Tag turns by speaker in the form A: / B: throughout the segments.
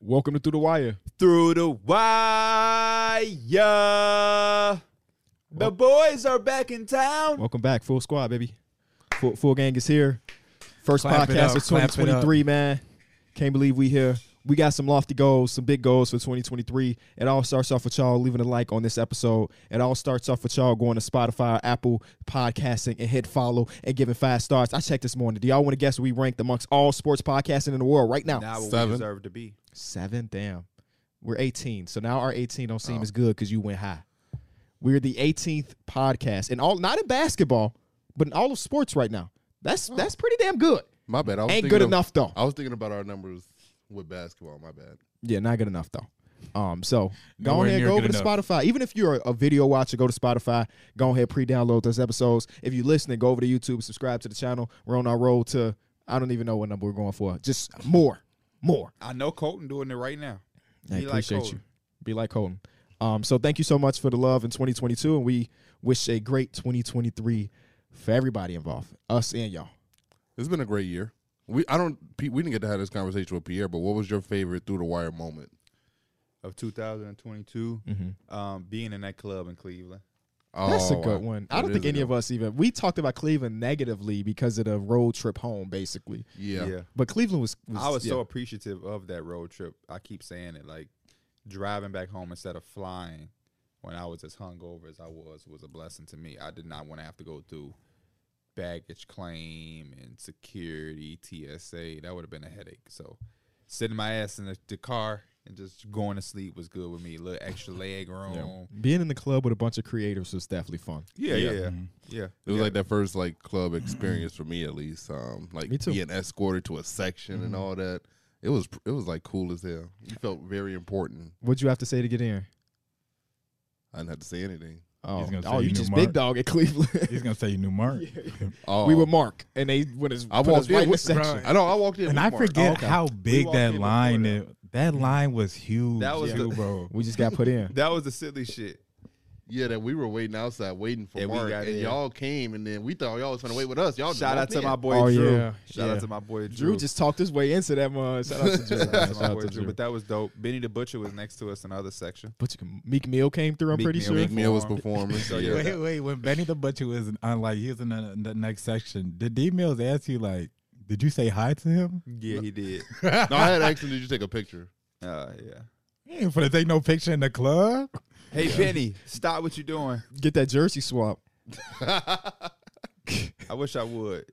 A: Welcome to Through the Wire.
B: Through the wire. The boys are back in town.
A: Welcome back, full squad, baby. Full, full gang is here. First
B: Clap it
A: podcast
B: up,
A: of
B: clap it up.
A: 2023, man. Can't believe we here. We got some lofty goals, some big goals for 2023. It all starts off with y'all leaving a like on this episode. It all starts off with y'all going to Spotify, Apple podcasting, and hit follow and giving five stars. I checked this morning. Do y'all want to guess where we ranked amongst all sports podcasting in the world right now?
B: Now what we
C: Seven.
B: deserve to be.
A: Seven, damn. We're 18. So now our 18 don't
D: Oh.
A: seem as good because you went high. We're the 18th podcast, and all not in basketball, but in all of sports right now. That's that's pretty damn good.
C: My bad. I was
A: Ain't
C: thinking
A: good
C: of-
A: enough,
D: Oh.
A: though.
C: I was thinking about our numbers with basketball. My bad.
A: Yeah, not good enough though. Um, so go
D: Nowhere
A: ahead,
D: near
A: go
D: good
A: over to
D: enough.
A: Spotify. Even if you're a video watcher, go to Spotify. Go ahead, pre-download those episodes. If you're listening, go over to YouTube, subscribe to the channel. We're on our road to I don't even know what number we're going for. Just more, more.
D: I know Colton doing it right now.
A: I
D: Be like
A: appreciate you.
D: Colton.
A: Be like Colton. Um, so thank you so much for the love in 2022, and we wish a great 2023 for everybody involved, us and y'all.
C: It's been a great year. We I don't P- we didn't get to have this conversation with Pierre, but what was your favorite through the wire moment?
D: Of 2022,
C: Mm-hmm.
D: um, being in that club in Cleveland.
C: Oh,
A: That's a
C: wow.
A: good one. I
C: That
A: don't
C: is
A: think
C: a
A: any
C: good
A: of us even we talked about Cleveland negatively because of the road trip home, basically.
C: one. Yeah.
A: But Cleveland was,
D: I was
A: yeah.
D: so appreciative of that road trip. I keep saying it, like driving back home instead of flying when I was as hungover as I was was a blessing to me. I did not want to have to go through baggage claim and security, TSA. That would have been a headache. So sitting my ass in the, the car and just going to sleep was good with me. A little extra leg room.
A: being in the club with a bunch of creators was definitely fun.
D: Yeah, yeah, yeah.
C: It was like that first like club experience for me at least. Um, like
A: Me too. Mm-hmm.
C: being escorted to a section and all that. It was it was like cool as hell. You felt very important.
A: What'd you have to say to get in?
C: I didn't have to say anything.
A: Oh,
D: gonna
A: oh
D: say
A: you
D: you
A: just
D: knew
A: big
D: Mark.
A: dog at Cleveland.
D: He's gonna say you knew Mark.
C: Oh,
A: we were Mark, and they when it's
C: I
A: put us
C: walked
A: right
C: in
A: in the
C: with,
A: section.
C: I know I walked in.
E: And
C: with
E: I
C: Mark.
E: forget
C: Oh, okay.
E: how big
D: walked in
E: that
D: before
E: line
D: that.
E: is. That line was huge.
D: That was
E: too,
D: the-
E: bro.
A: We just got put in.
D: that was the silly shit.
C: Yeah, that we were waiting outside waiting for
D: And we
C: Mark,
D: got
C: and
D: in.
C: y'all came, and then we thought y'all was trying to wait with us. Y'all just
D: Shout out
C: walked
D: to
C: in.
D: my boy
A: Oh,
D: Drew.
A: yeah,
D: Shout
A: yeah.
D: out to my boy Drew.
A: Drew just talked his way into that one. Shout out to Drew.
D: Shout out to
A: Shout
D: my
A: out
D: boy
A: to
D: Drew.
A: Drew.
D: But that was dope. Benny the Butcher was next to us in the other section.
A: But you can- Meek Mill came through. I'm
D: Meek
A: pretty
D: Mill,
A: sure.
D: Meek
C: Meek Mill was
D: Perform.
C: performing.
D: So,
C: yeah.
D: yeah.
E: Wait, wait. When Benny the Butcher was on, like, he was in the, the next section. Did D Mills ask you, like, did you say hi to him?
D: Yeah, he did.
C: No, I had actually. Did you take a picture?
D: Uh, yeah.
E: He ain't finna take no picture in the club.
D: Hey Benny, stop what you're doing.
A: Get that jersey swap.
D: I wish I would.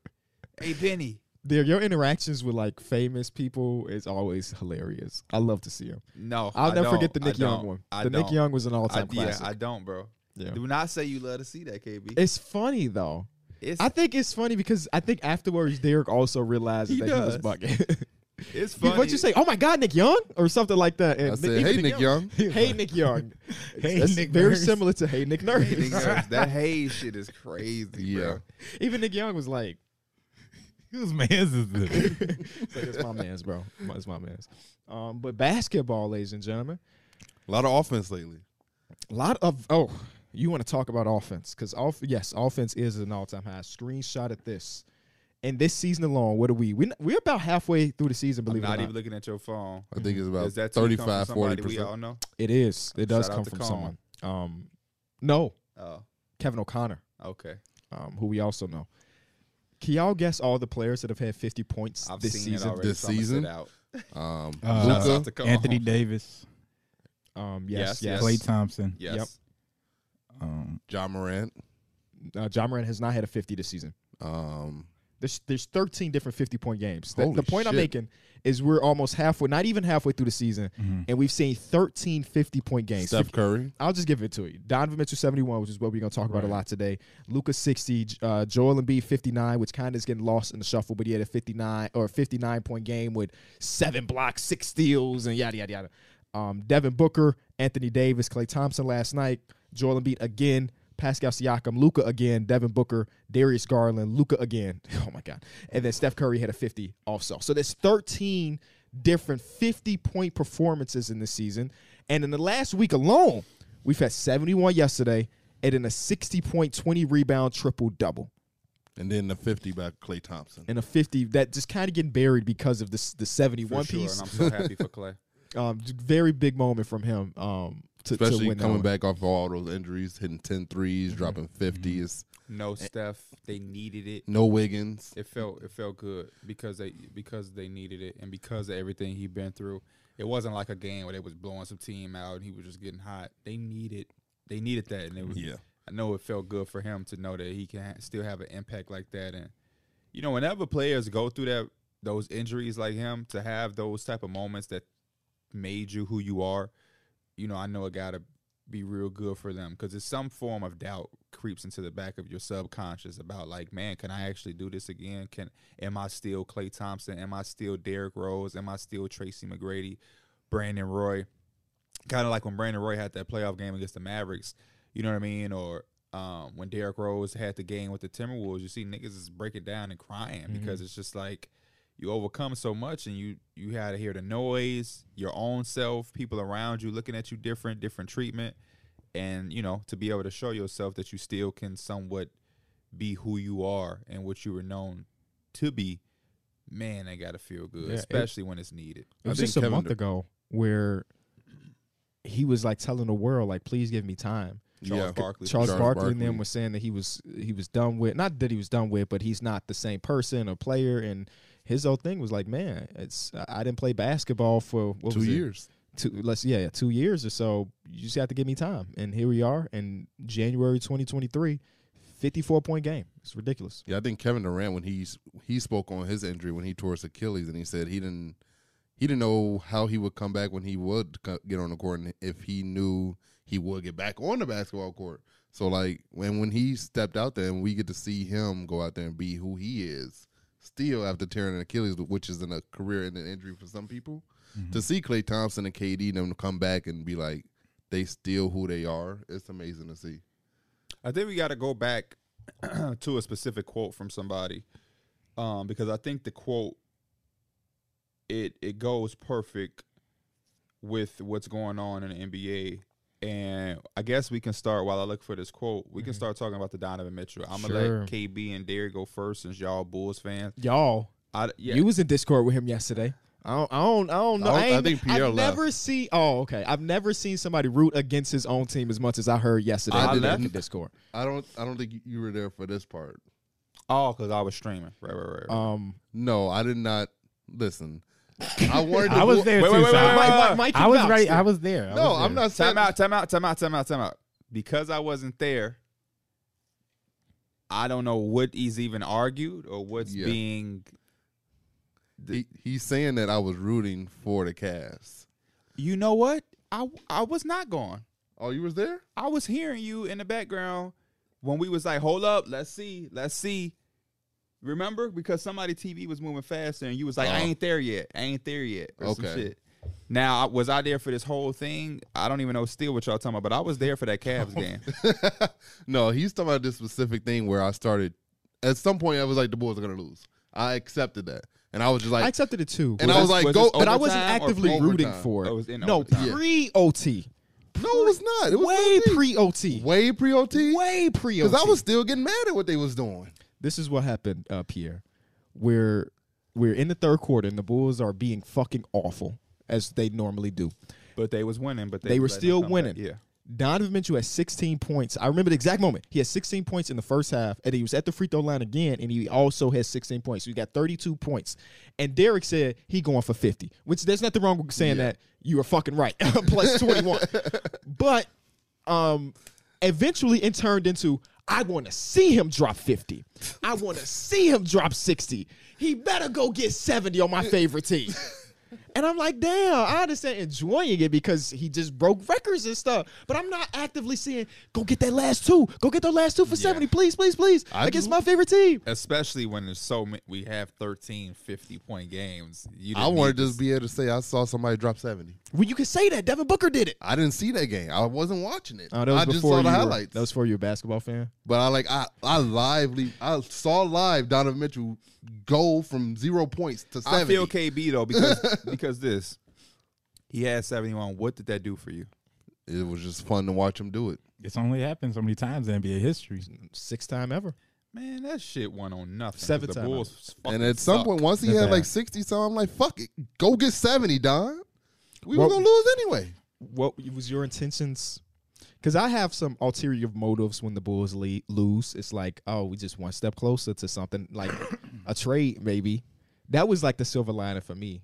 D: Hey Benny.
A: There, your interactions with like famous people is always hilarious. I love to see them.
D: No,
A: I'll
D: I
A: never
D: don't.
A: forget the
D: I
A: Nick
D: don't.
A: Young one.
D: I
A: the
D: don't.
A: Nick Young was an all-time
D: I, yeah,
A: classic.
D: I don't, bro.
A: Yeah.
D: Do not say you love to see that, KB.
A: it's funny though.
D: It's
A: I think it's funny because I think afterwards Derek also realized
D: He
A: that he was
D: does.
A: bugging.
D: it's funny.
A: what you say? Oh my God, Nick Young or something like that. And
C: I said,
A: even
C: "Hey, Nick Young."
A: Hey Nick Young.
E: Hey,
A: That's
E: Nick
A: very
E: Nurse.
A: similar to Hey Nick Nurse.
D: Hey, Nick Young, that haze shit is crazy,
C: Yeah.
D: bro.
A: even Nick Young was like,
E: Whose man's is this?
A: it's like, it's my man's, bro. It's my man's. Um, but basketball, ladies and gentlemen,
C: A lot of offense lately.
A: a lot of oh, you want to talk about offense because off yes, offense is an all time high. Screenshot at this, and this season alone, what are we? We we're about halfway through the season.
D: I'm
A: Believe it
D: not
A: or
D: even
A: not,
D: looking at your phone.
C: I think it's about
D: Does Mm-hmm. that tweet come from
C: 35, 40
D: somebody We all
C: percent.
D: know.
A: it is. It does
D: Shout out
A: come
D: to
A: from
D: Coleman.
A: someone. Um, no,
D: Oh,
A: Kevin O'Connor.
D: okay.
A: um, who we also know. Can y'all guess all the players that have had 50 points
D: I've
A: this
D: seen
A: season?
D: it already.
C: This
D: so I'ma sit
C: season?
D: out.
C: Um,
E: Uh,
D: Shouts out
C: Luka,
D: to Cole.
E: Anthony Davis,
A: Um, yes,
D: Yes,
A: yes.
E: Clay Thompson.
D: Yes.
A: Yep.
E: Um,
C: John Morant.
A: Uh, John Moran has not had a 50 this season.
C: Um,
A: There's there's 13 different 50 point games. The,
C: Holy
A: the point I'm
C: shit.
A: making is we're almost halfway, not even halfway through the season, and we've seen 13 50 point games.
C: Mm-hmm. Steph Curry.
A: I'll just give it to you. Donovan Mitchell 71, which is what we're going to talk about a lot today. Luca 60, J- uh, Joel Embiid 59, which kind of is getting lost in the shuffle, but he had a 59 or 59 point game with seven blocks, six steals, and yada yada yada. Um, Devin Booker, Anthony Davis, Clay Thompson last night, Joel Embiid again, Pascal Siakam, Luca again, Devin Booker, Darius Garland, Luca again. Oh my God! And then Steph Curry had a 50 also. So there's 13 different 50 point performances in this season, and in the last week alone, we've had 71 yesterday, and then a 60 point, 20 rebound triple double,
C: And then the 50 by Clay Thompson.
A: and a 50 that just kind of getting buried because of this the
D: For
A: 71
D: sure,
A: piece.
D: And I'm so happy for Clay.
A: Um, d- very big moment from him. Um, to, to
C: Especially
A: win that
C: coming
A: one.
C: back off of all those injuries, hitting 10 threes, dropping 50s.
D: No Steph. They needed it.
C: No Wiggins.
D: It felt it felt good because they because they needed it and because of everything he'd been through. It wasn't like a game where they was blowing some team out and he was just getting hot. They needed they needed that and it was
C: Yeah.
D: I know it felt good for him to know that he can ha- still have an impact like that. And you know, whenever players go through that those injuries like him, to have those type of moments that made you who you are, you know, I know it gotta be real good for them because it's some form of doubt creeps into the back of your subconscious about like, man, can I actually do this again? Can am I still Clay Thompson? Am I still Derrick Rose? Am I still Tracy McGrady? Brandon Roy? Kind of like when Brandon Roy had that playoff game against the Mavericks, you know what I mean? Or um, when Derrick Rose had the game with the Timberwolves, you see niggas is breaking down and crying because it's just like you overcome so much and you you had to hear the noise, your own self, people around you looking at you different, different treatment, and you know to be able to show yourself that you still can somewhat be who you are and what you were known to be. Man, I gotta feel good,
A: Yeah, it-
D: especially when it's needed.
A: It
C: I
A: was
C: think
A: just a
C: Kevin
A: month
C: Dur-
A: ago where he was like telling the world, like, please give me time.
D: Charles
C: Yeah.
D: Barkley,
A: Charles,
C: Charles
A: Barkley, and
C: Barkley.
A: them was saying that he was he was done with not that he was done with, but he's not the same person or player. And his whole thing was like, man, it's I I didn't play basketball for what
C: Two
A: was it?
C: years.
A: Two let's yeah, yeah, two years or so. You just have to give me time, and here we are in January 2023, 54 point game. It's ridiculous.
C: Yeah, I think Kevin Durant when he s- he spoke on his injury when he tore his Achilles and he said he didn't he didn't know how he would come back when he would co- get on the court and if he knew he would get back on the basketball court. So like when when he stepped out there and we get to see him go out there and be who he is, still after tearing an Achilles, which is in a career and an injury for some people, to see Clay Thompson and KD and them come back and be like they still who they are, it's amazing to see.
D: I think we got to go back to a specific quote from somebody um, because I think the quote it it goes perfect with what's going on in the NBA. And I guess we can start while I look for this quote. We can start talking about the Donovan Mitchell. I'm gonna
A: Mm-hmm. Sure.
D: let KB and Derry go first since y'all Bulls fans.
A: Y'all,
D: I yeah,
A: you was in Discord with him yesterday. I don't, I don't, I don't know.
C: I
A: I,
C: don't- I
A: ain't-
C: think Pierre
A: I've
C: left.
A: never seen. Oh, okay. I've never seen somebody root against his own team as much as I heard yesterday.
C: I
A: in
C: left.
A: the Discord.
C: I don't I don't think you were there for this part.
D: oh, because I was streaming. Right, right, right. right.
A: Um,
C: No, I did not. Listen, I wanted. To
E: I was there
D: wait,
E: too.
D: wait,
E: so
D: wait,
E: I-
D: wait, wait.
A: Mike, Mike, Mike
E: I was
A: vouched.
E: right. I was there. I
C: No,
E: was
C: I'm
E: there.
C: not saying.
D: Time out, time out, time out, time out, time out, Because I wasn't there, I don't know what is even argued or what's
C: Yeah.
D: being.
C: He, he's saying that I was rooting for the Cavs.
D: You know what? I I was not gone.
C: Oh, you was there?
D: I was hearing you in the background when we was like, "Hold up, let's see, let's see." Remember, because somebody TV was moving faster, and you was like, "I
C: Uh-huh.
D: ain't there yet. I ain't there yet." Or Some
C: Okay.
D: shit. Now, I- was I there for this whole thing? I don't even know still what y'all talking about, but I was there for that Cavs game.
C: no, he's talking about this specific thing where I started. At some point, I was like, the Bulls are gonna lose. I accepted that, and I was just
A: I
C: like,
A: accepted it too,
C: and I
D: Was
C: was
D: this- was
C: like, go.
D: this
A: but I wasn't
D: overtime or
A: actively
C: overtime?
A: rooting for it.
D: Oh, it was in
A: no,
D: overtime.
C: Yeah.
A: pre OT,
C: no, it was not. It was
A: way
C: OT.
A: pre OT,
C: way pre OT.
A: way pre OT.
C: Because I was still getting mad at what they was doing.
A: this is what happened up here. We're we're in the third quarter and the Bulls are being fucking awful as they normally do.
D: But they was winning. But they,
A: They were
D: was letting
A: still
D: them come
A: winning.
D: back. Yeah.
A: Donovan Mitchell had 16 points. I remember the exact moment. He had 16 points in the first half, and he was at the free throw line again, and he also had 16 points. So he got 32 points. And Derek said he going for 50, which there's nothing wrong with saying that. You are fucking right. Plus 21. but um, eventually it turned into I want to see him drop 50. I want to see him drop 60. He better go get 70 on my favorite team. And I'm like, damn, I understand enjoying it because he just broke records and stuff. But I'm not actively seeing, go get that last two. Go get the last two for 70, please, please, please.
C: I
A: against
C: do-
A: my favorite team.
D: Especially when there's so many, we have 13 50 point games. You
C: I
D: didn't
C: wanted
D: need
C: to just be able to say I saw somebody drop seventy.
A: Well, you can say that. Devin Booker did it.
C: I didn't see that game. I wasn't watching it.
A: Oh, that was
C: I just
A: before
C: saw
A: you
C: the
A: were-
C: highlights.
A: that was for you, a basketball fan.
C: But I like I I lively I saw live Donovan Mitchell go from zero points to
D: I
C: seventy.
D: feel KB though because because this he had 71. What did that do for you?
C: It was just fun to watch him do it.
E: It's only happened so many times in NBA history.
A: Sixth time ever.
D: Man, that shit went on nothing. 'cause
A: Seven
D: the
A: timeouts.
D: Bulls. fucking
C: and at some
D: suck.
C: point, once he
E: That's
C: had like
E: bad.
C: sixty, something, I'm like, fuck it, go get seventy, Don. We
A: Well-
C: were gonna lose anyway.
A: what was your intentions? Because I have some ulterior motives when the Bulls le- lose. It's like, oh, we just one step closer to something like a trade, maybe. That was like the silver lining for me.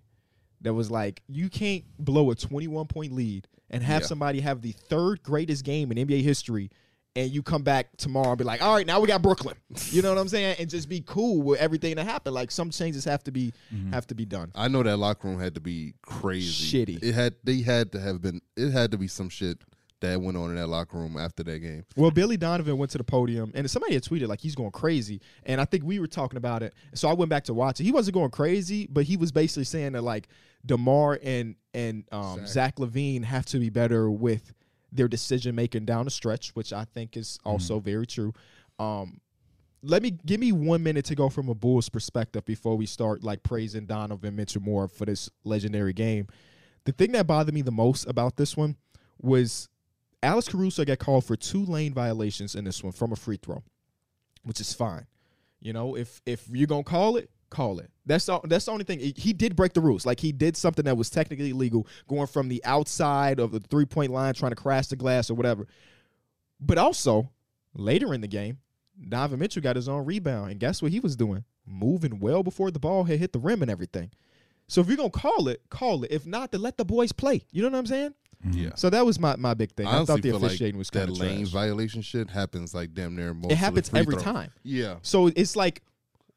A: That was like, you can't blow a 21 point lead and have
C: Yeah.
A: somebody have the third greatest game in NBA history. And you come back tomorrow and be like, all right, now we got Brooklyn. You know what I'm saying? And just be cool with everything that happened. Like some changes have to be have to be done.
C: I know that locker room had to be crazy.
A: Shitty.
C: It had they had to have been it had to be some shit that went on in that locker room after that game.
A: Well, Billy Donovan went to the podium, and somebody had tweeted like he's going crazy, and I think we were talking about it. So I went back to watch it. He wasn't going crazy, but he was basically saying that like Demar and and um, Zach. Levine have to be better with their decision making down the stretch, which I think is also very true. Um, let me give me one minute to go from a Bulls perspective before we start like praising Donovan Mitchell Moore for this legendary game. The thing that bothered me the most about this one was Alex Caruso got called for two lane violations in this one from a free throw, which is fine. You know, if if you're gonna call it, call it. That's all. That's the only thing. He- He did break the rules. Like he did something that was technically illegal, going from the outside of the three point line, trying to crash the glass or whatever. But also later in the game, Donovan Mitchell got his own rebound, and guess what he was doing? Moving well before the ball had hit the rim and everything. So if you're gonna call it, call it. If not, then let the boys play. You know what I'm saying?
C: Yeah.
A: So that was my, my big thing.
C: I
A: I,
C: honestly
A: thought the
C: feel like
A: officiating was kind
C: that
A: of
C: lane
A: trash.
C: violation shit happens like damn near
A: It
C: most. of the
A: happens
C: free
A: every
C: throw.
A: time.
C: Yeah.
A: So it's like,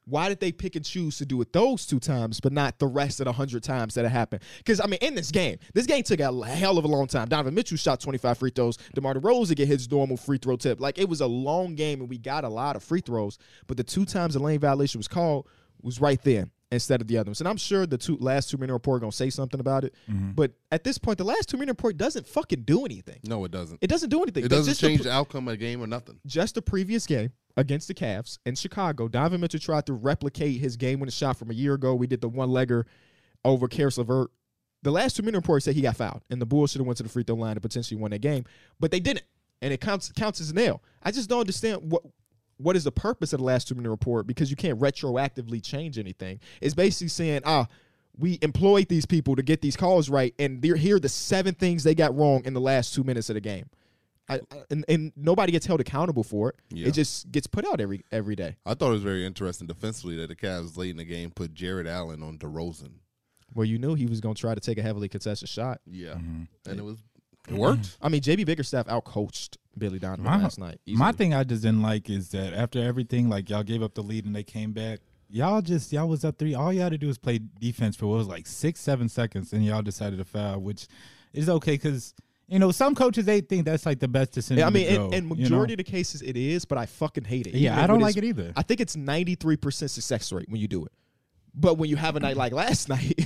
A: why did they pick and choose to do it those two times, but not the rest of the hundred times that it happened? Because I mean, in this game, this game took a l- hell of a long time. Donovan Mitchell shot twenty five free throws. DeMar DeRozan get his normal free throw tip. Like it was a long game, and we got a lot of free throws. But the two times the lane violation was called was right then instead of the other ones. And I'm sure the two last two minute report gonna say something about it.
C: Mm-hmm.
A: But at this point, the last two minute report doesn't fucking do anything.
C: No, it doesn't.
A: It doesn't do anything.
C: It
A: They
C: doesn't
A: just- the
C: change
A: pr-
C: the outcome of the game or nothing.
A: just the previous game against the Cavs in Chicago, Donovan Mitchell tried to replicate his game winning shot from a year ago. We did the one legger over Karis LeVert. The last two minute report said he got fouled, and the Bulls should have went to the free throw line to potentially won that game, but they didn't, and it counts counts as an L. I just don't understand what what is the purpose of the last two minute report because you can't retroactively change anything. It's basically saying, ah, we employed these people to get these calls right, and they're, here are the seven things they got wrong in the last two minutes of the game. I, I- and, and nobody gets held accountable for it.
C: Yeah.
A: It just gets put out every every day.
C: I thought it was very interesting defensively that the Cavs late in the game put Jared Allen on DeRozan.
A: Well, you knew he was going to try to take a heavily contested shot.
C: Yeah.
A: Mm-hmm.
C: And it was it worked.
A: I mean, JB Bickerstaff outcoached Billy Donovan
E: My-
A: last night.
E: My
A: easily.
E: thing I just didn't like is that after everything, like y'all gave up the lead and they came back. Y'all just y'all was up three. All y'all had to do was play defense for what was like six, seven seconds, and y'all decided to foul, which is okay because you know some coaches they think that's like the best decision.
A: Yeah, I
E: to
A: mean,
E: go,
A: in, in
E: you know?
A: majority of the cases, it is, but I fucking hate it.
E: Yeah,
A: Even
E: I don't
A: with
E: like
A: his-
E: it either.
A: I think it's ninety three percent success rate when you do it, but when you have a night like last night,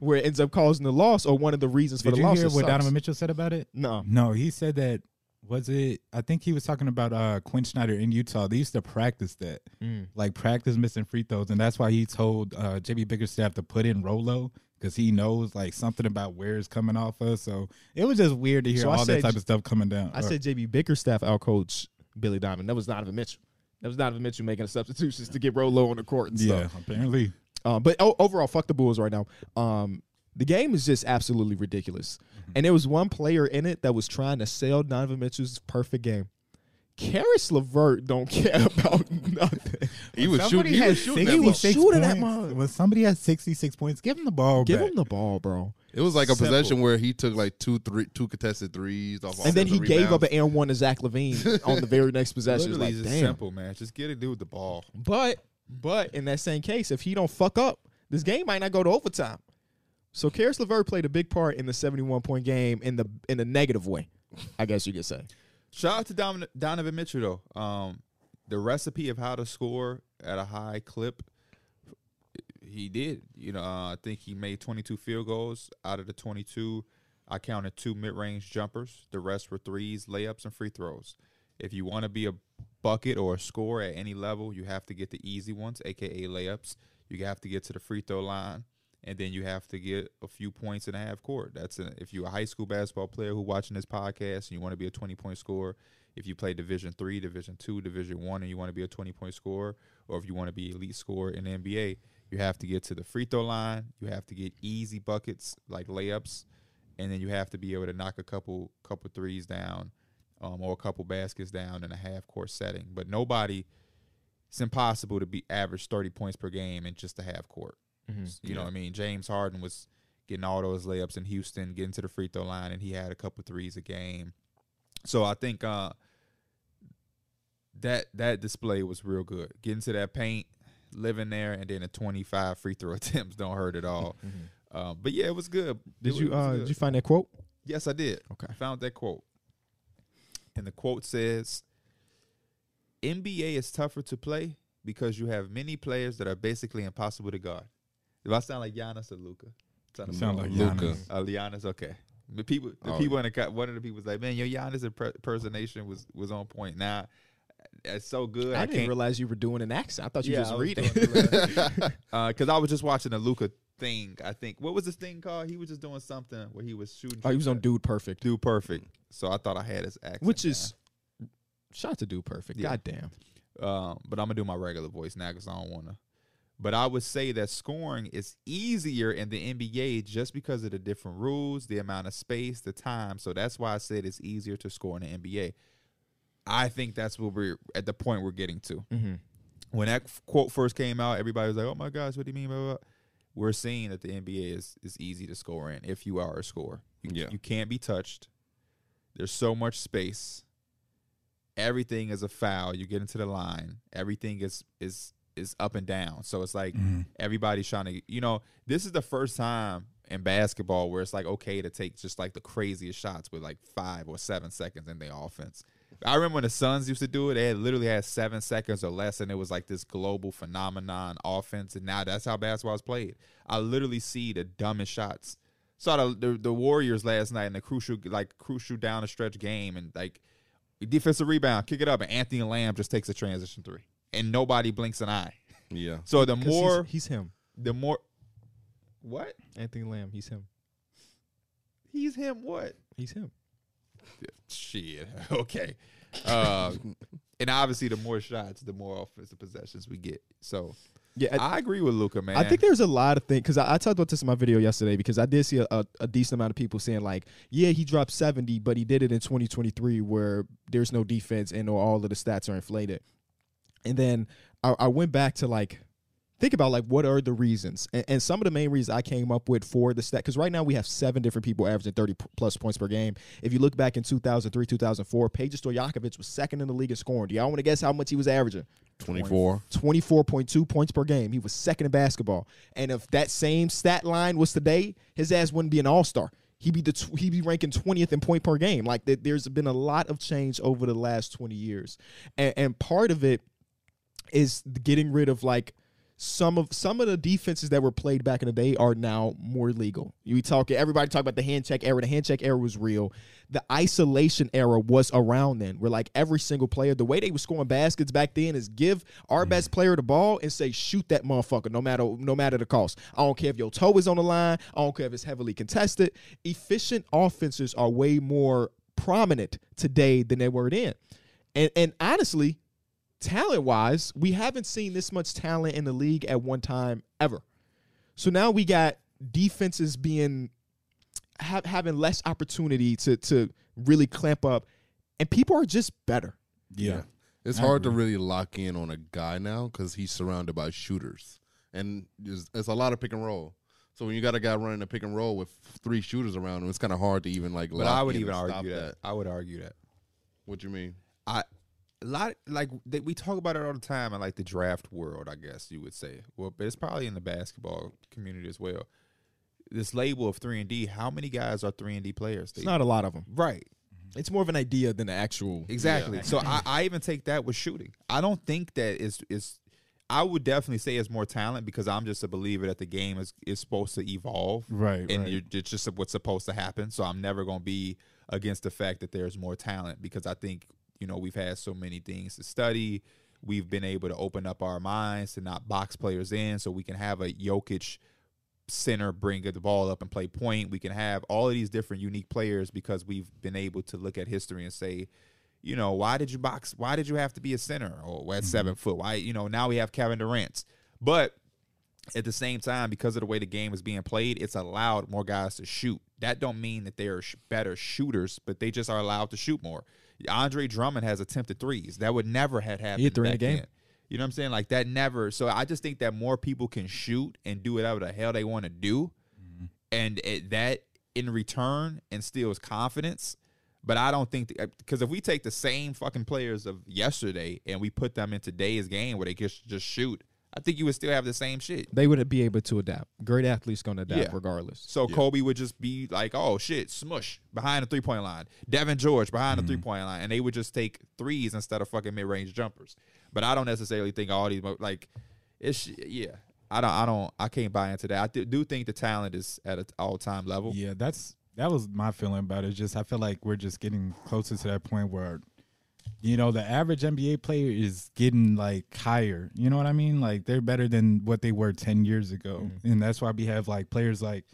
A: where it ends up causing the loss or one of the reasons for
E: Mm-hmm. Did
A: the
E: you
A: loss,
E: hear
A: it
E: what
A: sucks.
E: Donovan Mitchell said about it?
A: No,
E: No, he said that was it. I think he was talking about uh Quinn Snyder in Utah. They used to practice that,
A: Mm.
E: like practice missing free throws, and that's why he told uh JB Bickerstaff to put in Rolo because he knows like something about where it's coming off of. So it was just weird to hear
A: So I
E: all that
A: said-
E: type of stuff coming down. Uh,
A: I
E: Or-
A: said JB Bickerstaff outcoached Billy Donovan. That was Donovan Mitchell. That was Donovan Mitchell making substitutions to get Rolo on the court and stuff.
E: yeah, apparently.
A: Um, but o- overall, fuck the Bulls right now. Um, the game is just absolutely ridiculous.
D: Mm-hmm.
A: And there was one player in it that was trying to sell Donovan Mitchell's perfect game. Karis Levert don't care about nothing.
D: Mm-hmm.
C: He was
E: Somebody
C: shooting. He
E: had
C: was shooting. That
A: He was
C: ball.
E: 66
A: shooting Oh, that
E: points.
A: mug.
E: When somebody has sixty six points, give him the ball
A: Give
E: back.
A: him the ball, bro.
C: It was like a
A: Simple.
C: possession where he took like two, three, two contested threes off.
A: and then he
C: offensive
A: gave up an
C: rebounds.
A: and one to Zach Levine on the very next possession. It's
D: Literally,
A: Like,
D: it's
A: damn.
D: simple, man. Just get a dude the ball.
A: But but in that same case, if he don't fuck up, this game might not go to overtime. So Karis LeVert played a big part in the 71 point game in the in the negative way, I guess you could say.
D: Shout out to Don- Donovan Mitchell though. Um, the recipe of how to score at a high clip, he did. You know, uh, I think he made 22 field goals out of the 22. I counted two mid-range jumpers. The rest were threes, layups, and free throws. If you want to be a bucket or a scorer at any level, you have to get the easy ones, aka layups. You have to get to the free throw line, and then you have to get a few points in a half court. That's a, if you're a high school basketball player who watching this podcast and you want to be a 20 point scorer. If you play Division three, Division two, Division one, and you want to be a 20 point scorer, or if you want to be elite scorer in the NBA, you have to get to the free throw line. You have to get easy buckets like layups and then you have to be able to knock a couple couple threes down, um, or a couple baskets down in a half court setting. But nobody, it's impossible to be average thirty points per game in just a half court.
A: Mm-hmm.
D: You know what I mean? James Harden was getting all those layups in Houston, getting to the free throw line, and he had a couple threes a game. So I think uh, that that display was real good. Getting to that paint, living there, and then the twenty five free throw attempts don't hurt at all. Uh, but yeah, it was good.
A: Mm-hmm.
D: It
A: Did
D: wa-
A: you
D: it was
A: uh,
D: good.
A: did you find that quote?
D: Yes, I did.
A: Okay.
D: I found that quote. And the quote says NBA is tougher to play because you have many players that are basically impossible to guard. Do I sound like Giannis or Luca?
E: You sound like
C: Luka.
E: Luca.
D: uh, Giannis, okay. The people, the
C: Oh,
D: people in the co- one of the people was like, man, your Giannis impre- impersonation was was on point. Now, that's so good.
A: I,
D: I,
A: didn't
D: can't
A: realize you were doing an accent. I thought you
D: Yeah,
A: just
D: I was
A: reading.
D: doing because I was just watching the Luca thing. I think what was this thing called? He was just doing something where he was shooting.
A: oh, he was
D: from
A: on Dude Perfect,
D: do perfect. So I thought I had his accent,
A: which is shout out to Dude Perfect.
D: Yeah.
A: Goddamn.
D: down. Um, but I'm gonna do my regular voice now because I don't wanna. But I would say that scoring is easier in the NBA just because of the different rules, the amount of space, the time. So that's why I said it's easier to score in the NBA. I think that's what we're at the point we're getting to.
A: Mm-hmm.
D: When that quote first came out, everybody was like, "Oh my gosh, what do you mean?" Blah, blah, blah. We're seeing that the NBA is is easy to score in if you are a scorer. You,
C: Yeah.
D: you can't be touched. There's so much space. Everything is a foul. You get into the line. Everything is is is up and down. So it's like
E: Mm-hmm.
D: everybody's trying to. You know, this is the first time in basketball where it's like okay to take just like the craziest shots with like five or seven seconds in the offense. I remember when the Suns used to do it; they had literally had seven seconds or less, and it was like this global phenomenon offense. And now that's how basketball is played. I literally see the dumbest shots. Saw the, the the Warriors last night in the crucial like crucial down the stretch game, and like defensive rebound, kick it up, and Anthony Lamb just takes a transition three, and nobody blinks an eye.
C: Yeah.
D: So the
A: 'Cause he's-
D: more
A: he's, him.
D: the more what
A: Anthony Lamb. He's him.
D: he's him what
A: He's him.
D: shit okay um and obviously the more shots the more offensive possessions we get so
A: Yeah. I-
D: i, agree with luca man
A: I think there's a lot of things because I, I talked about this in my video yesterday because I did see a, a, a decent amount of people saying like, yeah, he dropped 70, but he did it in 2023 where there's no defense and or all of the stats are inflated. And then I, I went back to like think about like what are the reasons and, and some of the main reasons i came up with for the stat because right now we have seven different people averaging 30 p- plus points per game if you look back in 2003 2004 Peja stojakovic was second in the league in scoring do y'all want to guess how much he was averaging
C: 24.
A: 24.2 points per game. He was second in basketball. And if that same stat line was today, his ass wouldn't be an all star. He'd be the tw- he'd be ranking 20th in point per game. Like th- there's been a lot of change over the last 20 years, and, and part of it is getting rid of like some of some of the defenses that were played back in the day are now more legal. You talk everybody talk about the hand check era. The hand check era was real. The isolation era was around then, where like every single player, the way they were scoring baskets back then is give our best player the ball and say shoot that motherfucker, no matter no matter the cost. I don't care if your toe is on the line. I don't care if it's heavily contested. Efficient offenses are way more prominent today than they were then. And and honestly, talent wise, we haven't seen this much talent in the league at one time ever. So now we got defenses being ha- having less opportunity to to really clamp up, and people are just better.
E: Yeah.
C: It's
E: I
C: hard
A: Mm-hmm.
C: to really lock in on a guy now because he's surrounded by shooters, and there's- it's a lot of pick and roll. So when you got a guy running a pick and roll with three shooters around him, it's kind of hard to even like.
D: but
C: lock
D: i would
C: in
D: even
C: and stop
D: argue that. i would argue that
C: What you mean?
D: i a lot like that we talk about it all the time in like the draft world i guess you would say well but it's probably in the basketball community as well this label of 3 and d how many guys are 3 and d players
A: It's not a lot of them.
D: right
A: It's more of an idea than the actual.
D: Exactly. So I, I even take that with shooting. I don't think that it's it's I would definitely say it's more talent because I'm just a believer that the game is, is supposed to evolve.
E: Right,
D: And
E: right.
D: You're, it's just what's supposed to happen. So I'm never gonna be against the fact that there's more talent because I think, you know, we've had so many things to study. We've been able to open up our minds to not box players in so we can have a Jokic center bring the ball up and play point. We can have all of these different unique players because we've been able to look at history and say, you know, why did you box? Why
A: Mm-hmm.
D: did you have to be a center or at seven foot? Why, you know, now we have Kevin Durant. But At the same time, because of the way the game is being played, it's allowed more guys to shoot. That don't mean that they are sh- better shooters, but they just are allowed to shoot more. Andre Drummond has attempted threes that would never had happened.
A: three in
D: back
A: the game.
D: then. You know what I'm saying? Like that never. So I just think that more people can shoot and do whatever the hell they want to do, and it, that in return instills confidence. But I don't think because if we take the same fucking players of yesterday and we put them in today's game where they just just shoot, I think you would still have the same shit.
A: They would be able to adapt. Great athletes gonna adapt
D: Yeah.
A: regardless.
D: So Kobe would just be like, "Oh shit, smush behind the three point line." Devin George behind the three point line, and they would just take threes instead of fucking mid range jumpers. But I don't necessarily think all these mo- like it's yeah. I don't. I don't. I can't buy into that. I do- do think the talent is at an all time level.
E: Yeah, that's that was my feeling about it. Just I feel like we're just getting closer to that point where, you know, the average NBA player is getting like higher. You know what I mean? Like they're better than what they were ten years ago, and that's why we have like players like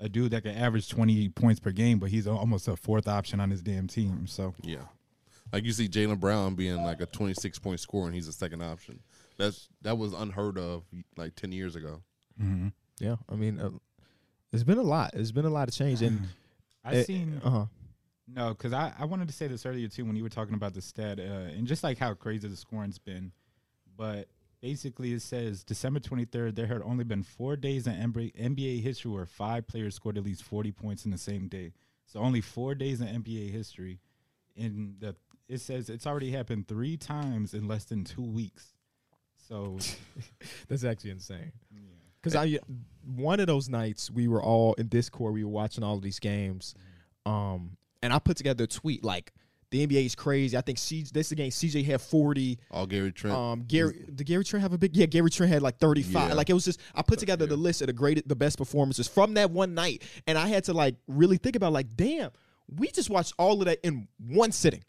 E: a dude that can average twenty points per game, but he's almost a fourth option on his damn team. So
C: Yeah. Like you see Jalen Brown being like a 26 point scorer and he's a second option. That's that was unheard of like 10 years ago.
A: Yeah, I mean, uh, it's been a lot. It's been a lot of change, and
E: I seen
A: Uh huh.
E: No, because I, I wanted to say this earlier too when you were talking about the stat uh, and just like how crazy the scoring's been. But basically, it says December 23rd, there had only been four days in NBA NBA history where five players scored at least 40 points in the same day. So only four days in NBA history. And the it says it's already happened three times in less than two weeks. So
A: That's actually insane. Because I one of those nights we were all in Discord, we were watching all of these games, um, and I put together a tweet like the NBA is crazy. I think C- this again CJ had forty.
C: All Gary Trent.
A: Um, Gary did Gary Trent have a big yeah. Gary Trent had like thirty five.
C: Yeah.
A: Like it was just I put together the list of the greatest, the best performances from that one night, and I had to like really think about like damn, we just watched all of that in one sitting.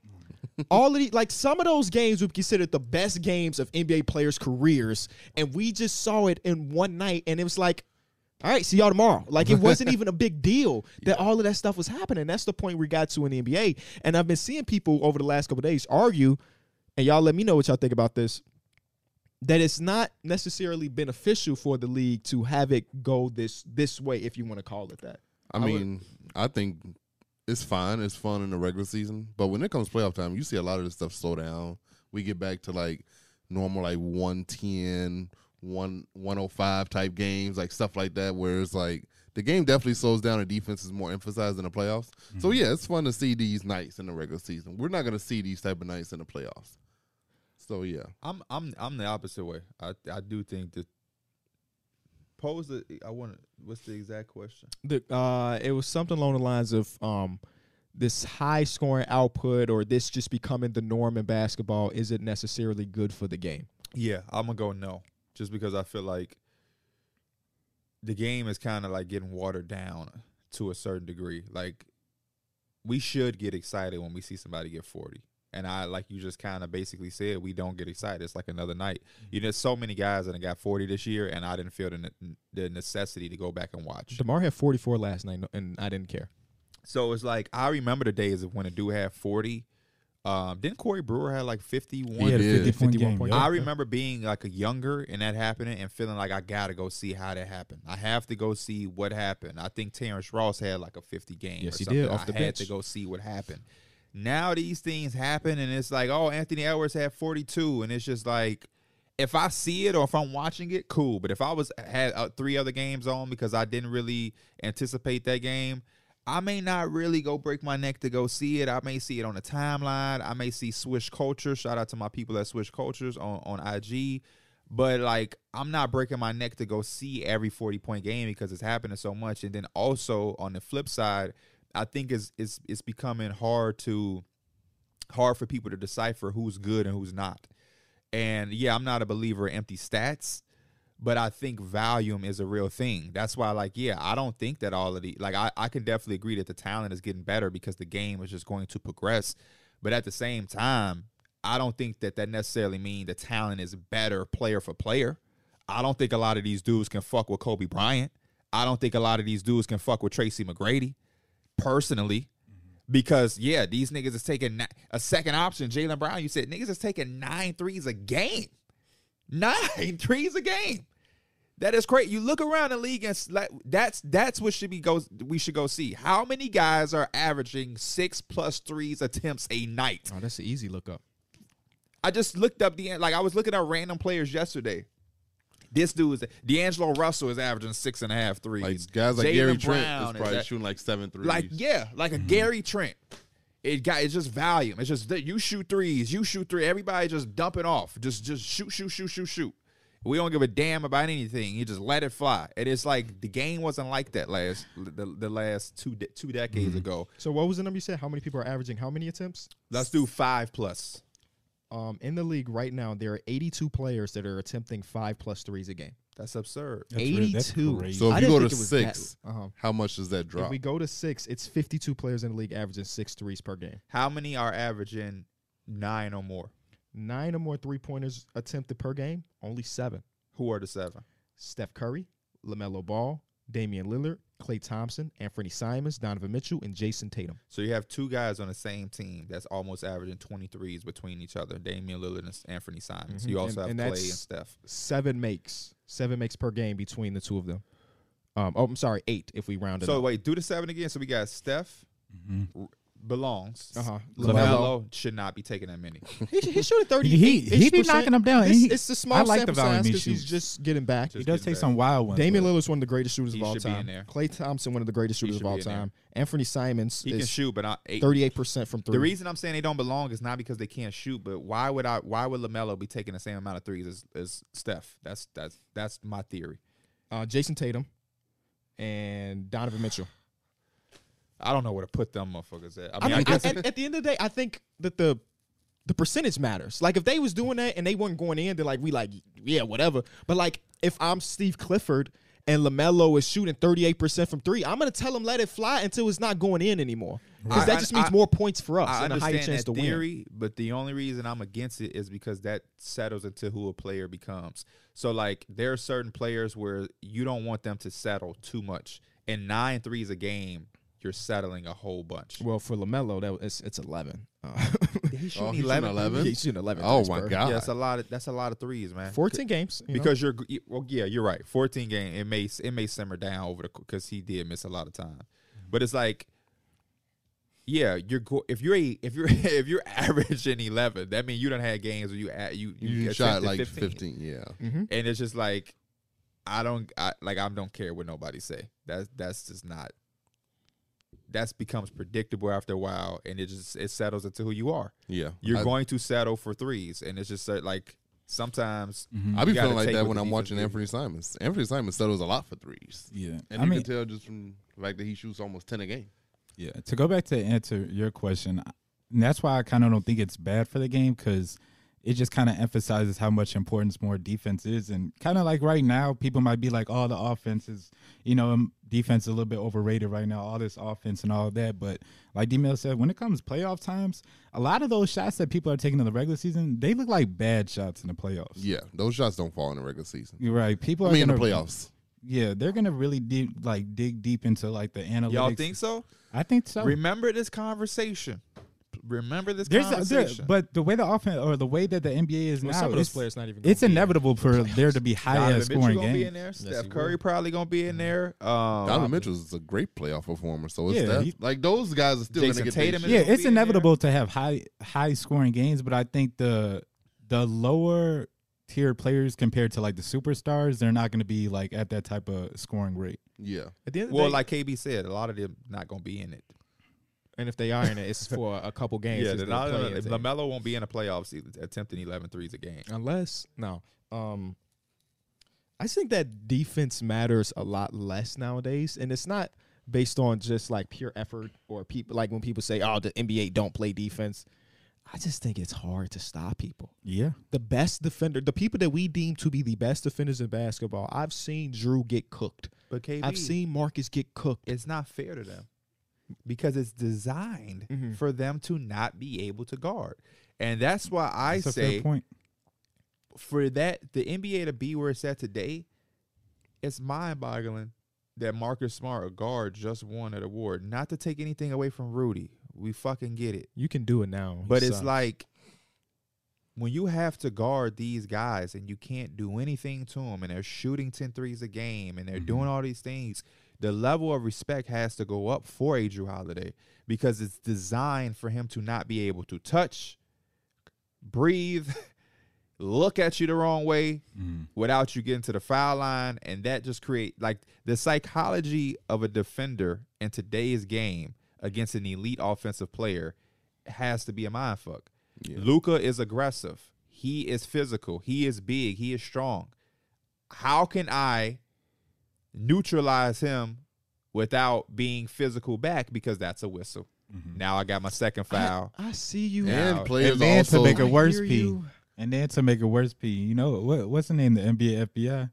A: all of the like some of those games would be considered the best games of NBA players' careers, and we just saw it in one night, and it was like. All right, see y'all tomorrow. Like it wasn't even a big deal that all of that stuff was happening. That's the point we got to in the NBA. And I've been seeing people over the last couple days argue, and y'all let me know what y'all think about this that it's not necessarily beneficial for the league to have it go this this way, if you want to call it that.
C: I mean, I think it's fine. It's fun in the regular season, but when it comes playoff time, you see a lot of this stuff slow down. We get back to like normal, like 110, 1, 105 type games, like stuff like that, where it's like the game definitely slows down and defense is more emphasized in the playoffs. So
A: Mm-hmm.
C: yeah, it's fun to see these nights in the regular season. We're not gonna see these type of nights in the playoffs. So yeah,
D: I'm I'm I'm the opposite way. I I do think that pose the I want to what's the exact question?
A: The uh, it was something along the lines of um, this high scoring output or this just becoming the norm in basketball isn't necessarily good for the game.
D: Yeah, I'm gonna go no, just because I feel like the game is kind of like getting watered down to a certain degree. Like we should get excited when we see somebody get 40. And I like you just kind of basically said we don't get excited. It's like another night. You know, so many guys that done got 40 this year, and I didn't feel the, ne- the necessity to go back and watch.
A: Demar had 44 last night, and I didn't care.
D: So it's like I remember the days of when a dude had forty. Um, didn't Corey Brewer had like fifty one?
E: he had a
C: did.
E: 50 point game.
A: 51
E: yeah.
D: I remember being like a younger and that happening and feeling like I gotta go see how that happened. I have to go see what happened. I think Terrence Ross had like a fifty game.
A: Yes,
D: or
A: he
D: something.
A: did, off the
D: I had
A: bench.
D: to go see what happened. Now these things happen and it's like, oh, Anthony Edwards had forty two, and it's just like. If I see it or if I'm watching it, cool. But if I was had uh, three other games on because I didn't really anticipate that game, I may not really go break my neck to go see it. I may see it on the timeline. I may see Swish Culture. Shout out to my people at Swish Cultures on, on IG. But like, I'm not breaking my neck to go see every 40 point game because it's happening so much. And then also on the flip side, I think it's it's it's becoming hard to hard for people to decipher who's good and who's not. And yeah, I'm not a believer in empty stats but I think volume is a real thing. That's why, like, yeah, I don't think that all of the like I, I can definitely agree that the talent is getting better because the game is just going to progress. But at the same time, I don't think that that necessarily means the talent is better player for player. I don't think a lot of these dudes can fuck with Kobe Bryant. I don't think a lot of these dudes can fuck with Tracy McGrady personally. Because yeah, these niggas is taking ni- a second option. Jalen Brown, you said niggas is taking nine threes a game, nine threes a game That is great. You look around the league and s- like, that's that's what should be goes we should go see. How many guys are averaging six plus threes attempts a night?
A: Oh, that's an easy look up.
D: I just looked up the like I was looking at random players yesterday. This dude is D'Angelo Russell is averaging six and a half threes.
C: Like guys like
D: Jaylen
C: Gary Trent
D: Brown
C: is probably
D: that-
C: shooting like seven threes.
D: like yeah, like a
A: Mm-hmm.
D: Gary Trent. It got it's just volume. It's just that you shoot threes, you shoot three. Everybody just dumping off, just just shoot, shoot, shoot, shoot, shoot. We don't give a damn about anything. You just let it fly. And it's like the game wasn't like that last the, the last two de- two decades
A: Mm-hmm.
D: ago.
A: So what was the number you said? How many people are averaging how many attempts?
D: Let's do five plus.
A: Um, in the league right now, there are 82 players that are attempting five plus threes a game.
D: That's absurd.
E: That's re- that's
A: 82.
E: crazy.
C: So if
A: I
C: you
A: didn't
C: go
A: think
C: to
A: it was that-
C: six,
A: uh-huh.
C: how much does that
A: if
C: drop?
A: we go to six, it's 52 players in the league averaging six threes per game.
D: How many are averaging nine or more?
A: Nine or more three pointers attempted per game, only seven.
D: Who are the seven?
A: Steph Curry, LaMelo Ball, Damian Lillard, Clay Thompson, Anthony Simons, Donovan Mitchell, and Jason Tatum.
D: So you have two guys on the same team that's almost averaging twenty threes between each other. Damian Lillard and Anthony Simons.
A: Mhm.
D: You
A: And-
D: also have
A: and
D: Clay and
A: that's-
D: Steph.
A: Seven makes. Seven makes per game between the two of them. Um, oh, I'm sorry, eight if we round it
D: So
A: up.
D: wait, do the seven again. So we got Steph belongs.
A: Uh-huh.
D: Lamelo should not be taking that many.
A: He, he's shooting 30.
E: He- he be knocking them down, and
A: It's,
E: he-
A: it's the small
E: I like
A: sample
E: the volume
A: size
E: he
A: 'cause he's
E: shoots.
A: just getting back.
E: He
D: Just
E: does
D: getting
E: take
D: back.
E: some wild ones.
A: Damian
E: but-
A: Lillard's one of the greatest shooters
D: He
A: of all
D: should be in
A: time.
D: there.
A: Clay Thompson, one of the greatest shooters
D: should
A: of all
D: be in there.
A: time. Anthony Simons
D: He can
A: is
D: shoot, but not eight.
A: 38% from three.
D: The reason I'm saying they don't belong is not because they can't shoot, but why would I? Why would Lamelo be taking the same amount of threes as, as Steph? That's that's that's my theory.
A: uh, Jason Tatum and Donovan Mitchell.
D: I don't know where to put them motherfuckers at. I
A: I
D: mean, I,
A: mean, I
D: guess
A: at, at the end of the day, I think that the the percentage matters. Like if they was doing that and they weren't going in, they're like, we like, yeah, whatever. But like if I'm Steve Clifford and Lamelo is shooting 38 percent from three, I'm gonna tell him let it fly until it's not going in anymore because
D: I-
A: that
D: I-
A: just means
D: I-
A: more points for us
D: I
A: and a higher
D: understand
A: chance to
D: that
A: win.
D: theory, but the only reason I'm against it is because that settles into who a player becomes. So like there are certain players where you don't want them to settle too much. And nine threes a game, you're settling a whole bunch.
A: Well, for Lamelo, that it's it's 11. Uh,
D: He's
C: oh, he's shooting eleven.
A: he's shooting 11.
C: Oh
A: threes
C: my
A: per-
C: god!
D: Yeah, that's a lot. Of, that's a lot of threes, man.
A: 14 games you know?
D: because you're you- well, yeah, you're right. 14 game, it may it may simmer down over the because he did miss a lot of time,
C: Mm-hmm.
D: but it's like, yeah, you're go, if you're a, if you're if you're averaging 11, that means you don't had games where you at you
C: you shot
D: attempted
C: like 15. Yeah,
D: and it's just like, I don't I, like I don't care what nobody say. That's that's just not. That's becomes predictable after a while, and it just it settles into who you are.
C: yeah.
D: You're
C: I,
D: going to settle for threes, and it's just uh, like sometimes
C: I be
D: you gotta
C: feeling like
D: take
C: that
D: what
C: when
D: the
C: I'm
D: defense
C: watching
D: gives you.
C: Anthony Simons. Anthony Simons settles a lot for threes,
E: Yeah.
C: and
E: I
C: you
E: mean,
C: can tell just from the fact that he shoots almost ten a game.
E: Yeah. To go back to answer your question, I- and that's why I kind of don't think it's bad for the game because it just kind of emphasizes how much importance more defense is. And kind of like right now, people might be like, oh, the offense is, you know, um, defense is a little bit overrated right now, all this offense and all that. But like D Mill said, when it comes playoff times, a lot of those shots that people are taking in the regular season, they look like bad shots in the playoffs.
C: Yeah, those shots don't fall in the regular season.
E: You're right. People
C: I
E: are
C: mean, in the
E: gonna,
C: playoffs.
E: Yeah, they're gonna really deep, like dig deep into like the analytics.
D: y'all think so.
E: I think so.
D: Remember this conversation. Remember this
E: Oh. There's a, there,
D: conversation.
E: but the way the offense or the way that the NBA is
A: Well,
E: now,
A: some of those
E: it's,
A: players not even gonna
E: it's
A: be in
E: inevitable for there to be high
D: Donovan
E: end
D: Mitchell
E: scoring
D: gonna be in
E: games.
D: there.
A: he
D: Steph Curry probably gonna be in there. Um,
C: Mm-hmm. Donovan Mitchell is a great playoff performer. So it's
E: Yeah,
C: that,
E: he-
C: like those guys are still
D: Jason
C: going to get
D: Tatum
C: Tatum.
D: is-
E: Yeah,
D: gonna
E: it's
D: be in there.
E: inevitable to have high high scoring games, but I think the the lower tier players compared to like the superstars, they're not going to be like at that type of scoring rate.
C: Yeah,
A: At the end of the
D: well,
A: day,
D: like KB said, a lot of them not gonna be in it.
A: and if they are in it, it's for a couple games.
D: Yeah,
A: It's
D: they're
A: the
D: not,
A: play-in team.
D: Lamelo won't be in the playoffs e- attempting 11 threes a game.
A: unless no um i just think that defense matters a lot less nowadays and it's not based on just like pure effort or people like when people say oh the nba don't play defense i just think it's hard to stop people
E: Yeah,
A: the best defender the people that we deem to be the best defenders in basketball i've seen drew get cooked
D: But KB,
A: i've seen marcus get cooked
D: it's not fair to them because it's designed
E: Mm-hmm.
A: Mhm.
D: for them to not be able to guard, and that's why I
E: that's a
D: say
E: fair point.
D: for that the NBA to be where it's at today, it's mind boggling that Marcus Smart, a guard, just won an award. Not to take anything away from Rudy. We fucking get it.
A: you can do it now He
D: But it's
A: sucks.
D: like when you have to guard these guys and you can't do anything to them and they're shooting 10 threes a game and they're doing all these things, the level of respect has to go up for a Drew Holiday because it's designed for him to not be able to touch, breathe, look at you the wrong way without you getting to the foul line. And that just create like the psychology of a defender in today's game against an elite offensive player has to be a mind fuck. Luca is aggressive. He is physical. He is big. He is strong. How can I neutralize him without being physical back? Because that's a whistle. Now I got my second foul.
A: I see you.
C: And
D: Now,
C: players
E: And then to
C: also
E: make it
A: I
E: worse,
A: hear
E: P.
A: you.
E: And then to make it worse, P. You know what? What's the name? The NBA FBI.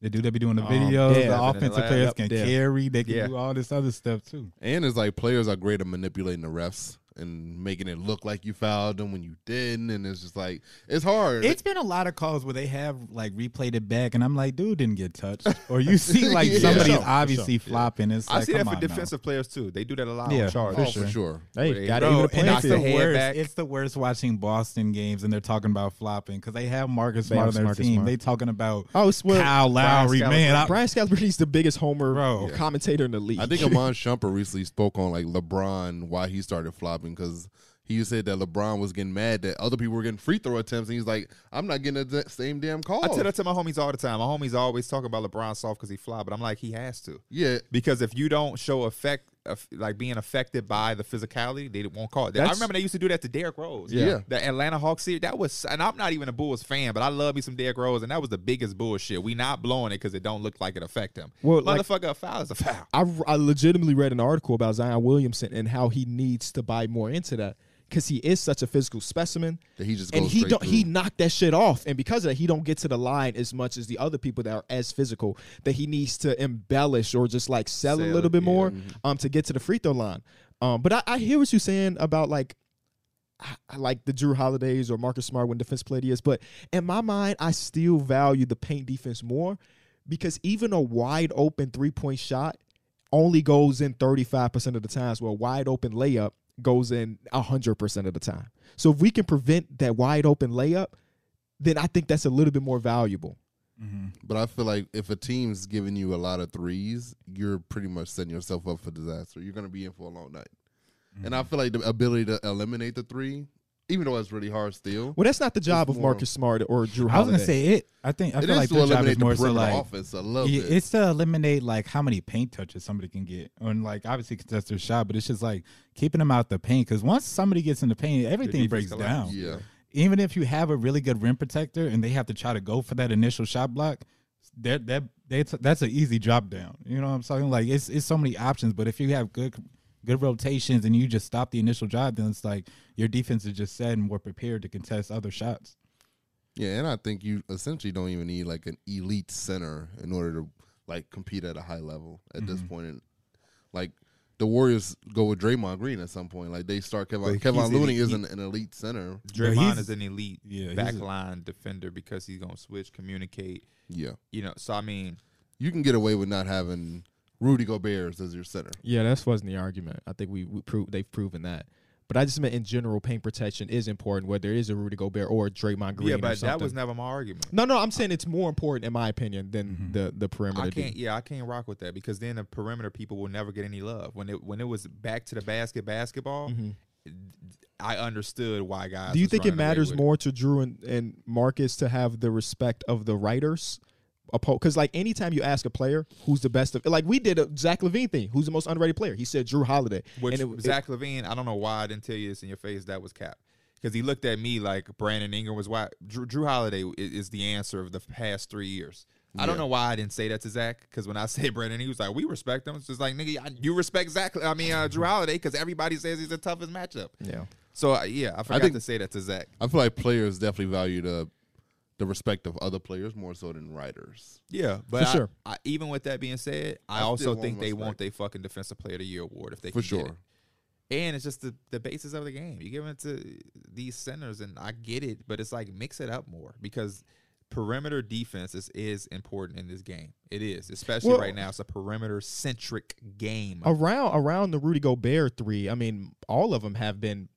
E: They do. They be doing the
A: Um,
E: videos.
A: Dev
E: the
A: and
E: offensive
D: Atlanta.
E: players
A: Yep,
E: can
A: Dev.
E: carry. They can
D: Yeah.
E: do all this other stuff too.
C: and it's like players are great at manipulating the refs and making it look like you fouled them when you didn't, and it's just like it's hard.
E: It's been a lot of calls where they have like replayed it back, and I'm like, dude didn't get touched. Or you see like
C: Yeah.
E: somebody's
A: For sure, for
E: obviously flopping. It's
D: I
E: like,
D: see that
E: come
D: for
E: on now.
D: defensive players too. They do that a lot
E: Yeah,
D: on
C: oh,
D: charges.
E: for
C: for sure.
A: Hey,
D: Wait,
A: got it
D: bro,
A: even a
D: and
A: playing
D: knock
E: It's the
A: field.
D: head
E: worst.
D: back.
E: It's the worst watching Boston games, and they're talking about flopping because they have Marcus
A: They
E: Smart on
A: have
E: their
A: Marcus
E: team.
A: Smart.
E: They talking about
A: Oh, it's well,
E: Kyle Lowry,
D: Scalabrine.
E: man. I-
A: Brian Scalabrine's the biggest homer
E: Bro.
A: commentator in the league.
C: I think Amon Shumpert recently spoke on like LeBron why he started flopping because he said that LeBron was getting mad that other people were getting free throw attempts, and he's like, "I'm not getting the same damn call."
D: I tell that to my homies all the time. My homies always talk about LeBron soft because he fly, but I'm like, he has to.
C: yeah,
D: Because if you don't show effect, of- like being affected by the physicality, they won't call it. I
A: That's-
D: remember they used to do that to Derrick Rose.
C: Yeah. Yeah.
D: The Atlanta Hawks series, that was, and I'm not even a Bulls fan, but I love me some Derrick Rose, and that was the biggest bullshit. We not blowing it because it don't look like it affect him.
A: Well, like-
D: Motherfucker, a foul is a foul.
A: I, I legitimately read an article about Zion Williamson and how he needs to buy more into that because he is such a physical specimen.
C: that he just goes
A: and he
C: straight
A: don't he
C: through.
A: knocked that shit off, and because of that, he don't get to the line as much as the other people that are as physical. That he needs to embellish or just like sell, a
D: Sell
A: little
D: it,
A: bit
D: yeah.
A: more
C: mm-hmm.
A: um to get to the free throw line. Um, but I, I hear what you're saying about like I- I like the Drew Holidays or Marcus Smart when defense play is, but in my mind, I still value the paint defense more because even a wide open three point shot only goes in 35% of the times, where a wide open layup goes in 100% of the time. So if we can prevent that wide open layup, then I think that's a little bit more valuable.
C: But I feel like if a team's giving you a lot of threes, you're pretty much setting yourself up for disaster. You're going to be in for a long night. And
E: Mm-hmm.
C: I feel like the ability to eliminate the three, even though it's really hard still,
A: Well, that's not the job
C: It's
A: of
C: more-
A: Marcus Smart or Drew
E: I was
A: Holiday.
E: gonna say it. I think I
C: it
E: feel
C: is
E: like
C: to
E: their job is
C: eliminate the
E: more so
C: perimeter
E: like
C: offense a little
E: Yeah,
C: bit.
E: it's to eliminate like how many paint touches somebody can get, and like obviously contest their shot, but it's just like keeping them out the paint because once somebody gets in the paint, everything
D: defense
E: breaks down.
D: collapses.
C: yeah.
E: Even if you have a really good rim protector and they have to try to go for that initial shot block, that that that's that's an easy drop down. You know what I'm saying? Like it's it's so many options, but if you have good good rotations and you just stop the initial drive, then it's like your defense is just set and more prepared to contest other shots.
C: Yeah, and I think you essentially don't even need like an elite center in order to like compete at a high level at this
D: Mm-hmm.
C: point. And, like the Warriors go with Draymond Green at some point. Like they start Kevin Kevin
D: he's
C: Looney
D: elite.
C: isn't an elite center.
D: Draymond
E: he's-
D: is an elite
E: Yeah, he's a-
D: backline defender because he's gonna switch, communicate.
C: Yeah,
D: You know, so I mean,
C: you can get away with not having Rudy Gobert as your center.
A: Yeah, that's wasn't the argument. I think we, we proved they've proven that. But I just meant in general, paint protection is important, whether it is a Rudy Gobert or a Draymond Green.
D: yeah,
A: or
D: but that
A: something.
D: was never my argument.
A: No, no, I'm saying it's more important in my opinion than the the perimeter.
D: Mm-hmm. I can't.
A: D.
D: Yeah, I can't rock with that because then the perimeter people will never get any love. When it when it was back to the basket basketball, I understood why guys.
A: Mm-hmm. Do you
D: was
A: think it
D: running away
A: matters
D: with
A: more to Drew and, and Marcus to have the respect of the writers? Because like anytime you ask a player who's the best of, like we did a Zach Levine thing, who's the most underrated player? He said Drew Holiday.
D: Which
A: and it-
D: Zach Levine, I don't know why I didn't tell you this in your face. That was cap because he looked at me like Brandon Ingram was why Drew, Drew Holiday i- is the answer of the past three years. I don't know why I didn't say that to Zach because when I said Brandon, he was like, "We respect him." It's just like, "Nigga, I- you respect Zach." I mean, uh, Drew Holiday because everybody says he's the toughest matchup.
A: it- yeah.
D: So uh, yeah, I forgot
C: think-
D: to say that to Zach.
C: I feel like players definitely value the the respect of other players more so than writers.
D: Yeah, but I-
A: sure.
D: I, even with that being said, I,
C: I still
D: also
C: want
D: think they
C: respect.
D: want their fucking defensive player of the year award if they
C: For
D: can get it.
C: sure.
D: And it's just the, the basis of the game. You give it to these centers, and I get it, but it's like mix it up more because perimeter defense is, is important in this game. It is, especially
A: Well- Oh.
D: right now. It's a perimeter centric game.
A: around around the Rudy Gobert three. I mean, all of them have been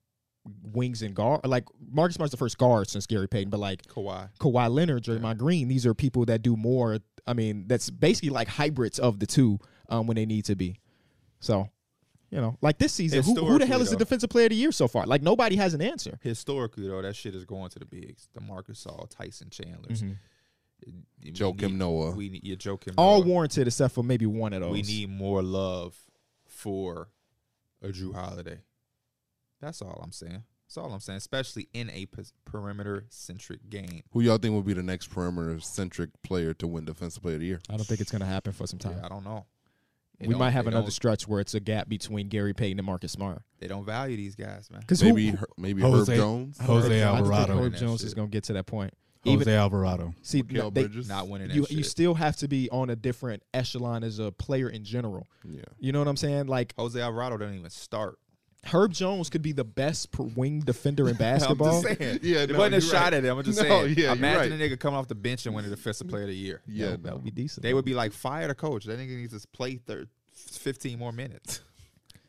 A: wings and guard. Like Marcus Smart's the first guard since Gary Payton, but like
D: Kawhi.
A: Kawhi Leonard, Draymond Green, these are people that do more. I mean, that's basically like hybrids of the two um, when they need to be. So, you know, like this season, who, who the hell
D: Historically,
A: is the
D: though.
A: defensive player of the year so far? Like nobody has an answer.
D: Historically though, that shit is going to the bigs. The Marcus All, Tyson
A: Mm-hmm.
D: Chandler's. We
C: Joakim
D: need-
C: Noah.
D: We need yeah, Joakim
A: All
D: Noah.
A: warranted except for maybe one of those.
D: We need more love for a Drew Holiday. That's all I'm saying. That's all I'm saying, especially in a perimeter centric game.
C: Who y'all think will be the next perimeter centric player to win Defensive Player of the Year?
A: I don't think it's going to happen for some time.
D: Yeah, I don't know. They
A: we
D: don't-
A: might have
D: they
A: another
D: don't-
A: stretch where it's a gap between Gary Payton and Marcus Smart.
D: They don't value these guys, man.
A: Because
C: Maybe Her- maybe
E: Jose-
C: Herb Jones.
E: Jose
D: I just think
E: Alvarado.
A: Herb
D: That
A: Jones is
D: shit.
A: going to get to that point.
E: Jose
A: Even
E: Alvarado.
A: see,
C: Mikael
A: they-
C: Bridges.
D: Not winning that
A: you
D: shit.
A: you still have to be on a different echelon as a player in general.
C: yeah.
A: You know what I'm saying? Like
D: Jose Alvarado doesn't even start.
A: Herb Jones could be the best per wing defender in
D: I'm
A: basketball.
D: just saying.
C: Yeah,
D: it
C: no,
D: wasn't a
C: you're
D: shot
C: right.
D: at him. I'm just
C: No,
D: saying.
C: yeah, you're
D: Imagine
C: right.
D: a nigga coming off the bench and winning the Defensive Player of the Year.
C: Yeah,
A: that would be decent.
D: They would be like, fire the coach. That nigga needs to play thir- 15 more minutes.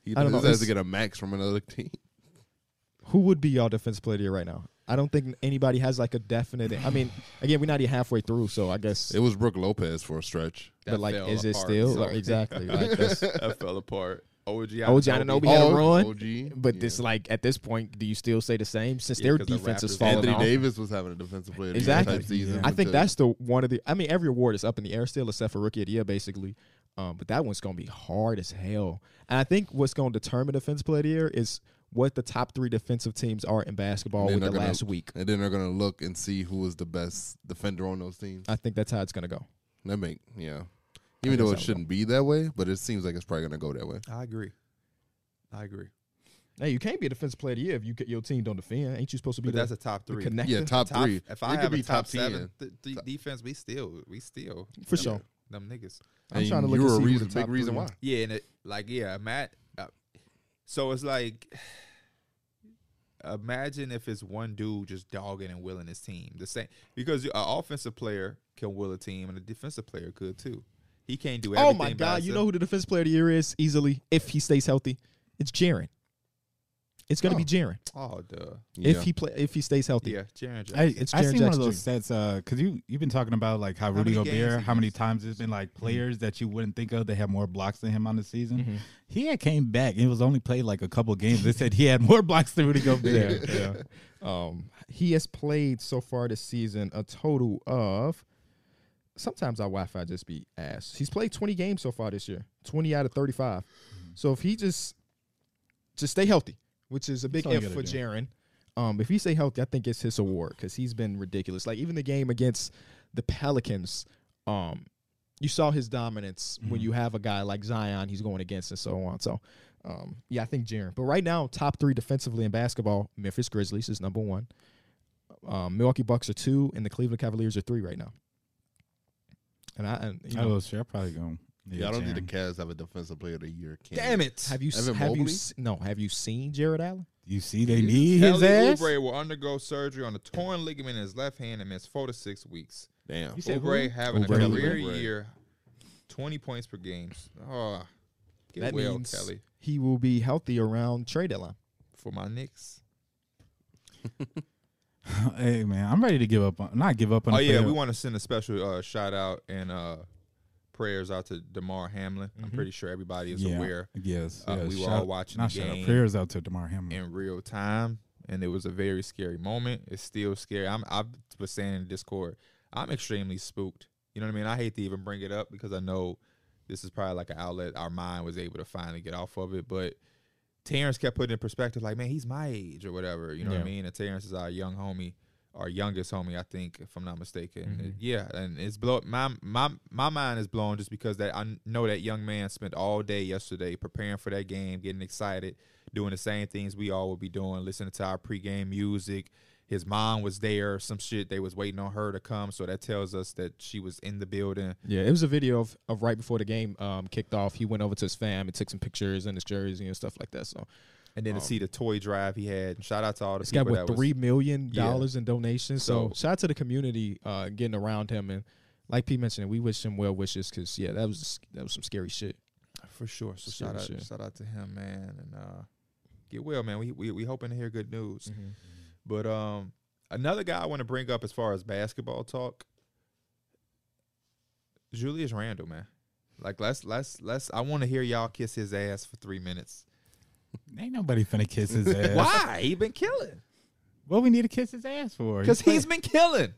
C: He
A: I don't know,
C: just has to
A: it's-
C: get a max from another team.
A: Who would be y'all defensive player of the year right now? I don't think anybody has like a definite. I mean, again, we're not even halfway through, so I guess.
C: It was Brooke Lopez for a stretch.
A: but like,
D: fell
A: is it
D: apart,
A: still
D: so-
A: like, exactly? Like, that's-
D: that fell apart. OG
A: OG Ananobi had a
C: Oh,
A: run,
C: OG,
A: but
C: yeah.
A: this like at this point, do you still say the same since
D: Yeah,
A: their
D: 'cause the
A: defense is
D: Raptors-
A: falling
C: Anthony
A: off?
C: Davis was having a defensive player of the year
A: Exactly.
C: type season.
E: Yeah.
A: I
C: with
A: think
C: the-
A: that's the one of the. I mean, every award is up in the air still, except for rookie of the year, basically. Um, but that one's gonna be hard as hell. And I think what's gonna determine defense player of the year is what the top three defensive teams are in basketball
C: They're
A: with the
C: not gonna-
A: last week.
C: and then they're gonna look and see who was the best defender on those teams.
A: I think that's how it's gonna go.
C: That make yeah. Even though
A: guess Uh, I
C: it shouldn't be that way, but it seems like it's probably gonna go that way.
D: I agree. I agree.
A: Hey, you can't be a defense player of the year if you ca- your team don't defend. Ain't you supposed to be
D: But
A: the,
D: that's a top
A: the
D: three.
A: connector?
C: Yeah, top,
D: Top-
C: three.
D: If I
C: it
D: have
C: could be
D: a top,
C: ten.
D: seven th- th- defense, we still we still
A: for
D: them-
A: sure.
D: them niggas.
A: I'm
C: And
A: trying to look and
C: you were
A: see
C: a
A: who
C: reason,
A: the
C: big
A: top
C: reason
A: three
C: why.
A: are.
D: Yeah, and it, like yeah, Matt. Uh, so it's like, imagine if it's one dude just dogging and willing his team the same because an offensive player can will a team and a defensive player could too. He can't do
A: Oh
D: everything.
A: my
D: by
A: God! You
D: himself.
A: know who the defense player of the year is easily if he stays healthy. It's Jaron. It's gonna be
C: Oh.
A: Jaron
D: Oh duh.
A: if he play if he stays healthy.
D: Yeah, Jaron Jackson.
E: I,
A: It's
E: I
A: Jaren
E: seen one of
A: Jackson
E: those stats uh, cause you you've been talking about like how, Rudy
D: many games
E: Gobert,
D: he
E: how many times it's been like players that you wouldn't think of that have more blocks than him on the season. He had came back and it was only played like a couple games. They said he had more blocks than Rudy Gobert.
A: yeah. Um, he has played so far this season a total of. Sometimes our Wi-Fi just be ass. He's played 20 games so far this year, 20 out of 35. So if he just just stay healthy, which is a big
E: all you
A: if
E: gotta
A: for
E: do.
A: Jaron. Um, if he stay healthy, I think it's his award because he's been ridiculous. Like even the game against the Pelicans, um, you saw his dominance when you have a guy like Zion he's going against and so on. So, um, yeah, I think Jaron. But right now, top three defensively in basketball, Memphis Grizzlies is number one. Um, Milwaukee Bucks are two, and the Cleveland Cavaliers are three right now. And I, and, you
E: I
A: know,
E: was sure Oh, I probably going.
C: yeah, I don't think the Cavs have a defensive player of the year.
D: Damn
C: candidate.
D: it!
A: have you s-
C: Evan
A: have you
C: Mobley?
A: s- no have you seen Jared Allen?
E: You see, they need his
D: Kelly
E: ass.
D: Oubre will undergo surgery on a torn ligament in his left hand and miss four to six weeks.
C: Damn.
E: said who?
D: Oubre having
A: Oubre.
D: a career
C: Oubre.
D: year, twenty points per game. Oh, get
A: that
D: well,
A: means
D: Kelly,
A: he will be healthy around trade deadline.
D: for my Knicks.
E: Hey man, I'm ready to give up. on Not give up on.
D: Oh
E: the
D: yeah,
E: player.
D: we want to send a special uh, shout out and uh, prayers out to Damar Hamlin. I'm
E: Mm-hmm.
D: pretty sure everybody is
E: yeah.
D: aware.
E: Yes,
D: Uh,
E: yes.
D: we were
E: Shout-
D: all watching
E: Not
D: the
E: shout out.
D: game.
E: Prayers out to Demar Hamlin.
D: in real time, and it was a very scary moment. It's still scary. I'm I was saying in Discord, I'm extremely spooked. You know what I mean? I hate to even bring it up because I know this is probably like an outlet our mind was able to finally get off of it. But Terrence kept putting it in perspective, like, man, he's my age or whatever. You know what
A: Yeah.
D: I mean? And Terrence is our young homie, our youngest homie, I think, if I'm not mistaken. And yeah, and it's blow my my my mind is blown just because that I know that young man spent all day yesterday preparing for that game, getting excited, doing the same things we all would be doing, listening to our pregame music. His mom was there, some shit. They was waiting on her to come, so that tells us that she was in the building.
A: Yeah, it was a video of, of right before the game um, kicked off. He went over to his fam and took some pictures and his jersey and stuff like that. So
D: And then to see the toy drive he had, and shout out to all the
A: it's got
D: people
A: what
D: that was
A: three million
D: Yeah.
A: dollars in donations. So,
D: So-
A: shout out to the community uh, getting around him and like P mentioned, we wish him well wishes because yeah, that was that was some scary shit.
D: For sure. So
A: Sure,
D: shout out,
A: sure.
D: shout out to him, man. And uh, get well, man. We we we hoping to hear good news.
A: Mm. Mm-hmm.
D: But um, another guy I want to bring up as far as basketball talk, Julius Randle, man. Like let's let's let's. I want to hear y'all kiss his ass for three minutes.
E: Ain't nobody finna kiss his ass.
D: Why? He been killing.
E: What we need to kiss his ass for?
D: Because he's been killing.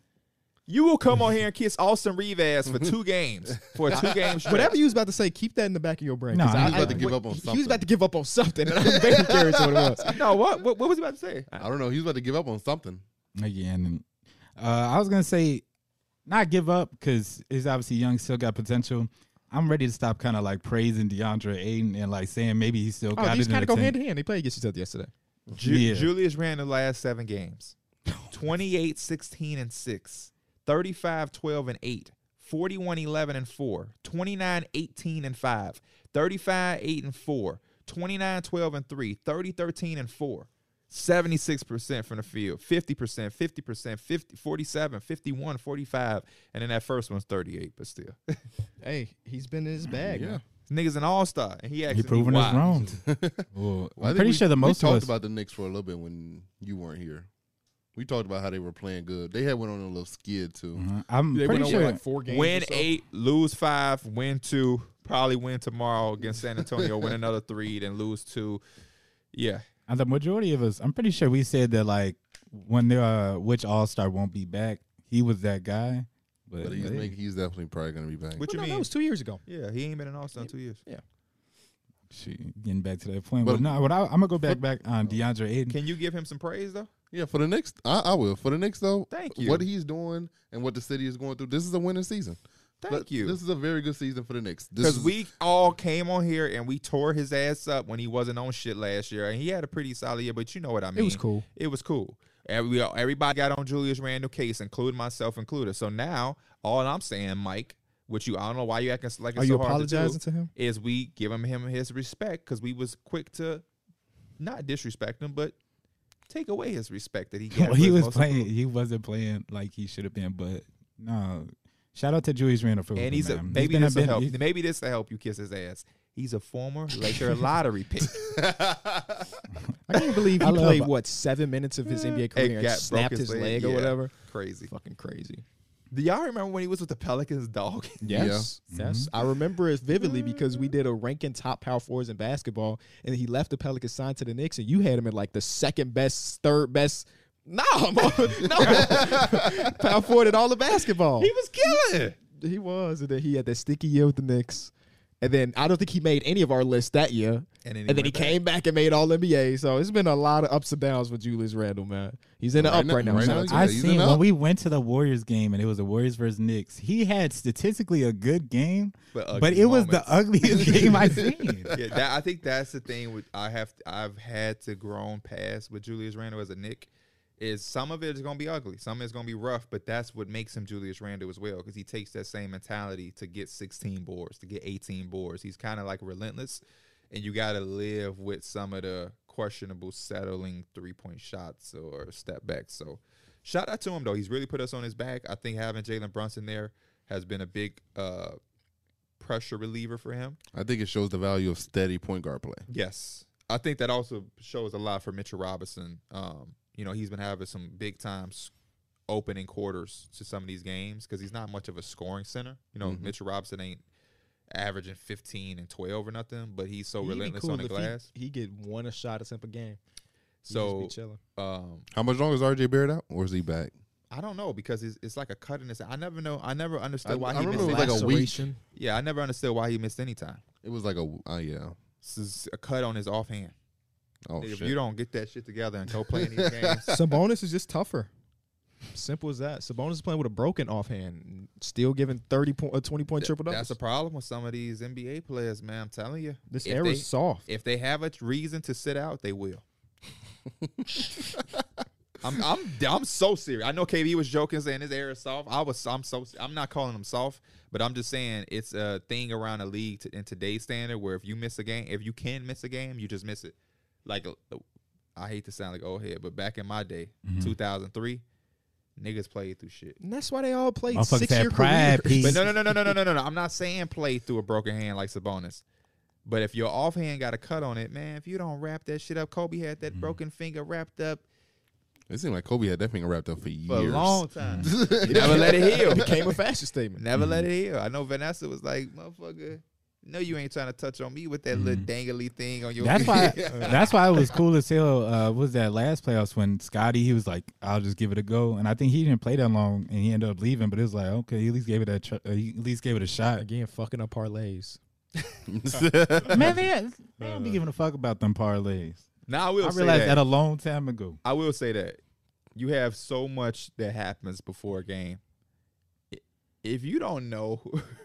D: You will come on here and kiss Austin Reeve ass for two games for a two game stretch.
A: Whatever you was about to say, keep that in the back of your brain. 'cause
E: No, he was
C: about to give up on
A: He was
C: something.
A: about to give up on something, and I'm very curious what it was.
D: No, what, what what was he about to say?
C: I don't know. He's about to give up on something.
E: again. Uh, I was gonna say, not give up because he's obviously young, still got potential. I'm ready to stop kind of like praising DeAndre Ayton and like saying maybe he still
A: Oh,
E: got
A: these
E: it. in
A: kind
E: the
A: of go
E: tank.
A: hand in hand. They played against each other yesterday.
D: Ju-
E: Yeah.
D: Julius ran the last seven games 28, 16, and 6, 35, 12, and 8, 41, 11, and 4, 29, 18, and 5, 35, 8, and 4, 29, 12, and 3, 30, 13, and 4. 76% from the field, 50%, 50%, 50, 47, 51, 45, and then that first one's 38, but still.
A: Hey, he's been in his bag. Yeah.
D: Nigga's an all-star, and he actually
E: He proven us wrong. Well,
C: Well, I
E: I'm
C: think
E: pretty
C: we-
E: sure the most
C: we
E: of
C: talked
E: us.
C: about the Knicks for a little bit when you weren't here. We talked about how they were playing good. They had went on a little skid too.
E: Mhm. I'm
A: They
E: pretty
A: went
E: sure.
A: over like four games.
D: Win
A: or so.
D: eight, lose five, win two, probably win tomorrow against San Antonio, win another three, then lose two. Yeah.
E: uh, the majority of us, I'm pretty sure we said that like when the uh, which All Star won't be back, he was that guy. But,
C: But he's
E: hey,
C: make, he's definitely probably gonna be back.
D: What
A: Well,
D: you
A: no,
D: mean?
A: That was two years ago.
D: yeah, he ain't been an All Star in two years.
E: shoot, getting back to that point. But,
C: But-
E: no, what I, I'm gonna go back back on DeAndre Ayton.
D: Oh. Can you give him some praise though?
C: Yeah, for the next, I, I will. For the next though,
D: Thank you.
C: What he's doing and what the city is going through. This is a winning season.
D: Thank
C: Let-
D: you.
C: This is a very good season for the Knicks. This
D: Because
C: is-
D: we all came on here and we tore his ass up when he wasn't on shit last year, and he had a pretty solid year. But you know what I mean?
A: was cool.
D: It was cool. Every, everybody got on Julius Randle case, including myself included. So now all I'm saying, Mike, which you I don't know why you acting like it's
A: Are
D: so
A: you
D: hard to do.
A: apologizing to him?
D: is we giving him his respect because we was quick to not disrespect him, but take away his respect that he got.
E: well,
D: for
E: he
D: his
E: was
D: most
E: playing.
D: improved.
E: He wasn't playing like he should have been. But no, shout out to Julius Randle for
D: and he's a
E: man.
D: maybe
E: been
D: this will
E: ben-
D: help.
E: he's-
D: Maybe this will help you kiss his ass. He's a former Laker lottery pick.
A: I can't believe
E: I
A: he
E: love-
A: played what seven minutes of his NBA
D: It
A: career and
D: got- broke
A: snapped his leg, or
D: yeah.
A: whatever.
D: Crazy.
A: Fucking crazy.
D: Do y'all remember when he was with the Pelicans? Dog.
A: Yes, yes. I remember it vividly because we did a ranking top power fours in basketball, and he left the Pelicans signed to the Knicks, and you had him at like the second best, third best. No, no, power forward in all the basketball.
D: he was killing.
A: He was, and then he had that sticky year with the Knicks. And then I don't think he made any of our list that year.
D: And then he
A: and then
D: went
A: he
D: back.
A: came back and made All NBA. So it's been a lot of ups and downs with Julius Randle, man. He's in the
C: Right
A: up
C: now-
A: right now.
C: right
A: Shout
C: now
A: out to
C: Yeah,
E: I
C: he's
E: seen
C: an
E: when
C: up.
E: we went to the Warriors game and it was the Warriors versus Knicks. He had statistically a good game,
D: But
E: but,
D: ugly
E: it was the
D: moments.
E: ugliest game I've seen.
D: yeah, that, I think that's the thing. With I have I've had to grown past with Julius Randle as a Nick. Is some of it is going to be ugly, some is going to be rough, but that's what makes him Julius Randle as well because he takes that same mentality to get 16 boards, to get 18 boards. He's kind of like relentless, and you got to live with some of the questionable settling three point shots or step backs. So, shout out to him though. He's really put us on his back. I think having Jalen Brunson there has been a big uh, pressure reliever for him.
C: I think it shows the value of steady point guard play.
D: Yes. I think that also shows a lot for Mitchell Robinson. Um, you know, he's been having some big times opening quarters to some of these games because he's not much of a scoring center. You know,
C: Mhm.
D: Mitchell Robinson ain't averaging 15 and 12 or nothing, but he's so
A: He'd be
D: relentless
A: cool
D: on the
A: if he-
D: glass.
A: He, get one a shot a simple game. He'd just
D: So,
A: be chilling.
D: um,
C: How much longer is RJ Barrett out, or is he back?
D: I don't know because it's, it's like a cut in his. I never know. I never understood
C: I-
D: why
C: I
D: he
C: remember
D: missed.
C: it was like a week.
A: Laceration.
D: yeah, I never understood why he missed any time.
C: It was like a uh, yeah.
D: This is a cut on his offhand.
C: Oh
D: if
C: shit.
D: you don't get that shit together and go play in these games,
A: Sabonis is just tougher. Simple as that. Sabonis is playing with a broken offhand, still giving thirty point, a twenty point triple double.
D: That's a problem with some of these NBA players, man. I'm telling you,
A: This
D: If
A: era
D: they,
A: is soft.
D: If they have a t- reason to sit out, they will. I'm, I'm I'm so serious. I know KB was joking saying this era is soft. I was I'm so se- I'm not calling them soft, but I'm just saying it's a thing around the league to, in today's standard where if you miss a game, if you can miss a game, you just miss it. Like uh, I hate to sound like old head, but back in my day, 2003, niggas played through shit.
A: and that's why they all played
E: Motherfuckers
A: six year
E: had pride,
A: careers.
E: peace.
D: But no, no, no, no, no, no, no, no, no. I'm not saying play through a broken hand like Sabonis. But if your offhand got a cut on it, man, if you don't wrap that shit up, Kobe had that broken finger wrapped up
C: It seemed like Kobe had that finger wrapped up for years.
D: for a long time.
A: It
D: Never let it heal.
A: became a fashion statement.
D: Never let it heal. I know Vanessa was like, motherfucker, no, you ain't trying to touch on me with that little dangly thing on your.
E: That's why. that's why it was cool as hell. Uh, was that last playoffs when Scotty he was like, "I'll just give it a go," and I think he didn't play that long, and he ended up leaving. But it was like, okay, he at least gave it a, tr- uh, he at least gave it a shot.
A: Again, fucking up parlays.
E: man, they, they don't be giving a fuck about them parlays.
D: now I will
E: I
D: say
E: realized
D: that.
E: Uh. that. a long time ago.
D: I will say that you have so much that happens before a game. I- If you don't know,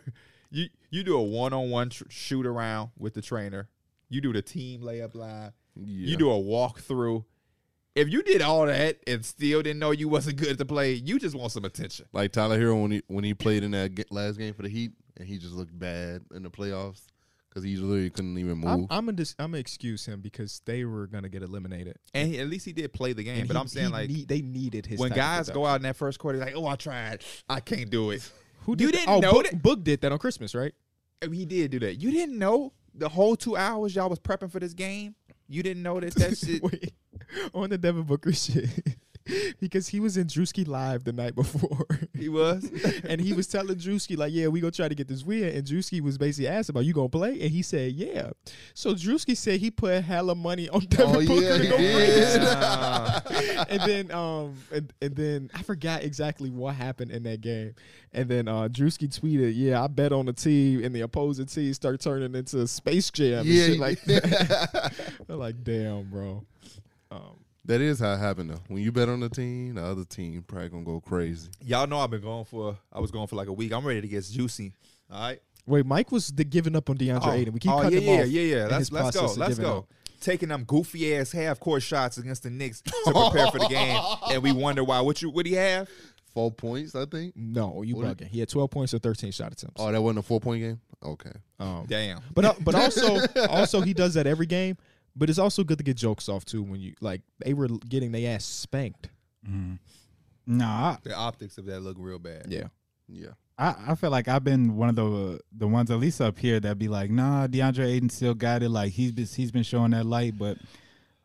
D: you you do a one on one shoot around with the trainer. You do the team layup line. You do a walkthrough. If you did all that and still didn't know you wasn't good at the play, you just want some attention.
C: like Tyler Hero when he when he played in that ga- last game for the Heat and he just looked bad in the playoffs because he literally couldn't even move.
A: I'm, I'm gonna dis- I'm gonna excuse him because they were gonna get eliminated.
D: And he, at least he did play the game.
A: And
D: but
A: he-
D: I'm saying
A: he
D: like
A: need- they needed his.
D: when
A: type of
D: guys go
A: production.
D: out in that first quarter, like, oh, I tried, I can't do it.
A: who
D: you
A: that? Oh,
D: didn't know
A: Book,
D: that-
A: Book did that on Christmas, right?
D: And He did do that. You didn't know the whole two hours y'all was prepping for this game. You didn't know that that shit.
A: Wait, on the Devin Booker shit because he was in Drewski live the night before.
D: He was.
A: and he was telling Drewski like, "Yeah, we gonna try to get this win." And Drewski was basically asked about, "You gonna play?" And he said, "Yeah." So Drewski said he put hella money on Devin
C: Oh, yeah,
A: Booker to
C: he
A: go
C: did.
A: win. and then, um, and, and then I forgot exactly what happened in that game. And then uh, Drewski tweeted, "Yeah, I bet on the team, and the opposing team start turning into Space Jam and shit like that." I'm like, damn, bro. Um,
C: that is how it happened though. When you bet on the team, the other team probably gonna go crazy.
D: y'all know I've been going for. I was going for like a week. I'm ready to get juicy. All right.
A: Wait, Mike was the giving up on DeAndre
D: Oh,
A: Ayton. We keep
D: oh,
A: cutting
D: yeah,
A: him off.
D: Yeah, yeah, yeah.
A: in
D: Let's
A: his
D: let's go.
A: process of
D: Let's
A: giving
D: go.
A: up.
D: Taking them goofy ass half court shots against the Knicks to prepare for the game, and we wonder why. What you? What do you have?
C: Four points, I think.
A: No, you
C: What-
A: bugging. He had 12 points or 13 shot attempts.
C: Oh, that wasn't a four point game. Okay,
A: Um,
D: Damn.
A: but uh, but also also he does that every game. But it's also good to get jokes off too when you like they were getting their ass spanked.
E: Nah,
D: The optics of that look real bad.
A: Yeah,
C: yeah.
E: I, I feel like I've been one of the the ones at least up here that be like, nah, DeAndre Ayton still got it. Like he's been, he's been showing that light, but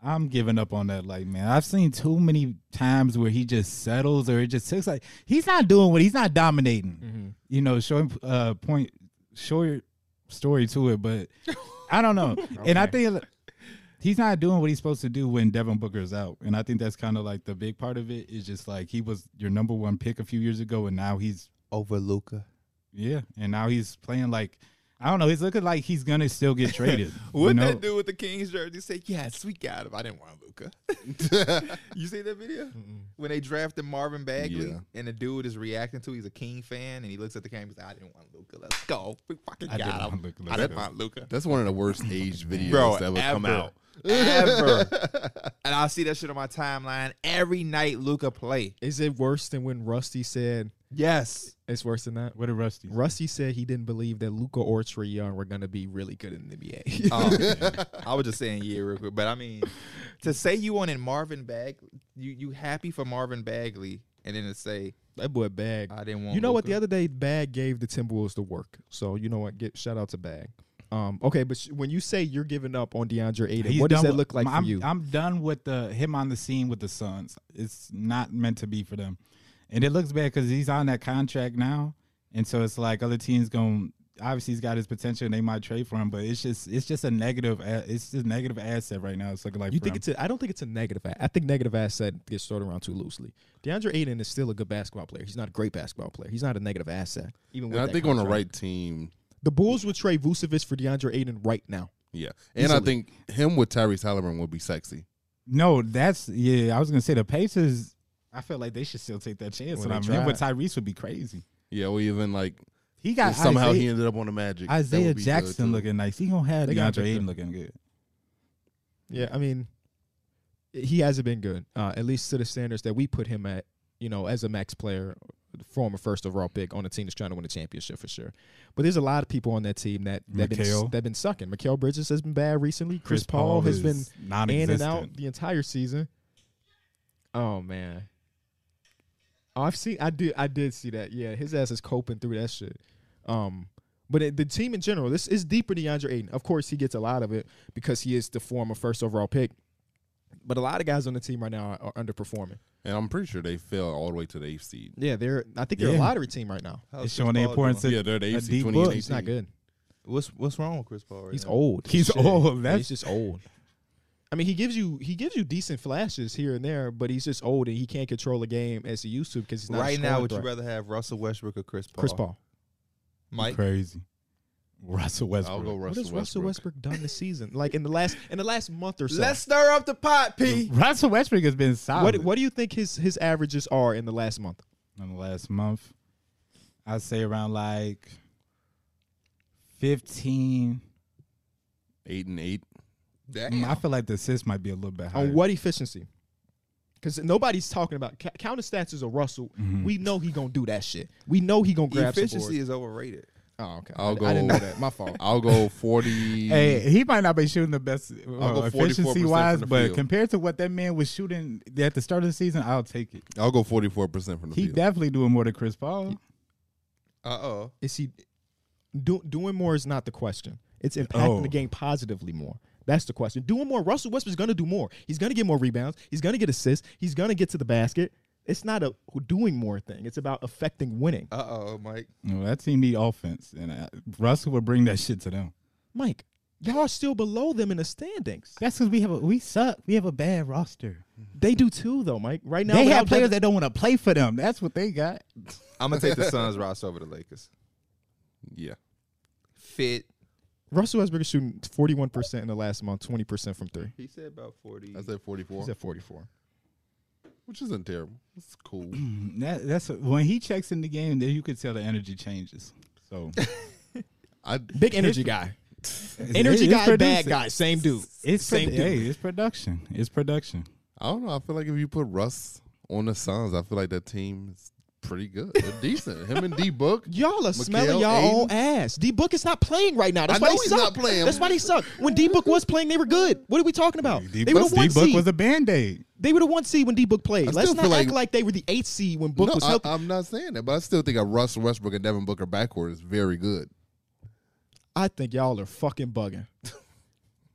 E: I'm giving up on that light, man. I've seen too many times where he just settles or it just looks like he's not doing what he's not dominating.
A: Mm.
E: You know, showing uh point short story to it, but I don't know. And I think he's not doing what he's supposed to do when Devin Booker's out. And I think that's kind of like the big part of it is just like he was your number one pick a few years ago and now he's
D: Over Luca.
E: yeah, and now he's playing like I don't know. He's looking like he's gonna still get traded.
D: What
E: you know?
D: that dude with the Kings jersey say? Yes, we got him. I didn't want Luca. you see that video when they drafted Marvin Bagley
C: Yeah.
D: and the dude is reacting to he's a King fan and he looks at the camera. He's like, I didn't want Luca. Let's go. We fucking
E: I didn't
D: got
E: want
D: him.
E: Luka.
D: I
E: Let's
D: didn't
E: go.
D: want Luca.
C: That's one of the worst aged videos
D: Bro,
C: that would come
D: ever.
C: out.
D: Ever. and I see that shit on my timeline every night. Luca play.
A: is it worse than when Rusty said
D: Yes.
A: it's worse than that?
E: What did Rusty? say?
A: Rusty said he didn't believe that Luca or Trey Young were gonna be really good in the NBA.
D: Um, I was just saying yeah real quick, but I mean, to say you wanted Marvin Bagley, you you happy for Marvin Bagley, and then to say
A: that boy Bag.
D: I didn't want.
A: You know what?
D: Luka.
A: The other day, Bag gave the Timberwolves the work. So you know what? Get shout out to Bag. Um, okay, but sh- when you say you're giving up on DeAndre Ayton,
E: He's
A: what does
E: done
A: that
E: with-
A: look like
E: I'm,
A: for you?
E: I'm done with the him on the scene with the Suns. It's not meant to be for them, and it looks bad because he's on that contract now, and so it's like other teams going. Obviously, he's got his potential, and they might trade for him. But it's just it's just a negative. a- It's just a negative asset right now. It's looking like
A: You
E: for
A: think
E: him.
A: it's a, I don't think it's a negative. a- I think negative asset gets thrown around too loosely. DeAndre Ayton is still a good basketball player. He's not a great basketball player. He's not a negative asset. Even
C: And
A: with
C: I
A: that
C: think on the
A: contract.
C: right team,
A: the Bulls would trade Vucevic for DeAndre Ayton right now.
C: yeah. And I
A: Easily.
C: think him with Tyrese Halliburton would be sexy.
E: No, that's yeah. I was gonna say the Pacers. I feel like they should still take that chance.
A: Well,
E: and I
A: they
E: mean, him with Tyrese would be crazy.
C: Yeah, or even like
E: He got
C: if somehow
E: Isaiah-
C: he ended up on the Magic. that
E: Isaiah
C: would be good,
E: Jackson
C: too.
E: looking nice. He gonna have
A: They gotta
E: DeAndre
A: pick
E: Ayton
A: them.
E: looking good.
A: Yeah, I mean, he hasn't been good, uh, at least to the standards that we put him at. You know, as a max player, former first overall pick on a team that's trying to win a championship for sure. But there's a lot of people on that team that that been,
E: Mikal.
A: that been sucking. Mikael Bridges has been bad recently. Chris, Paul has been
E: non
A: in and out the entire season. Oh man. Oh, I've seen I did I did see that. Yeah, his ass is coping through that shit. Um But it, the team in general, this is deeper than DeAndre Ayton. Of course, he gets a lot of it because he is the former first overall pick. But a lot of guys on the team right now are, are underperforming.
C: And I'm pretty sure they fell all the way to the eighth seed.
A: Yeah, they're. I think they're a
E: Yeah.
A: lottery team right now.
D: How's Chris
E: It's showing the
D: Paul
E: importance
D: doing?
E: of
C: Yeah, they're the eighth
E: A
C: seed.
E: deep book.
C: 2018.
A: He's not good.
D: What's what's wrong with Chris Paul? Right
A: He's
D: now?
A: old.
E: He's
A: Shit.
E: old.
A: Yeah,
E: That's-
A: he's just old. I mean, he gives you he gives you decent flashes here and there, but he's just old and he can't control a game as he used to because he's not a
D: Right now,
A: scoring
D: would you
A: threat.
D: rather have Russell Westbrook or Chris Paul?
A: Chris Paul?
D: Mike.
E: Crazy. Russell Westbrook.
C: I'll go
A: What
C: Russell
A: has Russell
C: Westbrook.
A: Westbrook done this season? Like in the last in the last month or so.
D: Let's stir up the pot, P.
E: Russell Westbrook has been solid
A: what what do you think his his averages are in the last month?
E: in the last month. I'd say around like 15.
C: Eight and eight.
E: Mm, I feel like the assist might be a little bit higher.
A: On what efficiency? Because nobody's talking about ca- counter stats is a Russell. We know he gonna do that shit. We know he gonna grab some
D: Efficiency
A: boards.
D: is overrated.
A: Oh, okay.
C: I'll
A: I, I didn't
C: go-
A: know that. My fault.
C: I'll go 40.
E: Hey, he might not be shooting the best
C: go
E: well,
C: 44%
E: efficiency wise,
C: from the
E: but
C: field.
E: compared to what that man was shooting at the start of the season, I'll take it.
C: I'll go 44% from the
E: He
C: field.
E: definitely doing more than Chris Paul.
D: Uh oh.
A: is he do, doing more is not the question. It's impacting
E: Oh.
A: the game positively more. That's the question. Doing more. Russell Westbrook's going to do more. He's going to get more rebounds. He's going to get assists. He's going to get to the basket. It's not a doing more thing. It's about affecting winning.
D: Uh oh, Mike.
E: No, that team need offense, and uh, Russell would bring that shit to them.
A: Mike, y'all are still below them in the standings.
E: That's because we have a we suck. We have a bad roster.
A: They do too, though, Mike. Right now,
E: they
A: without
E: have players
A: Devin-
E: that don't want to play for them. That's what they got.
D: I'm gonna take the Suns roster over the Lakers.
C: Yeah.
D: Fit.
A: Russell Westbrook is shooting forty one percent in the last month, twenty percent from three.
D: He said about forty.
C: I said 44,
A: He's at forty four.
C: which isn't terrible. It's cool.
E: Mm-hmm. That, that's when he checks in the game. Then you could tell the energy changes. So
C: I
A: Big energy guy,
E: it's-
A: energy
E: it's
A: guy, bad
E: producing.
A: guy, same dude.
E: It's
A: Same
E: same
A: dude.
E: hey, it's production. It's production.
C: I don't know. I feel like if you put Russ on the Suns, I feel like that team is pretty good. They're decent. Him and D Book.
A: Y'all are smelling y'all
C: Ayton.
A: own ass. D Book is not playing right now. That's
C: I
A: why
C: know
A: they
C: he's
A: suck.
C: not playing.
A: That's why they suck. When D Book was playing, they were good. What are we talking about?
E: D
A: they were
E: Book
A: the one seed.
E: was a band aid.
A: they were the one seed when D Book played.
C: I
A: Let's
C: still
A: not
C: feel
A: act
C: like-
A: like they were the eight seed when Book
C: no,
A: was
C: I,
A: healthy. I,
C: I'm not saying that, but I still think a Russ Westbrook and Devin Booker backcourt is very good.
A: think y'all are fucking bugging.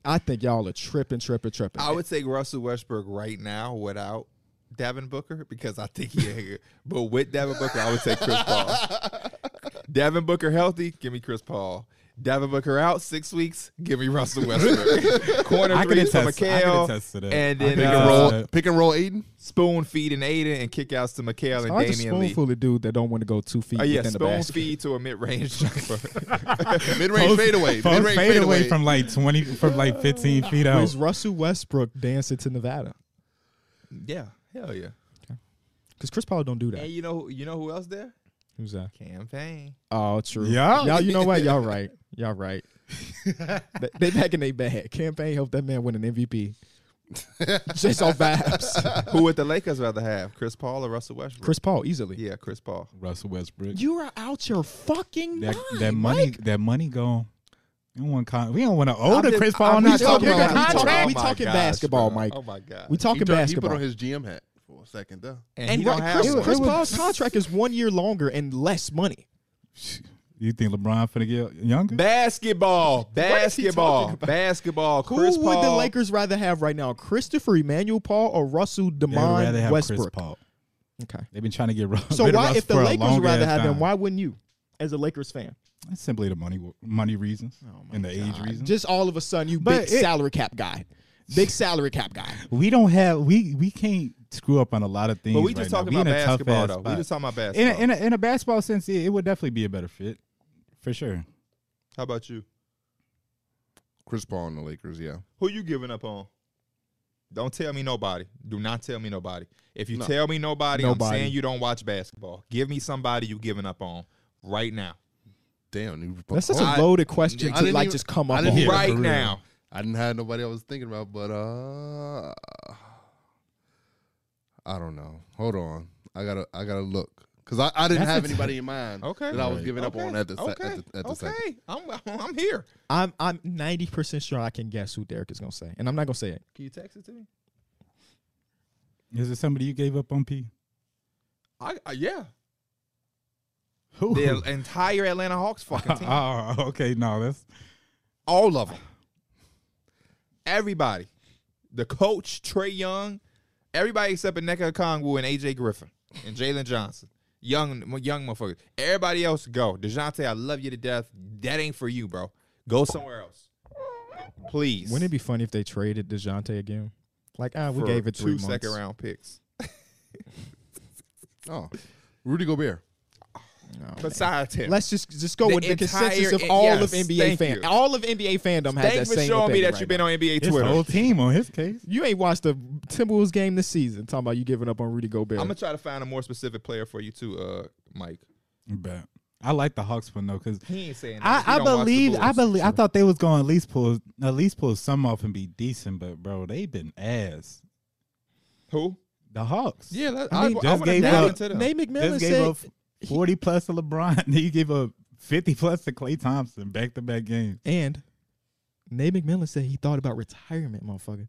A: I think y'all are tripping, tripping, tripping.
D: I would take Russell Westbrook right now without Devin Booker because I think he. here. But with Devin Booker, I would take Chris Paul. Devin Booker healthy, give me Chris Paul. Devin Booker out six weeks, give me Russell Westbrook. Corner
E: I can
D: threes from
E: attest- I can
D: Mikhail,
E: attest to that.
D: and
E: I
D: then
E: can
C: Pick and
E: Uh,
D: uh,
C: roll, pick and roll, Aiden.
D: spoon feed and Aiden and kick outs to Mikhail and
A: I just
D: Damian Lee.
A: spoonful of dude that don't want to go two feet
D: Oh yeah,
A: within the
D: spoon
A: basket.
D: feed to a mid range jumper.
C: Mid range fadeaway.
E: Post
C: Mid range fadeaway.
E: from like twenty, from like fifteen feet out.
A: Is Russell Westbrook dancing to Nevada?
D: yeah, hell yeah.
A: Because Chris Paul don't do
D: And
A: that.
D: you know you know who else there?
A: Who's that?
D: Campaign.
A: Oh, true.
E: Yeah.
A: Y'all, you know what? Y'all right. Y'all right. they, they back in their bag. Campaign helped that man win an MVP. Just off vibes.
D: Who would the Lakers rather have, Chris Paul or Russell Westbrook?
A: Chris Paul, easily.
D: Yeah, Chris Paul.
E: Russell Westbrook.
A: You are out your fucking
E: that
A: mind.
E: that money that money gone. We don't want con- we don't want to owe
D: I'm
E: to
D: just-
E: Chris Paul.
D: I'm
E: on
D: not
E: that
D: talking
E: fucking
D: about-
A: we
D: I'm
A: talking-
E: contract.
A: we
D: my
A: talking
D: gosh,
A: basketball,
D: bro.
A: Mike.
D: Oh my god.
A: We talking
C: he, turned- he put
A: basketball.
C: on his GM hat for a second, though.
D: and,
A: and
D: he don't
A: right,
D: have
A: Chris,
D: one.
A: Chris
E: It was-
A: Paul's contract is one year longer and less money.
E: You think LeBron finna get younger?
D: basketball,
A: is he talking
D: basketball,
A: about?
D: basketball.
A: Who
D: Chris
A: would
D: Paul.
A: the Lakers rather have right now, Christopher Emmanuel Paul or Russell
E: They'd rather
A: Demond
E: have Chris
A: Westbrook?
E: Paul.
A: Okay.
E: They've been trying to get Ru-
A: So
E: rid of
A: why,
E: Russ
A: if the
E: for a
A: Lakers
E: long
A: would rather
E: ass
A: have him,
E: time.
A: why wouldn't you, as a Lakers fan?
E: It's simply the money money reasons
D: Oh
E: and the age reasons.
A: Just all of a sudden, you
E: But
A: big
E: it-
A: salary cap guy, big salary cap guy.
E: we don't have we we can't screw up on a lot of things.
D: But we just
E: right now.
D: talking
E: We
D: about
E: in a tough
D: basketball
E: ass
D: though. We
E: spot.
D: just talking about
E: in
D: basketball.
E: a, in a, in a basketball sense, it, it would definitely be a better fit for sure.
D: How about you?
C: Chris Paul and the Lakers, yeah.
D: Who you giving up on? Don't tell me nobody. Do not tell me nobody. If you
C: No.
D: tell me nobody,
A: Nobody.
D: I'm saying you don't watch basketball. Give me somebody you giving up on right now.
C: Damn, you
A: That's such
C: I-
A: a loaded question
C: I
A: to
C: didn't
A: like
C: even-
A: just come
C: I
A: up
C: didn't
A: on.
C: Yeah, hear-
D: right
C: for real.
D: now.
C: I didn't have nobody I was thinking about, but uh, I don't know. Hold on, I gotta I gotta look because I, I didn't
E: That's
C: have
E: a-
C: anybody in mind.
D: Okay.
C: that I was giving up on at the se-
D: okay.
C: at the, at the
D: okay.
C: second.
D: I'm, I'm I'm here.
A: I'm I'm ninety percent sure I can guess who Derek is gonna say, and I'm not gonna say it.
D: Can you text it to me?
E: Is it somebody you gave up on P?
D: I, I yeah.
E: Who?
D: The entire Atlanta Hawks fucking team.
E: oh, okay. No, that's
D: All of them. Everybody. The coach, Trey Young, everybody except Aneka Kongwu and AJ Griffin and Jalen Johnson. Young young motherfuckers. Everybody else go. DeJounte, I love you to death. That ain't for you, bro. Go somewhere else. Please.
A: Wouldn't it be funny if they traded Dejounte again? Like ah, we
D: for
A: gave it
D: two
A: three
D: second
A: months.
D: round picks.
C: Oh, Rudy Gobert.
D: Besides him.
A: Let's just just go
D: The
A: with the consensus
D: entire-
A: of all
D: yes,
A: of NBA
D: thank
A: fan.
D: you.
A: All of NBA fandom has that
D: Thanks for
A: same
D: showing me
A: opinion
D: that
A: right
D: you've been
A: now.
D: on NBA
E: his
D: Twitter.
E: whole team on his case.
A: You ain't watched the Timberwolves game this season. Talking about you giving up on Rudy Gobert.
D: I'm gonna try to find a more specific player for you too, uh, Mike.
E: But I like the Hawks one though, because
D: He ain't saying. that. He
E: I, I
D: don't watch the
E: believe I
D: Bulls.
E: believe I thought they was going to at least pull at least pull some off and be decent, but bro, they've been ass.
D: Who?
E: The Hawks.
D: Yeah, let,
A: I
D: I,
A: mean,
D: I,
E: just
D: want to
E: gave
D: dive
E: up-
D: into them.
A: Nate
E: Just
A: McMillan
E: gave
A: said
E: up forty plus to LeBron. Then you gave up fifty plus to Clay Thompson back to back games.
A: And Nate McMillan said he thought about retirement, motherfucker.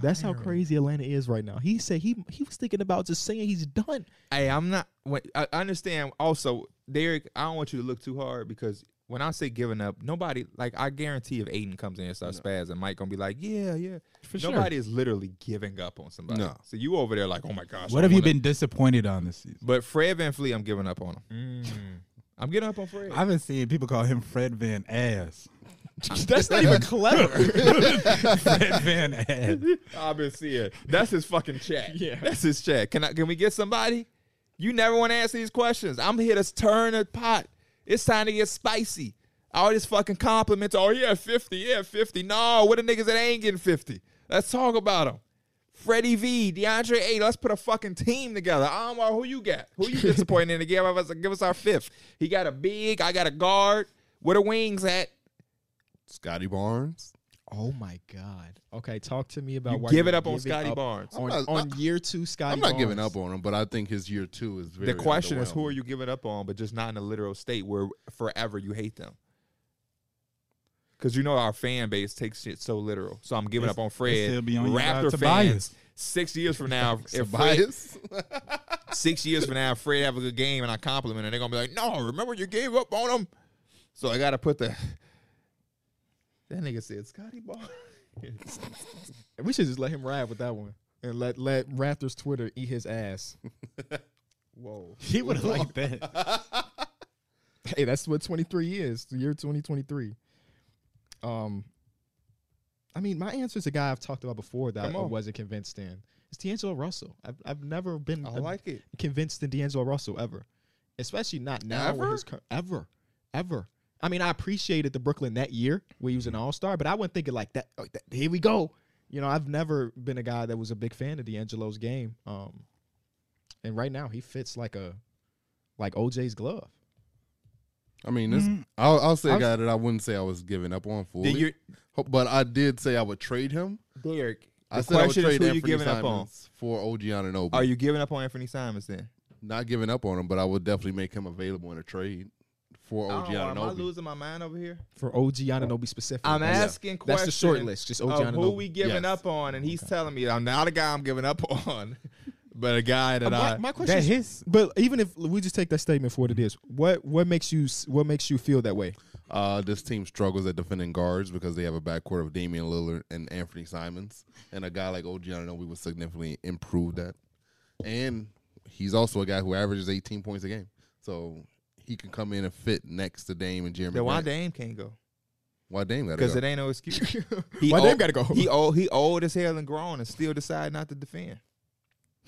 A: That's how crazy Atlanta is right now. He said he he was thinking about just saying he's done.
D: Hey, I'm not. When, I I understand. Also, Derek, I don't want you to look too hard because when I say giving up, nobody like I guarantee if Aiden comes in and starts spazzing, Mike gonna be like, yeah, yeah. nobody is literally giving up on somebody.
C: No.
D: So you over there like, oh my gosh.
E: What
D: I
E: have you
D: wanna-"
E: been disappointed on this season?
D: But Fred Van Fleet, I'm giving up on him. I'm giving up on Fred.
E: I've been seeing people call him Fred Van Ass.
A: That's not even clever.
E: Fred Van Ass.
D: I've been seeing. That's his fucking check.
A: Yeah.
D: That's his check. Can I can we get somebody? You never want to answer these questions. I'm here to turn a pot. It's time to get spicy. All these fucking compliments. Oh yeah, 50, yeah, 50. No, what the niggas that ain't getting 50. Let's talk about them. Freddie V, DeAndre A, let's put a fucking team together. Anwar, who you got? Who you disappointed in to give us give us our fifth? He got a big, I got a guard. Where the wings at?
C: Scotty Barnes.
A: oh my god. Okay, talk to me about
D: You
A: why
D: give
A: you're
D: it up on
A: giving
D: Scotty
A: up
D: Barnes.
A: on,
C: I'm not-
A: on year two. Scotty,
C: I'm not
A: Barnes.
C: giving up on him, but I think his year two is very.
D: The question is, who
C: underwhelming.
D: are you giving up on, but just not in a literal state where forever you hate them? Because you know our fan base takes shit so literal. So I'm giving
E: It's-
D: up on
E: it still
D: Fred.
E: be on your side,
D: Raptor
E: Tobias.
D: fans. Six years from now, if Fred,
C: Tobias?
D: six years from now, if Fred have a good game and I compliment him, they're gonna be like, "No, remember you gave up on him." So I gotta put the. That nigga said Scotty Ball.
A: We should just let him ride with that one and let let Raptors Twitter eat his ass.
D: Whoa.
E: He would have liked that.
A: hey, that's what 23 is. The year 2023. Um, I mean, my answer is a guy I've talked about before that
D: Come
A: I
D: on.
A: wasn't convinced in. It's D'Angelo Russell. I've I've never been
D: I
A: uh,
D: like it.
A: convinced in D'Angelo Russell ever, especially not now. with
D: Ever?
A: his cur- ever, ever. I mean, I appreciated the Brooklyn that year where he was an All Star, but I wasn't thinking like that, oh, that- Here we go. You know, I've never been a guy that was a big fan of D'Angelo's game. Um, and right now he fits like a like OJ's glove.
C: I mean, this.
D: Mm.
C: I'll, I'll say a guy that I wouldn't say I was giving up on fully,
D: Did you,
C: Ho- but I did say I would trade him.
D: Derek? The
C: I said I would
D: question is,
C: trade
D: who you
C: Anthony
D: giving up on?
C: Simons for OG Ananobi.
D: Are you giving up on Anthony Simons then?
C: not giving up on him, but I would definitely make him available in a trade for OG
D: Oh, am I
C: Ananobi.
D: losing my mind over here?
A: for OG Ananobi specifically.
D: I'm
A: That's-
D: asking questions.
A: That's the short list. Just OG
D: of who
A: Ananobi.
D: we giving
C: Yes.
D: up on, and he's telling me I'm not a guy I'm giving up on, but a guy that
A: my,
D: I.
A: my question
E: That
A: is,
E: his
A: but even if we just take that statement for what it is, what what makes you s- what makes you feel that way?
C: Uh, this team struggles at defending guards because they have a backcourt of Damian Lillard and Anthony Simons, and a guy like OG Ananobi would significantly improve that. And he's also a guy who averages 18 points a game, so he can come in and fit next to Dame and Jeremy.
D: then why
C: Grant.
D: Dame can't go?
C: Why Dame got
D: Because
C: to
D: it
C: go?
D: ain't no excuse. He
A: Why Dame
D: old-
A: gotta go?
D: He old, he old as hell and grown, and still decide not to defend.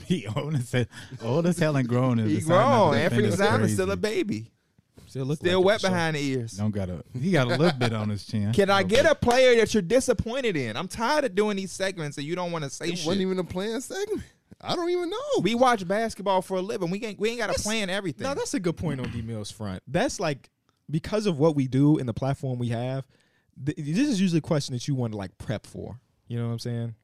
E: he old as hell, old as hell and grown. and
D: He
E: decided not to
D: grown.
E: defend
D: Anthony
E: is
D: Simon's still
E: crazy.
D: a baby,
A: Still look
D: still wet behind the ears.
E: Don't got a he got a little bit on his chin.
D: Can I get a player that you're disappointed in? I'm tired of doing these segments and you don't want to say
C: It
D: shit.
C: wasn't even a planned segment. I don't even know.
D: we watch basketball for a living. We ain't we ain't got to plan everything.
A: No, that's a good point on D Mills front. That's like because of what we do and the platform we have. Th- this is usually a question that you want to like prep for. You know what I'm saying?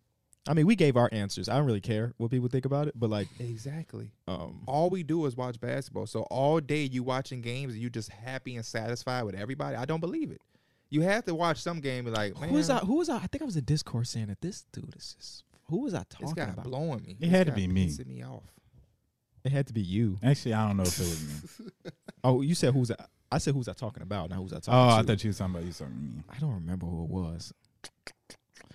A: I mean, we gave our answers. I don't really care what people think about it, but like,
D: exactly.
A: um,
D: all we do is watch basketball. So all day you watching games and you just happy and satisfied with everybody. I don't believe it. You have to watch some game and be like, man,
A: who was I? Who was I? I think I was in Discord saying that this dude is just. Who was I
D: this
A: talking
D: guy
A: about?
D: blowing me.
E: It had
D: This
E: to
D: guy
E: be me.
D: pissing me off.
A: It had to be you.
E: Actually, I don't know if it was me.
A: Oh, you said who's I, I said who's I talking about, not who's I talking
E: Oh, I
A: to.
E: thought you was talking about you something.
A: I don't remember who it was.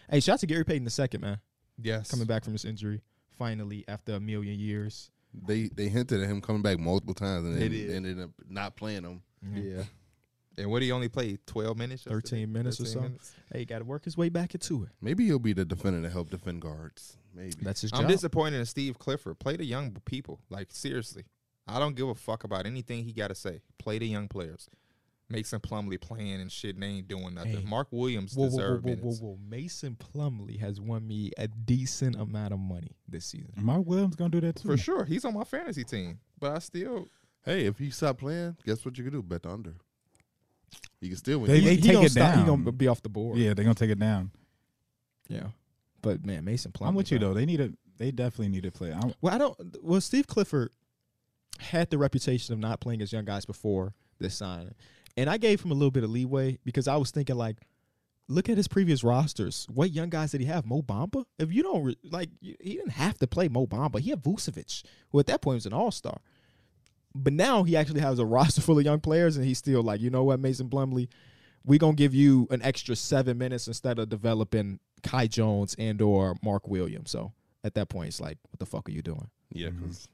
A: Hey, shout out to Gary Payton the second, man.
D: Yes.
A: Coming back from his injury. Finally, after a million years.
C: They they hinted at him coming back multiple times and
D: They
C: then
D: did.
C: ended up not playing him.
D: Yeah. And what he only played? Twelve minutes? yesterday?
A: 13 minutes or
D: 13
A: so.
D: minutes?
A: Hey, gotta work his way back into it.
C: Maybe he'll be the defender to help defend guards. Maybe.
A: That's his job.
D: I'm disappointed in Steve Clifford. Play the young people. Like seriously, I don't give a fuck about anything he got to say. Play the young players. Mason Plumley playing and shit. And they ain't doing nothing.
A: Hey.
D: Mark Williams
A: whoa, whoa, whoa,
D: deserved
A: whoa,
D: minutes.
A: whoa, whoa. Mason Plumley has won me a decent amount of money this season.
E: Mark Williams gonna do that too.
D: For sure, he's on my fantasy team, but I still
C: hey, if he stop playing, guess what you can do? Bet the under. You can still win.
E: They-
A: He-
E: they
A: he
E: take
A: gonna
E: it
A: stop- He
E: down.
A: gonna be off the board.
E: Yeah, they're gonna take it down.
A: Yeah. But man, Mason Plumley.
E: I'm with you
A: man.
E: though. They need a. They definitely need to play. I'm,
A: Well, I don't. Well, Steve Clifford had the reputation of not playing as young guys before this signing, and I gave him a little bit of leeway because I was thinking like, look at his previous rosters. What young guys did he have? Mo Bamba. If you don't re- like, you- he didn't have to play Mo Bamba. He had Vucevic, who at that point was an All Star. But now he actually has a roster full of young players, and he's still like, you know what, Mason Blumley, we gonna give you an extra seven minutes instead of developing Kai Jones and or Mark Williams. So at that point, it's like, what the fuck are you doing?
C: Yeah, because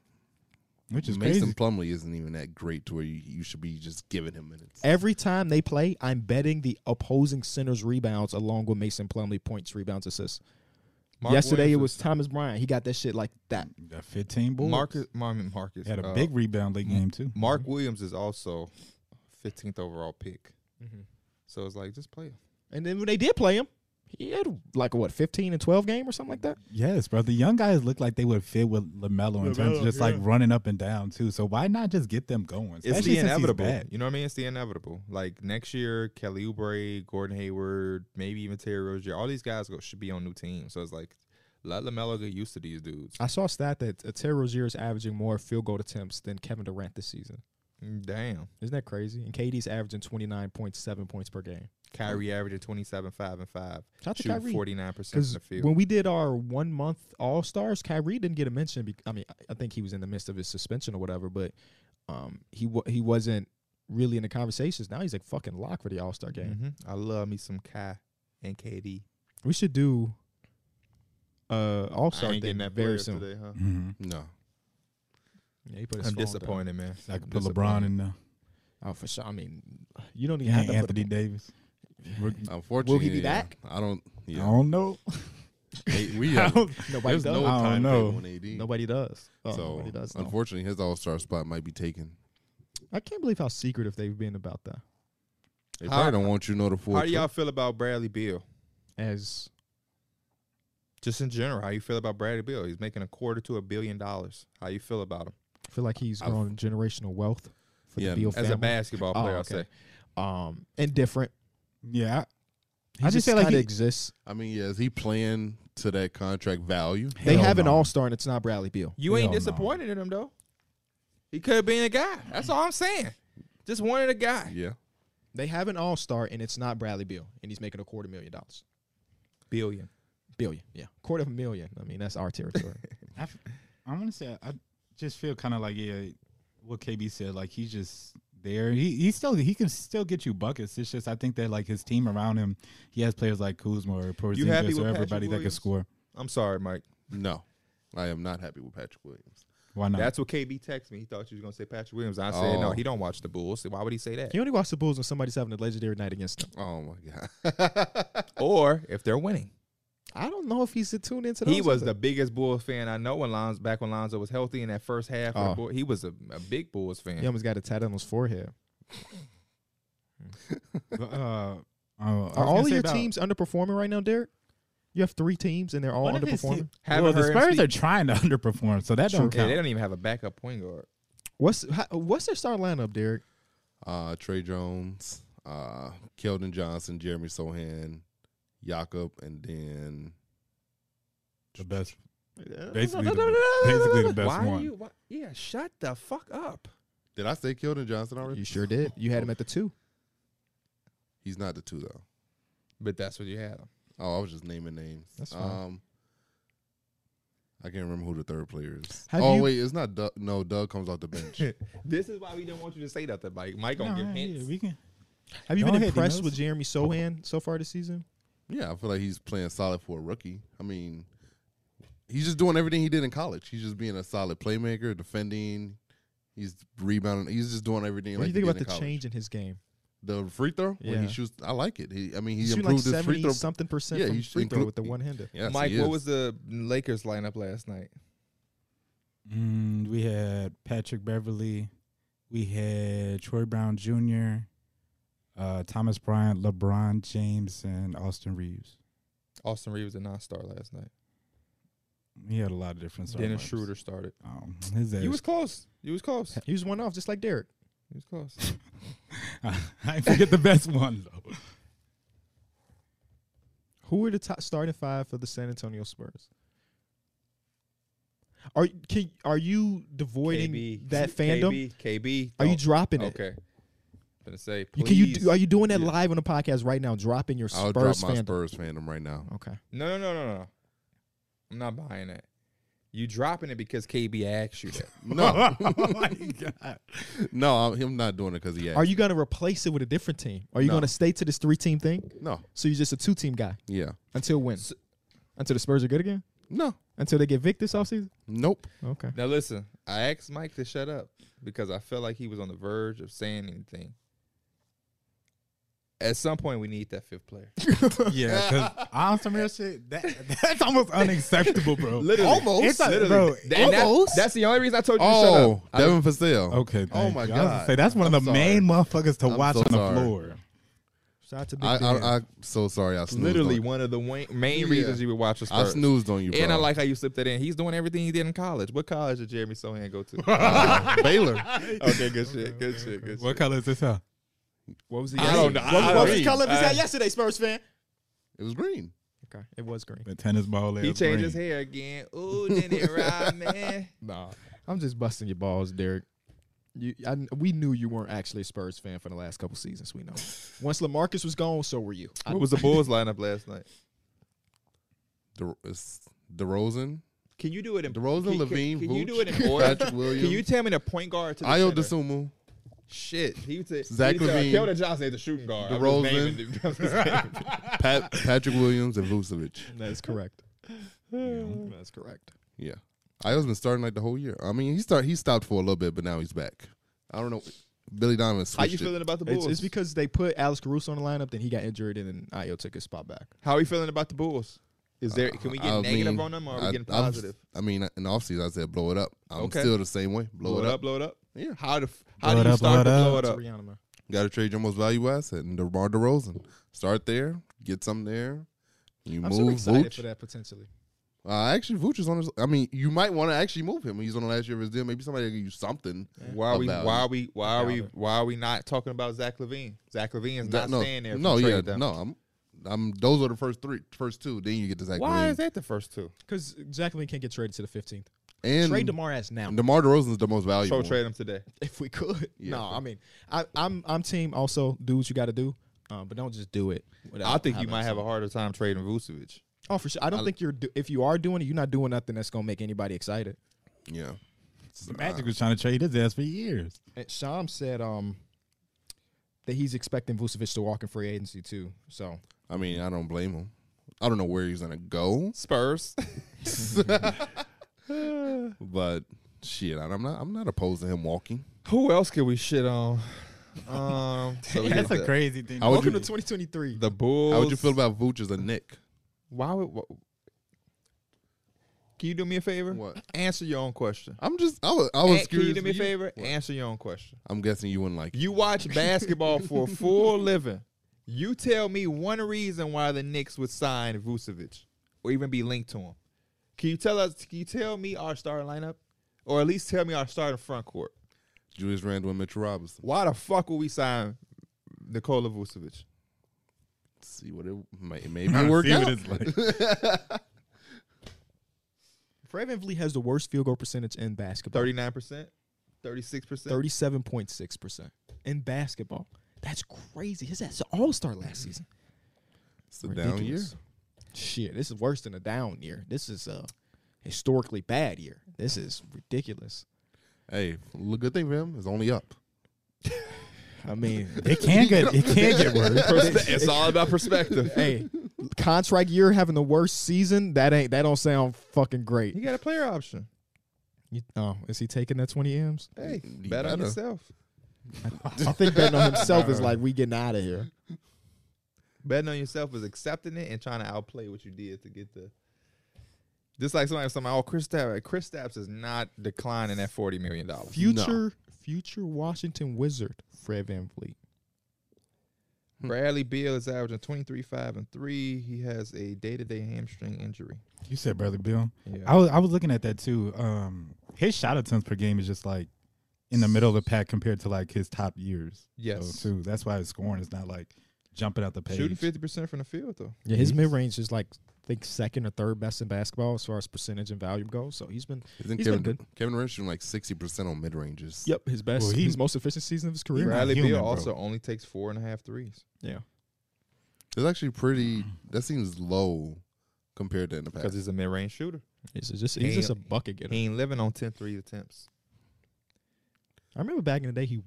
E: which is
C: Mason
E: crazy.
C: Plumley isn't even that great to where you, you should be just giving him minutes.
A: Every time they play, I'm betting the opposing center's rebounds along with Mason Plumley points, rebounds, assists.
D: Mark
A: Yesterday
D: Williams
A: it was
D: is-
A: Thomas Bryant. He got that shit like that.
E: Got 15 boards.
D: Marcus. I mean, Marcus
E: had a
D: uh,
E: big rebound late game too.
D: Mark Williams is also 15th overall pick,
A: Mhm.
D: so it's like just play him.
A: And then when they did play him, he had like what 15 and 12 game or something like that.
E: Yes, bro. The young guys look like they would fit with Lamelo in terms of just like running up and down too. So why not just get them going?
D: It's
E: Especially
D: the
E: since he's
D: inevitable.
E: back.
D: You know what I mean? It's the inevitable. Like next year, Kelly Oubre, Gordon Hayward, maybe even Terry Rozier, all these guys go, should be on new teams. So it's like let Lamelo get used to these dudes.
A: I saw a stat that uh, Terry Rozier is averaging more field goal attempts than Kevin Durant this season.
D: Damn,
A: Isn't that crazy? And KD's averaging 29.7 points per game.
D: Kyrie averaged 27, five and five,
A: Shout out to
D: shooting
A: Kyrie.
D: 49 percent from
A: Because
D: the field.
A: when we did our one month All Stars, Kyrie didn't get a mention. Be- I mean, I- I think he was in the midst of his suspension or whatever, but um, he wa he wasn't really in the conversations. Now he's like fucking lock for the All Star game.
D: Mhm. I love me some Kai and KD.
A: We should do uh All
D: I
A: Star
D: ain't
A: thing
D: getting that
A: very
D: player
A: soon.
D: today, huh?
E: Mhm.
C: No.
A: Yeah, he put his
D: I'm
A: phone down.
D: disappointed, man.
E: Like
D: I'm
E: put LeBron
D: disappointed.
E: in there.
A: Oh, for sure. I mean, you don't even
E: Yeah,
A: have to put
E: Anthony
A: him-
E: Davis. We're-
C: Unfortunately.
A: be
C: yeah.
A: back?
C: I don't
E: I
C: yeah.
E: don't know.
C: They- we
E: I
C: have,
E: don't-
A: Nobody
C: there's
A: does.
C: no
E: I don't
C: time
E: know.
C: on AD.
A: Nobody does. Oh,
C: so
A: nobody does. No.
C: unfortunately his all star spot might be taken.
A: I can't believe how secretive they've been about that.
C: They
D: How-
C: probably don't want you to know the full
D: How do y'all
C: truth.
D: feel about Bradley Beal?
A: As
D: Just in general, how you feel about Bradley Beal? He's making a quarter to a billion dollars. How you feel about him?
A: I feel like he's
C: I've-
A: grown generational wealth for
C: Yeah,
A: the Beal
D: as
A: family.
D: a basketball
A: Oh,
D: player,
A: okay.
D: I say.
A: um, indifferent.
E: Yeah,
A: He
E: I
A: just,
E: just feel like
A: kinda
E: he-
A: exists.
C: I mean, yeah, is he playing to that contract value?
E: I-
A: They
E: Hell
A: have an
E: no.
A: all star, and it's not Bradley Beal.
D: You
E: Hell
D: ain't
E: no.
D: disappointed in him though. He could have been a guy. That's all I'm saying. Just wanted a guy.
C: Yeah.
A: They have an all star, and it's not Bradley Beal, and he's making a quarter million dollars.
D: Billion.
A: Billion, yeah, quarter of a million. I mean, that's our territory.
E: I, f- I want to say I just feel kind of like yeah, what KB said. Like he's just there. He he still he can still get you buckets. It's just I think that like his team around him, he has players like Kuzma or
D: happy
E: Porzingis
D: with Patrick
E: or everybody that can
D: Williams?
E: score.
D: I'm sorry, Mike.
C: No. I am not happy with Patrick Williams.
E: Why not?
D: That's what KB texted me. He thought you was gonna say Patrick Williams. I said no.
C: Oh.
D: He don't watch the Bulls. Why would he say that?
A: you only watch the Bulls when somebody's having a legendary night against them.
C: Oh my god.
D: or if they're winning.
A: I don't know if he's attuned into. Those
D: He was
A: other-
D: the biggest Bulls fan I know when Lonzo back when Lonzo was healthy in that first half. Of
A: Oh.
D: the Bull, he was a, a big Bulls fan.
A: He almost got a tat on his forehead.
E: uh, uh, I was
A: Are
E: gonna
A: all of
E: say
A: your
E: about-
A: teams underperforming right now, Derek? You have three teams, and they're all
E: One of his
A: underperforming.
E: team-
D: Haven't
E: well, the
D: heard him
E: Spurs
D: speak.
E: are trying to underperform, so that don't
D: Yeah,
E: count.
D: they don't even have a backup point guard.
A: What's how, what's their star lineup, Derek?
C: uh, Trey Jones, uh, Keldon Johnson, Jeremy Sohan, Jakob, and then
E: the best,
A: No,
E: basically,
A: no,
E: the,
A: no, no,
E: be-
A: no, no,
E: basically
A: no,
E: the best
D: why
E: one.
D: do you? Why, yeah, shut the fuck up.
C: did I say Keldon Johnson
A: no.
C: already?
A: You sure did. You had him at the two.
C: He's not the two though.
D: But that's what you had.
C: Oh, I was just naming names.
A: That's fine.
C: Um, I can't remember who the third player is.
A: Have
C: oh
A: you-
C: wait, it's not Doug. No, Doug comes off the bench.
F: This is why we didn't want you to say nothing, Mike. Mike gonna give
E: Nah, yeah,
F: hints.
E: we can.
A: Have you
E: Go
A: been
E: ahead,
A: impressed
E: Dinos.
A: with Jeremy Sohan so far this season?
C: yeah, I feel like he's playing solid for a rookie. I mean, he's just doing everything he did in college. He's just being a solid playmaker, defending. He's rebounding. He's just doing everything.
A: What do
C: like
A: you think
C: he
A: about
C: did
A: the
C: in college.
A: change in his game?
C: The free throw when
A: Yeah.
C: he shoots, I like it. He, I mean, he
A: He's shooting like
C: improved his free
A: 70
C: throw.
A: something percent
C: Yeah,
A: from
C: he's
A: free throw
C: inclu-
A: with the
C: he-
A: one hander.
C: Yes,
D: Mike,
C: he
D: what
C: is.
D: was the Lakers lineup last night?
E: Mm, we had Patrick Beverly. We had Troy Brown Jr., uh, Thomas Bryant, LeBron James, and Austin Reeves.
D: Austin Reeves a non-star last night.
E: He had a lot of different starters.
D: Dennis Schroeder started.
E: Um, his ass.
D: You was close. You was close.
A: He was one off, just like Derek.
D: You was close.
E: I forget the best one, though.
A: Who are the top starting five for the San Antonio Spurs? Are can, are you devoiding
F: KB.
A: that fandom?
F: KB, KB.
A: Are you
F: Oh,
A: dropping it?
F: Okay. Gonna say,
A: You,
F: please.
A: can you do, are you doing that
F: Yeah.
A: live on the podcast right now? Dropping your
C: I'll
A: Spurs
C: drop my
A: fandom.
C: Spurs fandom right now.
A: Okay.
D: No, no, no, no, no. I'm not buying that. You dropping it because KB asked you that.
C: No,
A: Oh
E: Oh my God.
C: no, I'm, I'm not doing it because he. Asked.
A: Are you going to replace it with a different team? Are you
C: No.
A: going to stay to this three team thing?
C: No.
A: So you're just a two team guy
C: Yeah.
A: until when?
D: S-
A: Until the Spurs are good again?
C: No.
A: Until they get Vic this offseason?
C: Nope.
A: Okay.
D: now listen, I asked Mike to shut up because I felt like he was on the verge of saying anything. At some point, we need that fifth player.
E: Yeah, because on some real shit, that, that's almost unacceptable, bro.
D: Literally,
C: Almost.
E: It's a-
D: literally.
E: bro,
D: Th- and that-
C: almost.
D: that's the only reason I told you to
C: Oh,
D: shut up.
C: Devin Fasale.
E: Okay.
C: Oh
E: thank
C: my
E: you. I was gonna
C: God.
E: Say that's one
C: I'm
E: of the
C: sorry.
E: main motherfuckers to
C: I'm
E: watch
C: so
E: on the
C: sorry.
E: floor.
A: Shout out to Big
C: I,
A: Dan.
C: I, I, am so sorry. I
D: I,
C: snoozed
D: literally,
C: on-
D: one of the wa- main
C: Yeah.
D: reasons you would watch us.
C: I snoozed on you, bro.
D: And I like how you slipped that in. He's doing everything he did in college. What college did Jeremy Sohan go to?
C: Uh, Baylor.
D: okay, good shit. Good shit. Good
E: What
D: shit.
E: color is this? Huh?
A: what was the
D: I don't know.
A: What,
D: I-
A: what was
D: I-
A: the color of his
D: I-
A: hat yesterday, Spurs fan?
C: It was green.
A: Okay. It was green.
E: The tennis ball.
D: He
E: ass
D: changed
E: ring.
D: his hair again. Ooh, did it ride, man?
A: Nah, I'm just busting your balls, Derek. You, I, we knew you weren't actually a Spurs fan for the last couple seasons. We know. Once Lamarcus was gone, so were you. I,
D: What was the Bulls lineup last night?
C: De, it's DeRozan,
D: Can you do it in
C: DeRozan,
D: can- can-
C: Levine,
D: Can, you do it
C: Vooch,
D: in order?
C: Patrick Williams.
D: Can you tell me the point guard to the
C: Io
D: center?
C: DeSumo.
D: Shit, he was a,
C: Zach
D: he was a-
C: Levine,
D: Keldon Johnson is the shooting guard. I'm just naming the- I'm just naming-
C: Pat, Patrick Williams, and Vucevic.
A: that is correct. That's correct.
C: Yeah, Io's been starting like the whole year. I mean, he start he stopped for a little bit, but now he's back. I don't know. Billy Donovan switched
D: How you
C: it.
D: feeling about the Bulls?
A: It's, it's because they put Alex Caruso on the lineup, then he got injured, and then Io took his spot back.
D: How are you feeling about the Bulls? Uh, Is there? Can we get
C: I
D: negative
C: mean,
D: on them or are we
C: I-
D: getting
C: I'm-
D: positive?
C: I mean, in the offseason, I said blow it up. I'm
D: Okay.
C: still the same way. Blow,
D: blow
C: it up.
D: blow it up.
C: Yeah.
D: How the f- how
E: Blow
D: do
E: it
D: you
E: up,
D: start
E: blow it
D: to blow
E: up.
D: it
A: To
D: up?
A: Rihanna, man.
C: Got to trade your most valuable asset and DeMar DeRozan. Start there. Get some there. You
A: I'm
C: move
A: so excited
C: Vooch.
A: for that potentially.
C: Uh, actually, Vooch is on his. I mean, you might want to actually move him. He's on the last year of his deal. Maybe somebody will give you something.
D: Why are we
C: About
D: why are we why are we
A: About
D: why are we not talking about Zach Levine? Zach Levine is
C: That-
D: not
C: no,
D: staying there. if
C: no,
D: we
C: yeah,
D: trade them.
C: no. I'm, I'm. Those are the first three, first two. Then you get to Zach
D: Why
C: Green.
D: is that the first two?
A: Because Jacqueline can't get traded to the 15th.
C: And
A: Trade DeMar as now.
C: DeMar DeRozan is the most
D: So
C: valuable.
D: trade them today.
A: if we could.
C: Yeah.
A: no, I mean, I, I'm I'm team also do what you got to do, um, but don't just do it. without
D: I think you
A: having
D: might have a
A: some-
D: harder time trading Vucevic.
A: Oh, for sure. I don't think you're. Do- if you are doing it, you're not doing nothing that's gonna make anybody excited.
C: Yeah.
E: Magic was trying to trade his ass for years.
A: And Sham said um that he's expecting Vucevic to walk in free agency too. So
C: I mean, I don't blame him. I don't know where he's gonna go,
D: Spurs.
C: but shit, I'm not. I'm not opposed to him walking.
D: Who else can we shit on? Um, so we
E: That's
D: got
E: a
D: the,
E: crazy thing.
C: How would
A: welcome
C: you,
A: to 2023.
D: the Bulls.
C: how would you feel about Vooch as a Nick?
D: Why would? Wh- can you do me a favor?
C: What?
D: Answer your own question.
C: I'm just. I was. I was
D: Can you
C: curious.
D: do me a
C: You-
D: favor? Answer your own question.
C: I'm guessing you wouldn't like. it.
D: You watch basketball for a full living. You tell me one reason why the Knicks would sign Vucevic or even be linked to him. Can you tell us? Can you tell me our starting lineup, or at least tell me our starting front court?
C: Julius Randle and Mitchell Robinson.
D: Why the fuck would we sign Nikola Vucevic?
C: Let's see what it may maybe it work
E: See what
C: out.
E: it's like.
A: Fred Vliet has the worst field goal percentage in basketball.
D: Thirty nine percent, thirty six percent.
A: 37.6 percent in basketball. That's crazy. His ass an all star last season.
C: It's a down year.
A: Ridiculous. Shit, this is worse than a down year. This is uh historically bad year. This is ridiculous.
C: Hey, look, good thing for him is only up.
A: I mean,
E: It can get it can get worse.
G: it's all about perspective.
A: hey, contract year having the worst season that ain't that don't sound fucking great.
D: He got a player option.
A: You- oh, is he taking that twenty m's?
D: Hey,
C: You
D: bet on
C: better.
D: yourself.
A: I think betting on himself is like we getting out of here.
D: Betting on yourself is accepting it and trying to outplay what you did to get the. Just like somebody was talking about, oh, Chris Stapps, Chris Stapps is not declining at forty million dollars.
A: Future future Washington Wizard Fred Van Vliet.
D: Bradley Beal is averaging twenty three five and three. He has a day to day hamstring injury.
E: You said brother Bill.
D: Yeah.
E: I was I was looking at that too. Um, his shot attempts per game is just like in the middle of the pack compared to like his top years.
D: yes,
E: So too, that's why his scoring is not like jumping out the page.
D: shooting fifty percent from the field though.
A: Yeah, his
E: He's-
A: mid range is like I think second or third best in basketball as far as percentage and value goes. So he's been
C: Isn't
A: He's been
C: Kevin Kevin Durant shooting like sixty percent on mid ranges?
A: yep his best
E: Well, he-
A: his most efficient season of his
E: You're
A: career.
E: not
D: Bradley
E: human,
D: Beal
E: bro.
D: also only takes four and a half threes.
A: Yeah,
C: It's actually pretty. That seems low compared to in the
D: Because
C: past.
D: he's a mid range shooter.
A: he's just he's just a bucket getter.
D: He ain't living on 10 three attempts.
A: I remember back in the day he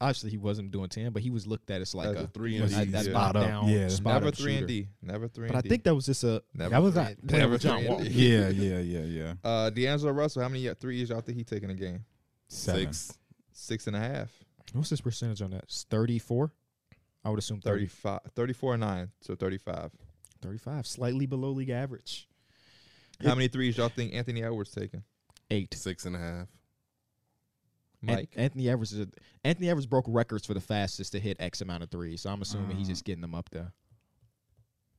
A: obviously he wasn't doing ten, but he was looked at as like
D: As
A: a
D: a
C: Three
A: Like
C: and
E: Was he-
A: that, that
E: Yeah.
A: pop
E: Spot up,
A: down,
E: yeah.
A: spot
D: Never
A: up
D: three
A: shooter.
D: and D. Never three
A: But I
D: and D.
A: think that was just a
D: Never
E: That was
D: three
E: a-
D: and-
A: playing
D: never
A: with John
D: three and
A: Wall.
D: D.
E: Yeah, yeah, yeah, yeah.
D: Uh, D'Angelo Russell, how many threes y'all think he taking a game?
E: Seven.
C: Six.
D: Six and a half.
A: what's his percentage on that? Thirty four. I would assume 30,
D: 35, 34 and 9, so 35.
A: 35, slightly below league average.
D: How many threes y'all think Anthony Edwards taking?
A: Eight.
C: Six and a half.
A: An-
D: Mike?
A: Anthony Edwards is a, Anthony Edwards broke records for the fastest to hit X amount of threes. So I'm assuming he's
E: Mm.
A: just getting them up there.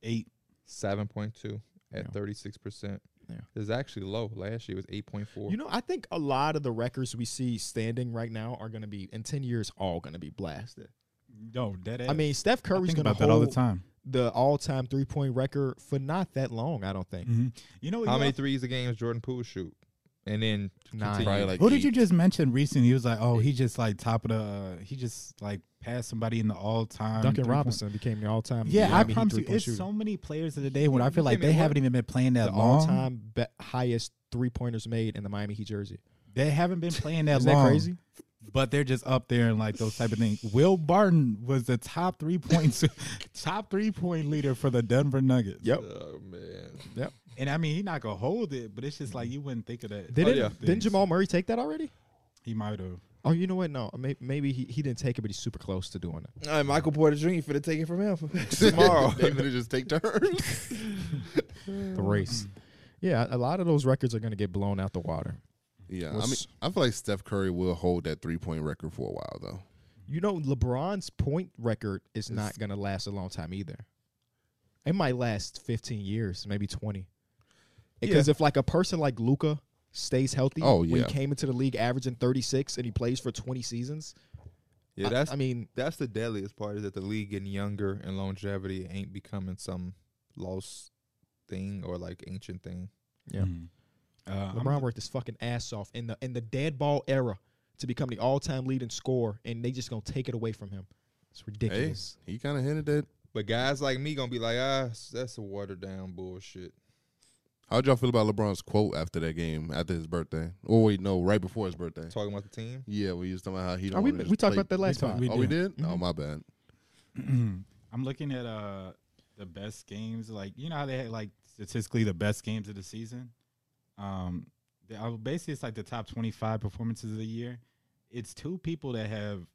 E: Eight.
D: 7.2 at
A: Yeah.
D: 36%.
A: Yeah.
D: It's actually low. Last year was 8.4.
A: You know, I think a lot of the records we see standing right now are going to be in 10 years all going to be blasted.
E: No, dead ass.
A: I mean, Steph
E: I
A: Curry's going
E: think
A: to
E: about
A: hold
E: that all the time.
A: the all-time three-point record for not that long, I don't think.
E: Mhm. You know what
D: how
E: you
D: many
E: al-
D: threes a game is Jordan Poole shoot? And then
A: Nine.
D: continue.
C: Probably like.
E: Who did you
C: eight.
E: just mention recently? He was like, oh, he just like top of the. Uh, he just like passed somebody in the all time.
A: Duncan Robinson became the all-time
E: Yeah, I
A: Miami Heat
E: promise you,
A: three-point
E: it's
A: shooter.
E: so many players of the day when I feel like
D: can't
E: they
D: even
E: haven't even been playing that
A: the
E: long.
A: all-time be- highest three-pointers made in the Miami Heat jersey.
E: They haven't been playing that
A: Is
E: long.
A: that crazy?
E: But they're just up there and like those type of things. Will Barton was the top three points, top three point leader for the Denver Nuggets.
A: Yep.
D: Oh, man.
E: And I mean, he not gonna hold it, but it's just like you wouldn't think of that.
A: Didn't,
D: yeah.
A: didn't Jamal Murray take that already?
E: He might have.
A: Oh, you know what? No, may- maybe he, he didn't take it, but he's super close to doing it.
D: All right, Michael Porter Jr. for the take it from him tomorrow.
C: Tomorrow, they better just take turns.
A: The race. Yeah, a lot of those records are going to get blown out the water.
C: Yeah, I mean,
A: What's-
C: I feel like Steph Curry will hold that three point record for a while though.
A: You know, LeBron's point record is not going to last a long time either. It might last 15 years, maybe 20. Because if like a person like Luca stays healthy,
C: Oh,
A: when
C: yeah.
A: he came into the league averaging 36 and he plays for 20 seasons,
D: yeah,
A: I-
D: that's
A: I, mean,
D: that's the deadliest part is that the league getting younger and longevity ain't becoming some lost thing or like ancient thing.
A: Yeah.
E: Mhm. Uh, I'm-
A: LeBron worked his fucking ass off in the in the dead ball era to become the all time leading scorer, and they just gonna take it away from him. It's ridiculous.
C: He kind of hinted that.
D: But guys like me gonna be like, ah, that's a watered down bullshit.
C: How'd y'all feel about LeBron's quote after that game, after his birthday? Oh wait, no, right before his birthday.
D: Talking about the team.
C: Yeah, we used talking about how he.
A: Oh,
C: Don't
A: we
C: wanna
A: we
C: just
A: talked
C: play-
A: about that last
E: talked-
A: time.
E: we-
C: Oh, we did. Oh
A: Mhm.
C: my bad.
E: I'm looking at uh the best games. Like you know how they had like statistically the best games of the season. Um, they, I, basically it's like the top 25 performances of the year. It's two people that have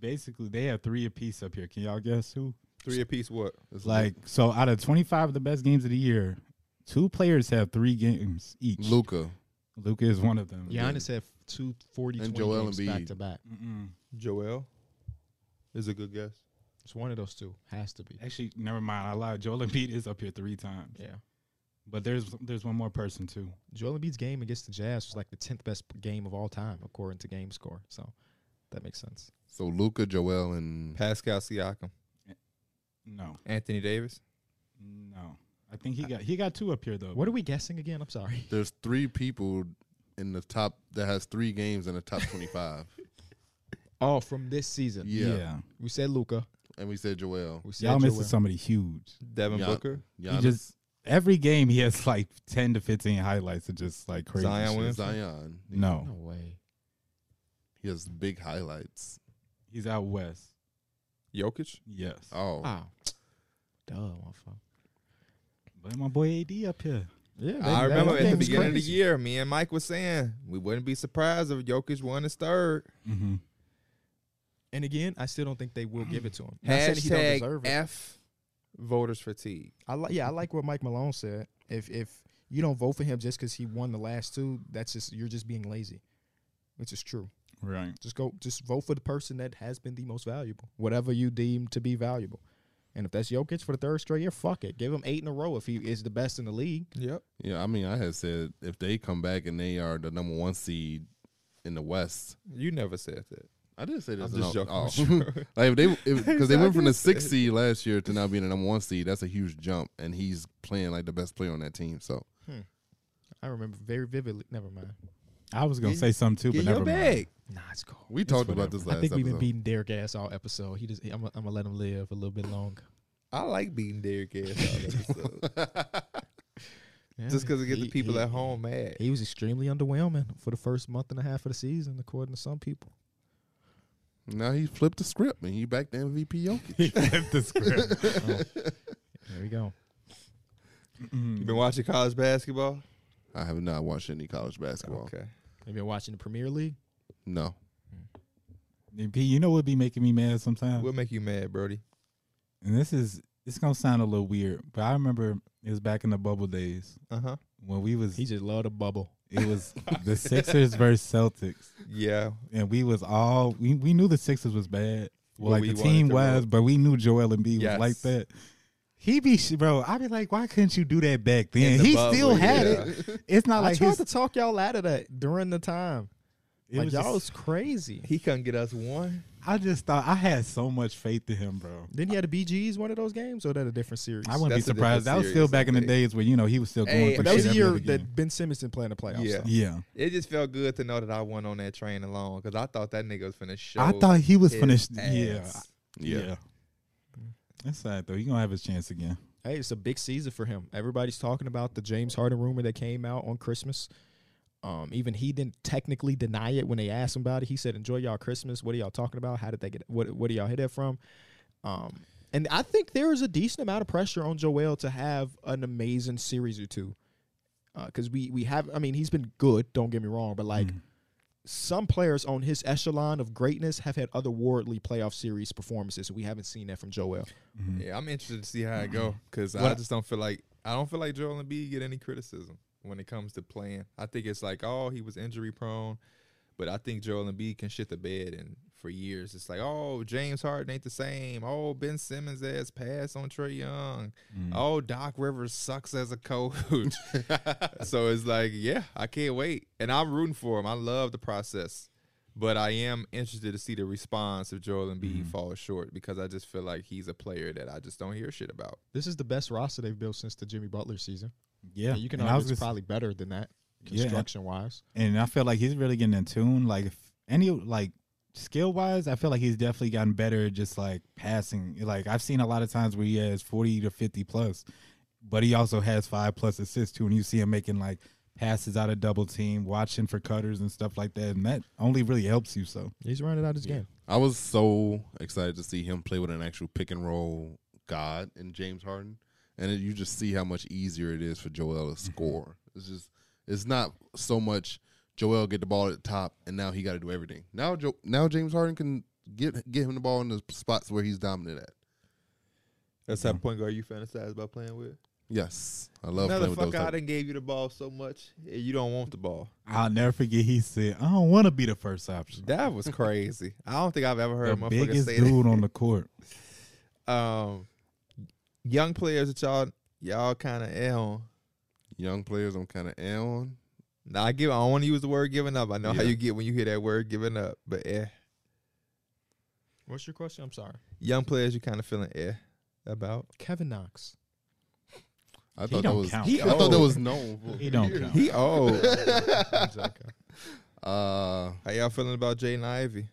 E: basically they have three apiece up here. Can y'all guess who?
D: Three apiece what?
C: It's
E: Like so, out of 25 of the best games of the year, two players have three games each.
C: Luca.
E: Luca is one of them.
A: Giannis had two forty
C: And
A: 20
C: Joel
A: games
C: Embiid.
A: back to back.
E: Mm-mm.
D: Joel is a good guess.
A: It's one of those two. Has to be.
E: Actually, never mind. I lied. Joel Embiid is up here three times,
A: Yeah.
E: but there's there's one more person too.
A: Joel Embiid's game against the Jazz was like the tenth best game of all time according to Game Score. So that makes sense.
C: So Luca, Joel, and
D: Pascal Siakam,
E: No,
D: Anthony Davis.
E: No, I think he got he got two up here though.
A: What are we guessing again? I'm sorry.
C: there's three people in the top that has three games in the top twenty five.
A: Oh, from this season.
C: yeah.
A: We said Luca.
C: and we said Joel,
A: We said
E: y'all missing
A: Joel.
E: somebody huge.
D: Devin
C: Yeah.
D: Booker.
E: He
C: Giannis,
E: just every game he has like ten to fifteen highlights of just like crazy.
D: Zion
E: shit.
D: Williamson?
C: Zion.
E: No,
A: No way.
C: He has big highlights.
E: he's out west.
D: Jokic.
E: Yes,
C: Oh,
A: Wow. Ah. Duh, motherfucker.
E: but my boy AD up here.
A: Yeah,
D: I remember at the beginning of the year, me and Mike was saying we wouldn't be surprised if Jokic won his third.
E: Mm-hmm.
A: And again, I still don't think they will give it to him. Not saying he don't
D: Hashtag
A: deserve it.
D: F voters fatigue.
A: I like yeah, I like what Mike Malone said. If if you don't vote for him just because he won the last two, that's just you're just being lazy, which is true.
E: Right.
A: Just go, just vote for the person that has been the most valuable, whatever you deem to be valuable. And if that's Jokic for the third straight year, fuck it, give him eight in a row if he is the best in the league.
D: Yep.
C: yeah. I mean, I had said if they come back and they are the number one seed in the West,
D: You never said that.
C: I did say this.
D: I'm just
C: no,
D: joking.
C: oh.
D: I'm sure.
C: like if they because they
D: I
C: went from the
D: did say
C: sixth seed last year to now being the number one seed. That's a huge jump, and he's playing like the best player on that team. So
A: I remember very vividly. Never mind.
E: I was gonna say something too,
D: Get
E: but never
D: your
E: mind.
D: bag.
A: Nah, it's cool.
C: we talked about this last
A: I think we've been
C: episode.
A: beating Derek ass all episode. He just, I'm, gonna let him live a little bit longer.
D: I like beating Derrick ass out of just because it get the people at home mad.
A: He was extremely underwhelming for the first month and a half of the season, according to some people.
C: now he flipped the script and he back to MVP Jokic.
E: He flipped the script.
A: There we go.
D: You
E: Mm-mm.
D: been watching college basketball?
C: I have not watched any college basketball.
D: Okay.
A: Have you been watching the Premier League?
C: No,
E: And P, you know what be making me mad sometimes?
D: We'll make you mad, Brody.
E: And this is it's gonna sound a little weird, but I remember it was back in the bubble days
D: Uh huh.
E: when we was
A: He just loved a bubble.
E: it was the Sixers versus Celtics.
D: Yeah.
E: and we was all we, we knew the Sixers was bad.
D: Well,
E: like
D: we
E: the
D: wanted
E: team
D: to
E: was,
D: win.
E: but we knew Joel Embiid was
D: Yes.
E: like that. He be sh- bro. I be like, why couldn't you do that back then?
D: In the
E: he
D: bubble,
E: still had
D: yeah.
E: it. It's not
A: I
E: like
A: tried
E: his,
A: to talk y'all out of that during the time.
E: it
A: like
E: was
A: y'all
E: just-
A: was crazy.
D: He couldn't get us one.
E: I just thought I had so much faith in him, bro.
A: Then he had a BGs one of those games, or that a different series.
E: I wouldn't
D: That's a
E: be
D: different
E: surprised. That was still
D: series,
E: back in the
D: I think.
E: days where you know he was still going
D: Hey,
A: But
E: for
A: that was
E: shit
A: the
E: every
A: year
E: other game.
A: that Ben Simmons didn't play in the playoffs.
D: Yeah.
A: so.
E: yeah.
D: It just felt good to know that I went on that train alone because I thought that nigga was finna show.
E: I thought he was
D: his
E: finished. Yeah,
D: ass.
E: yeah.
C: yeah.
E: That's sad though. You gonna have his chance again.
A: Hey, it's a big season for him. Everybody's talking about the James Harden rumor that came out on Christmas. Um, even he didn't technically deny it when they asked him about it. He said, "Enjoy y'all Christmas. What are y'all talking about? How did they get? What What do y'all hit that from?" Um, and I think there is a decent amount of pressure on Joel to have an amazing series or two, because we we have. I mean, he's been good. Don't get me wrong, but like. Some players on his echelon of greatness have had otherworldly playoff series performances. and We haven't seen that from Joel.
D: Yeah, I'm interested to see how it go because I
A: What-
D: just don't feel like I don't feel like Joel Embiid get any criticism when it comes to playing. I think it's like, oh, he was injury prone, but I think Joel Embiid can shit the bed and for years it's like, oh, James Harden ain't the same. Oh, Ben Simmons ass pass on Trey Young.
E: Mm.
D: Oh, Doc Rivers sucks as a coach. so it's like, yeah, I can't wait, and I'm rooting for him. I love the process. But I am interested to see the response if Joel Embiid falls short because I just feel like he's a player that I just don't hear shit about.
A: This is the best roster they've built since the Jimmy Butler season.
E: Yeah,
A: you can
E: And I
A: argue
E: was
A: it's
E: gonna-
A: probably better than that
E: Yeah.
A: construction wise.
E: and I feel like he's really getting in tune. Like if any like skill wise, I feel like he's definitely gotten better. at Just like passing, like I've seen a lot of times where he has forty to fifty plus, but he also has five plus assists too. And you see him making like passes out of double team, watching for cutters and stuff like that, and that only really helps you. So
A: He's rounded out his game.
C: I was so excited to see him play with an actual pick and roll god in James Harden, and it, you just see how much easier it is for Joel to score. It's just it's not so much Joel get the ball at the top and now he got to do everything. Now jo- now James Harden can get get him the ball in the spots where he's dominant at.
D: That's that point guard you fantasize about playing with.
C: Yes, I love playing with those.
D: Motherfucker, I
C: Type.
D: done gave you the ball so much, and you don't want the ball.
E: I'll never forget he said, "I don't want to be the first option."
D: That was crazy. I don't think I've ever heard
E: The
D: a motherfucker
E: biggest
D: say
E: dude on the court.
D: that. Um, young players that y'all y'all eh, kind of on.
C: Young players, I'm kind of on.
D: Now I give. I don't want to use the word giving up. I know how
C: Yeah.
D: you get when you hear that word giving up, but eh,
A: What's your question? I'm sorry.
D: young players you kind of feeling eh about.
A: Kevin Knox.
C: I
E: He
C: thought that
E: don't
C: was
E: count.
D: He
C: I thought that
D: old.
C: was known. for
E: He don't
C: years.
E: count.
D: He old.
A: I'm joking.
C: Uh,
D: how y'all feeling about Jaden Ivy?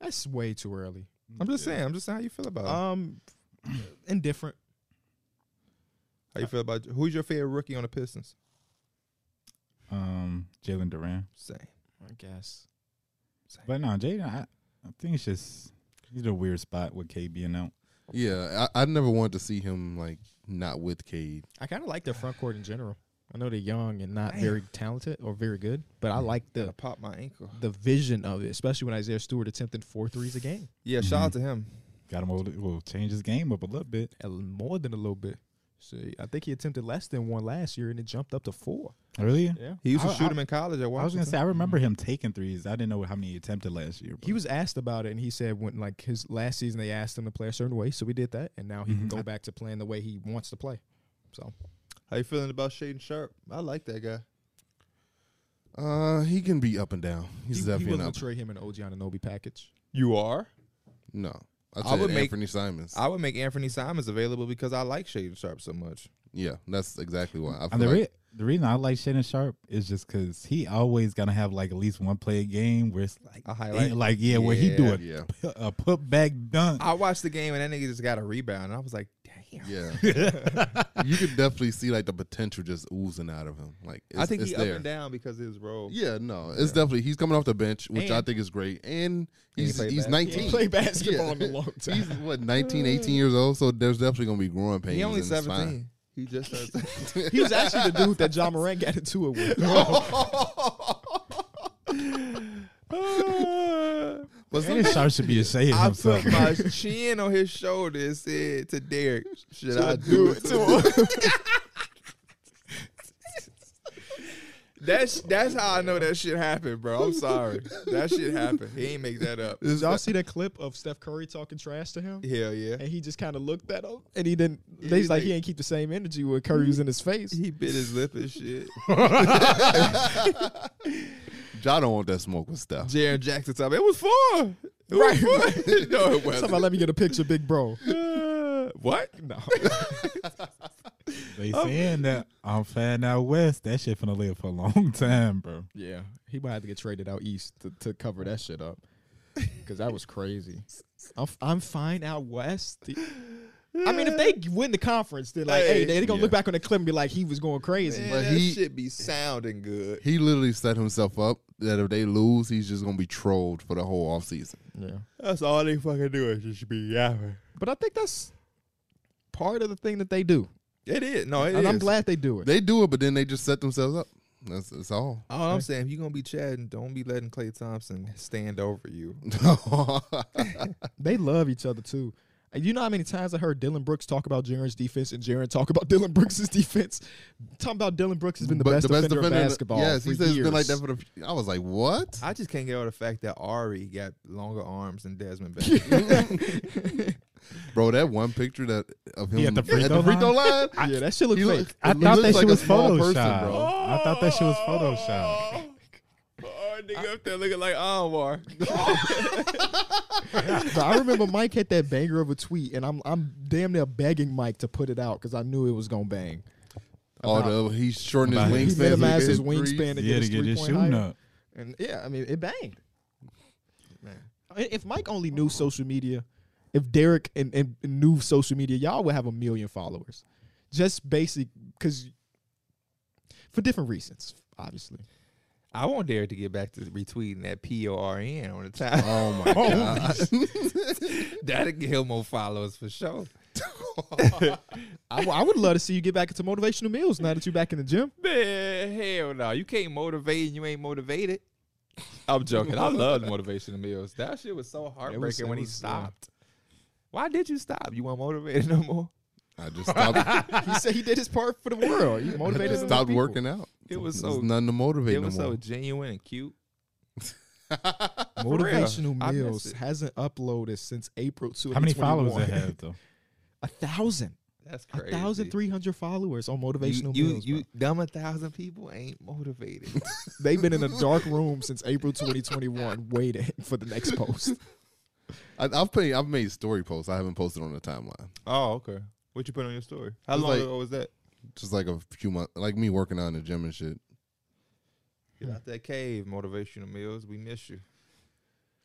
A: That's way too early. Oh.
D: I'm just saying. I'm just saying how you feel about. it.
A: Um, indifferent.
D: How you feel about who's your favorite rookie on the Pistons?
E: Um, Jalen Duran.
D: Same.
A: I guess.
E: But no, Jaden, I, I think it's just he's in a weird spot with K being out.
C: Yeah, I, I never wanted to see him like not with Cade.
A: I kind of like their front court in general. I know they're young and not very talented or very good, but I like
D: I
A: the
D: popped my ankle.
A: the vision of it, especially when Isaiah Stewart attempted four threes a game,
D: Yeah, shout out to him.
E: Got him. Over, will change his game up a little bit.
A: a l- more than a little bit. So I think he attempted less than one last year, and it jumped up to four.
E: Really?
A: Yeah,
D: He used to
E: I-
D: shoot
E: I-
D: him in college at Washington.
E: I was gonna say I remember him taking threes. I didn't know how many he attempted last year.
A: he was asked about it, and he said when like his last season they asked him to play a certain way, so we did that, and now he can
E: Mhm.
A: go back to playing the way he wants to play. So
D: How you feeling about Shaden Sharp? I like that guy.
C: Uh, he can be up and down. He's
A: he, he
C: definitely
A: will
C: an up.
A: trade him an OG on an OB package.
D: You are.
C: no, I'd
D: I
C: say
D: would make-
C: Anthony Simons.
D: I would make Anthony Simons available because I like Shaden Sharp so much.
C: yeah, that's exactly why. I feel
E: And the,
C: like-
E: re- the reason I like Shannon Sharp is just because he always gonna have like at least one play a game where it's like,
D: I highlight.
E: ain't like yeah, where he do
D: Yeah.
E: a,
C: yeah,
E: a put back dunk.
D: I watched the game and that nigga just got a rebound. And I was like, damn.
C: yeah. you could definitely see like the potential just oozing out of him. Like it's,
D: I think
C: it's
D: he
C: there.
D: up and down because of his role.
C: Yeah, no, it's definitely he's coming off the bench, which I
A: And-
C: think is great, and he's
D: played
C: he's
D: basketball.
C: nineteen.
A: Play basketball in a long time.
C: He's what 19, 18 years old, so there's definitely gonna be growing pains.
D: He only
C: and it's fine.
D: seventeen. He just turned 17.
A: He was actually the dude that John Moran got into it with.
D: But
E: Shannon
D: somebody-
E: Sharp should be ashamed of
D: I
E: himself.
D: put my chin on his shoulder and said to Derek, "Should I do
A: do it
D: it to him?" that's that's how I know that shit happened, bro. I'm sorry, that shit happened. He ain't make that up.
A: Did y'all see that clip of Steph Curry talking trash to him?
D: Hell yeah,
A: And he just kind of looked at him, and he didn't. They was like he ain't keep the same energy when Curry was in his face.
D: he bit his lip and shit.
C: Y'all don't want that smoke with stuff.
D: Jaron Jackson told me it was fun. It right. was fun. no, it
A: Somebody
D: wasn't.
A: let me get a picture, big bro.
D: Uh, what?
A: No,
E: They saying that I'm fan out west. That shit finna live for a long time, bro.
A: yeah, he might have to get traded out east to, to cover that shit up, because that was crazy. I'm, I'm fine out west. I mean, if they win the conference, then like, hey,
D: Hey.
A: they, are gonna look back on the clip and be like, he was going crazy.
D: Man,
C: But
D: that
C: he-
D: shit be sounding good.
C: He literally set himself up that if they lose, he's just gonna be trolled for the whole offseason.
A: Yeah.
D: That's all they fucking do is just be yapping.
A: But I think that's part of the thing that they do.
D: It is. No, it is.
A: and I'm glad they do it.
C: They do it, but then they just set themselves up. That's, that's all.
D: All I'm saying, if you're gonna be chatting, don't be letting Clay Thompson stand over you.
A: They love each other too. And You know how many times I heard Dylan Brooks talk about Jaron's defense and Jaron talk about Dylan Brooks' defense? Talking about Dylan Brooks has been the,
C: But
A: best, defender,
C: defender in
A: of
C: the-
A: basketball.
C: Yes,
A: for
C: he says it's
A: years.
C: been like that for the. f- I was like, what?
D: I just can't get over the fact that Ari got longer arms than Desmond Bain.
C: Bro, that one picture that of him
E: He at the free throw
C: line.
A: yeah, that shit looked
C: He
A: fake.
C: looked- he
E: I
C: looks
E: thought
C: like
E: that shit
C: a
E: was
C: small
E: photoshopped.
C: person, bro.
E: I thought that shit was photoshopped.
D: oh, nigga up there looking like Anwar.
A: But I remember Mike had that banger of a tweet, and I'm I'm damn near begging Mike to put it out because I knew it was gonna bang.
C: Although he's shortened his
E: about-
A: He
E: Wingspan,
C: wingspan. so
A: minimized
C: can
A: his
C: hit threes.
A: wingspan to
E: Yeah,
A: get
E: to
A: his
E: get
A: three
E: his
A: point
E: shooting
A: higher.
E: up.
A: And yeah, I mean, it banged. I- If Mike only knew social media, if Derek and, and and knew social media, y'all would have a million followers. Just basic, because for different reasons, obviously.
D: I want Derek to get back to retweeting that P O R N on the time.
C: Oh my god!
D: That'll get him more followers for sure.
A: I, w- I would love to see you get back into motivational meals now that you're back in the gym.
D: Man, hell no. You can't motivate and you ain't motivated. I'm joking. I love motivational meals. That shit was so heartbreaking
A: it
D: when he
A: was, yeah.
D: stopped. Why did you stop? You weren't motivated no more?
C: I just stopped,
A: He said he did his part for the world. He
C: I
A: motivated
C: just
A: the
C: stopped
A: people.
C: working out.
D: It was
C: There's
D: so
C: nothing to motivate
D: it
C: no
D: was
C: more.
D: so genuine and cute.
A: Motivational
D: I miss
A: meals
D: it.
A: hasn't uploaded since April 2021.
E: How many followers they have though?
A: A thousand.
D: That's
A: A
D: crazy.
A: thousand three hundred followers on
D: You,
A: motivational
D: you,
A: meals.
D: you
A: bro.
D: dumb a thousand people ain't motivated.
A: They've been in a dark room since April 2021, waiting for the next post.
C: I, I've played, I've made story posts. I haven't posted on the timeline.
D: oh, okay. What you put on your story? How
C: It's
D: long
C: like-
D: ago was that?
C: Just like a few months, like me working out in the gym and shit.
D: Get
A: Hmm.
D: out that cave, motivational meals. We miss you.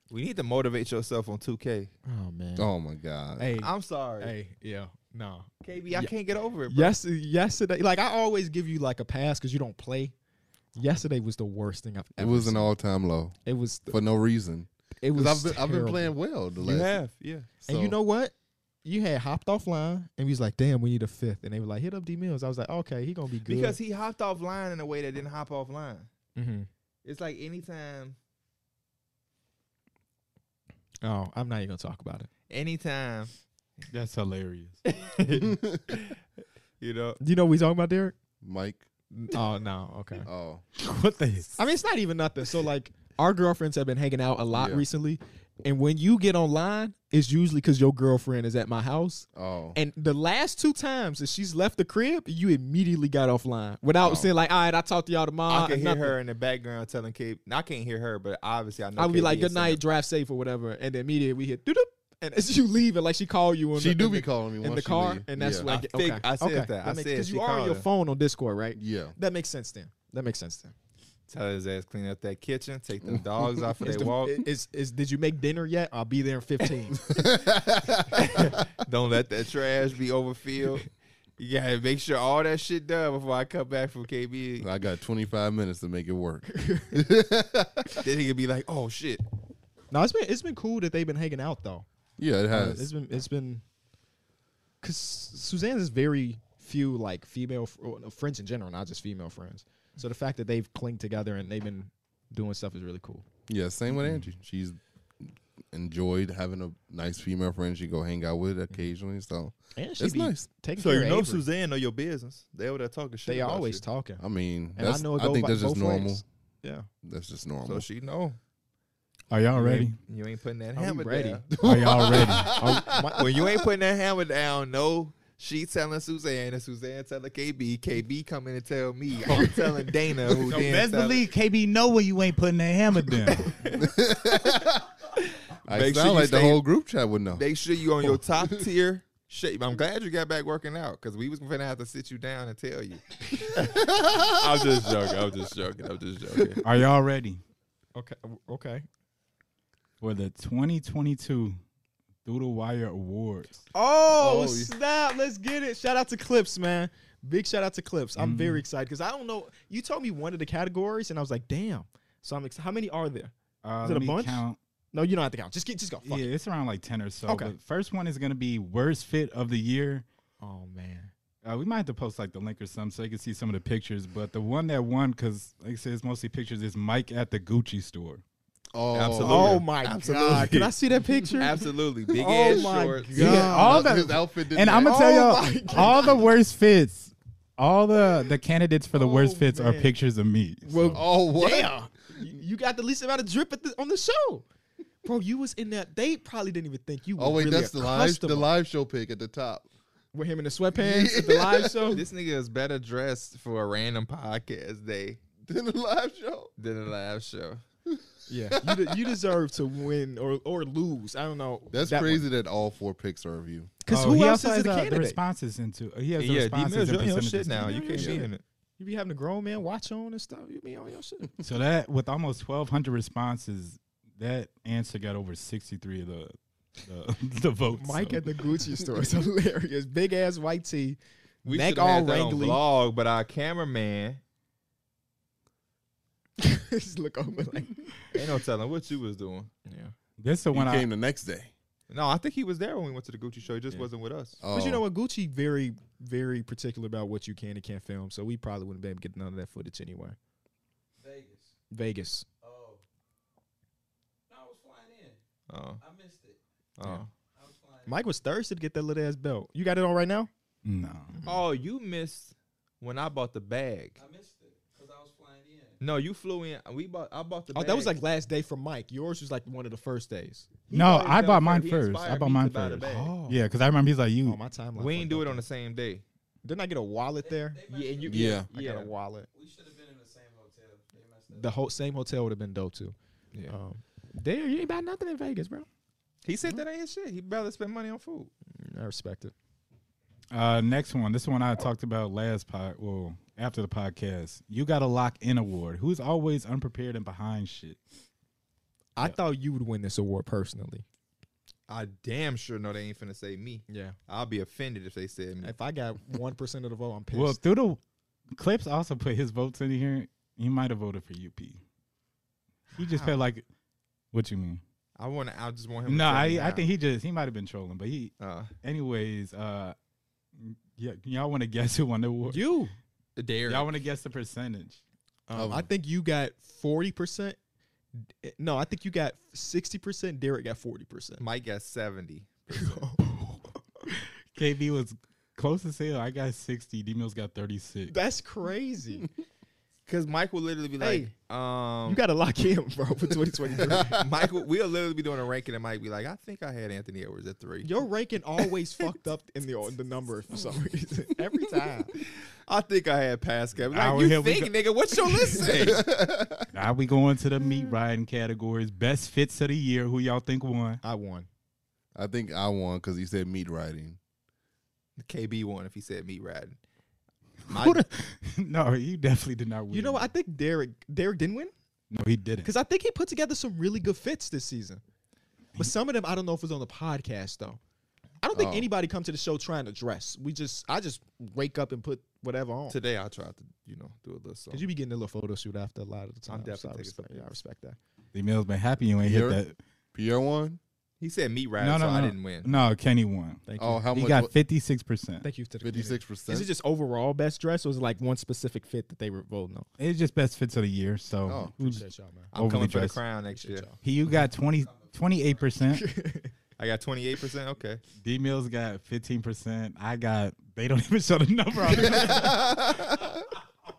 D: We need to motivate yourself on 2K.
A: Oh man.
C: Oh my god!
A: Hey,
D: I'm sorry.
A: hey, yeah. No.
D: KB, I can't get over it, bro.
A: Yes, yesterday, like I always give you like a pass because you don't play. Yesterday was the worst thing I've
C: It
A: ever.
C: was
A: seen.
C: an all time low
A: It was.
C: for no reason.
A: It was.
C: Because I've been, I've been
A: terrible.
C: playing well the
D: You
C: last.
D: have, yeah.
A: And you
C: so-
A: know what? You had hopped offline, and we was like, "Damn, we need a fifth. And they were like, "Hit up D Mills." I was like, "Okay, he gonna be good."
D: Because he hopped offline in a way that didn't hop offline.
A: Mhm.
D: It's like anytime,
A: oh, I'm not even gonna talk about it.
D: anytime,
E: That's hilarious.
D: you know.
A: You know what we talking about, Derek?
C: Mike.
A: oh no, okay.
C: Oh,
E: what the?
A: I mean, it's not even nothing. So like, our girlfriends have been hanging out a lot
C: Yeah.
A: recently, and when you get online, it's usually because your girlfriend is at my house,
C: oh.
A: And the last two times that she's left the crib, you immediately got offline without
C: Oh.
A: saying like, "All right, I talk to y'all tomorrow."
D: I can
A: or
D: hear
A: Uh, nothing.
D: her in the background telling KB. I can't hear her, but obviously I know.
A: I would be
D: KB
A: like,
D: is
A: "Good
D: sitting
A: night, drive safe" or whatever. And then immediately we hit doo and as you leave, and like she call you on
C: She
A: the,
C: do
A: in
C: be
A: the-
C: calling me
A: in
C: once
A: the
C: she
A: car,
C: leave.
A: and that's
C: Yeah.
A: like,
D: I fig-
A: okay,
D: I said
A: okay.
D: that. I
A: makes,
D: said
A: because you
D: she
A: are on
D: called
A: your
D: her.
A: phone on Discord, right?
C: yeah.
A: That makes sense then. That makes sense then.
D: Tell his ass clean up that kitchen, take the dogs out for
A: Is,
D: their
A: the-
D: walk.
A: is is did you make dinner yet? I'll be there in fifteen.
D: Don't let that trash be overfilled. You gotta make sure all that shit done before I come back from KB.
C: I got 25 minutes to make it work.
D: then he could be like, "Oh shit,
A: no, it's been it's been cool that they've been hanging out though.
C: Yeah, it
A: Uh,
C: has.
A: it's been it's been because Suzanne is very few like female fr- or, no, friends in general, not just female friends. So the fact that they've clinged together and they've been doing stuff is really cool.
C: Yeah, same with Angie. She's enjoyed having a nice female friend she go hang out with occasionally. So
A: And she
C: it's
A: be
C: nice.
A: taking care of Avery.
D: Suzanne know your business. They over there talking shit.
A: They
D: about
A: always
D: you.
A: talking,
C: I mean,
A: and
C: that's,
A: I know it
C: I
A: go
C: think
A: bo-
C: that's just
A: both
C: normal.
A: ways. Yeah,
C: That's just
D: so
C: normal.
D: she know.
E: Are y'all ready?
D: You ain't putting that
A: I'm
D: hammer
A: ready.
D: down.
E: Are y'all ready?
D: when you ain't putting that hammer down, no. She telling Suzanne and Suzanne telling KB. KB coming and tell me. I'm telling Dana who
E: So
D: then
E: best
D: tell-
E: believe KB know when you ain't putting that hammer down.
C: I
D: Make
C: sound
D: sure you
C: like the
D: stay-
C: whole group chat would know.
D: Make sure you on your top tier shape. I'm glad you got back working out because we was gonna have to sit you down and tell you. I'm just joking. I'm just joking. I'm just joking.
E: Are y'all ready
A: okay, okay.
E: for the 2022 Through the Wire Awards?
A: Oh,
C: Oh, yeah.
A: snap! Let's get it. Shout out to Clips, man. Big shout out to Clips. I'm
C: Mm-hmm.
A: very excited because I don't know. You told me one of the categories, and I was like, damn. So I'm excited. How many are there?
E: Uh,
A: Is it
E: let
A: a
E: me
A: bunch?
E: count.
A: No, you don't have to count. Just get, just go. Fuck
E: yeah,
A: it.
E: it's around like 10 or so.
A: Okay.
E: But first one is going to be Worst Fit of the Year.
A: Oh man.
E: Uh, we might have to post like the link or something so you can see some of the pictures. But the one that won, because like I said, it's mostly pictures, is Mike at the Gucci store.
C: Oh,
D: Absolutely.
A: Oh my
D: Absolutely.
A: god! Can I see that picture?
D: Absolutely. Big
A: Oh
D: ass
A: my
D: shorts.
A: God.
C: Yeah,
E: all
C: that-
E: the-
C: his outfit didn't
E: And I'm
C: match.
E: gonna tell
A: Oh
E: y'all,
A: my
E: all the worst fits, all the the candidates for the worst
A: Oh,
E: fits are
A: man.
E: pictures of me.
A: Well,
C: Oh, what?
A: damn! You you got the least amount of drip at the, on the show, bro. You was in that. They probably didn't even think you. Were
C: Oh wait,
A: really
C: that's
A: a
C: the live
A: customer.
C: the live show pick at the top.
A: with him in the sweatpants at the live show.
D: This nigga is better dressed for a random podcast day
C: Then the live show.
D: than a live show.
A: yeah, you, de- you deserve to win or or lose. I don't know.
C: That's crazy that all four picks are of you.
A: Because
E: Oh,
A: who
E: he
A: else
E: also
A: is the
E: has, uh,
A: candidate?
E: The responses into uh, he has the
D: yeah, D
E: responses
D: Mills,
E: and
D: you're on your shit
E: percentages.
D: now. You
A: Yeah,
D: can't
A: yeah.
D: be in it.
A: you be having a grown man watch on and stuff. You be on your shit.
E: So that with almost 1,200 responses, that answer got over 63 of the the, the votes.
A: Mike
E: so.
A: at the Gucci store is hilarious. Big ass white tee.
D: We
A: neck
D: should
A: all
D: have that on
A: wrangly.
D: vlog, but our cameraman
A: Just look over like.
D: ain't no telling what you was doing.
A: Yeah.
E: this the
C: He
E: one I
C: came the next day.
D: No, I think he was there when we went to the Gucci show. He just
A: Yeah.
D: wasn't with us.
C: Oh,
A: But you know what? Gucci very, very particular about what you can and can't film, so we probably wouldn't be able to get none of that footage anyway. Vegas. Vegas.
D: Oh. I missed it. Oh.
A: Mike was thirsty to get that little ass belt. You got it on right now?
E: no.
D: Oh, you missed when I bought the bag. I missed it because I was flying in. No, you flew in. We bought. I bought the.
A: Oh,
D: bag.
A: that was like last day for Mike. Yours was like one of the first days.
D: He
E: no,
D: bought it
E: I
D: down
E: bought mine
D: He
E: first.
D: inspired
E: I bought
D: me to
E: mine
D: buy the
E: first.
D: bag.
E: Yeah, because I remember he's like you.
A: Oh, my timeline.
D: We ain't do it on
A: fucked
D: the
A: up.
D: same day.
A: Didn't I get a wallet there?
D: Yeah, and you.
C: Yeah.
A: I
D: yeah.
A: got a wallet. We should have been in the same hotel. The whole same hotel would have been dope too.
D: Yeah.
A: Um, there, you ain't buy nothing in Vegas, bro.
D: He said that ain't his shit. He better spend money on food.
A: I respect it.
E: Uh, next one. This one I talked about last pod. Well, after the podcast, you got a lock in award. Who's always unprepared and behind shit?
A: I thought you would win this award personally.
D: I damn sure know they ain't finna say me.
A: Yeah.
D: I'll be offended if they said me.
A: If I got one percent of the vote, I'm pissed.
E: Well, through the clips, also put his votes in here. He might have voted for UP. He just felt like, what you mean?
D: I want. to I just want him.
E: No,
D: to tell me
E: I, I
D: now.
E: think he just he might have been trolling, but he,
D: Uh,
E: anyways. uh yeah, y'all want to guess who won the award?
A: you.
D: Derek.
E: Y'all want to guess the percentage?
A: Um, I think you got forty percent. No, I think you got sixty percent. Derek got forty percent.
D: Mike got seventy.
E: KB was close to hell. I got sixty. D Mills got thirty six.
A: That's crazy.
D: Cause Mike will literally be like,
A: Hey,
D: um,
A: you got to lock in, bro, for 2023.
D: Michael, um, we'll literally be doing a ranking and Mike be like, I think I had Anthony Edwards at three.
A: Your ranking always fucked up in the in the number for some reason every time.
D: I think I had Pascal. Like,
E: Hour
D: you
E: here we
D: think, nigga? What's your list say?
E: Now we going to the meat riding categories. Best fits of the year. Who y'all think won?
A: I won.
C: I think I won because he said meat riding.
D: KB one if he said me riding.
E: Who the- no, you definitely did not win.
A: You know what? I think Derek Derek didn't win
E: no, he didn't.
A: because I think he put together some really good fits this season. But some of them I don't know if it was on the podcast though. I don't think
C: Oh.
A: anybody come to the show trying to dress. We just I just wake up and put whatever on.
D: Today I tried to, you know, do a little something.
A: Cause you be getting a little photo shoot after a lot of the time.
D: I'm
A: so I
D: definitely taking
A: respect,
D: some
A: yeah, I respect that.
E: D Mills been happy you ain't hit
C: You're-
E: that.
C: Pierre won.
D: He said me riding,
E: No, no,
D: so
E: no.
D: I didn't win.
E: No, Kenny won.
A: Thank
C: Oh,
A: you.
C: how
E: He
C: much?
E: got fifty six percent.
A: Thank you to the community.
C: Fifty-six
A: Is it
C: percent.
A: just overall best dress, or is it like one specific fit that they were voting on?
E: It's just best fits of the year. So
C: Oh,
E: who's-
A: Appreciate y'all, man.
D: I'm
E: Overly
D: coming for the
E: dressed.
D: crown next year.
E: he you got 28 percent.
D: I got 28. percent Okay.
E: D Mills got fifteen percent. I got. They don't even show the number. on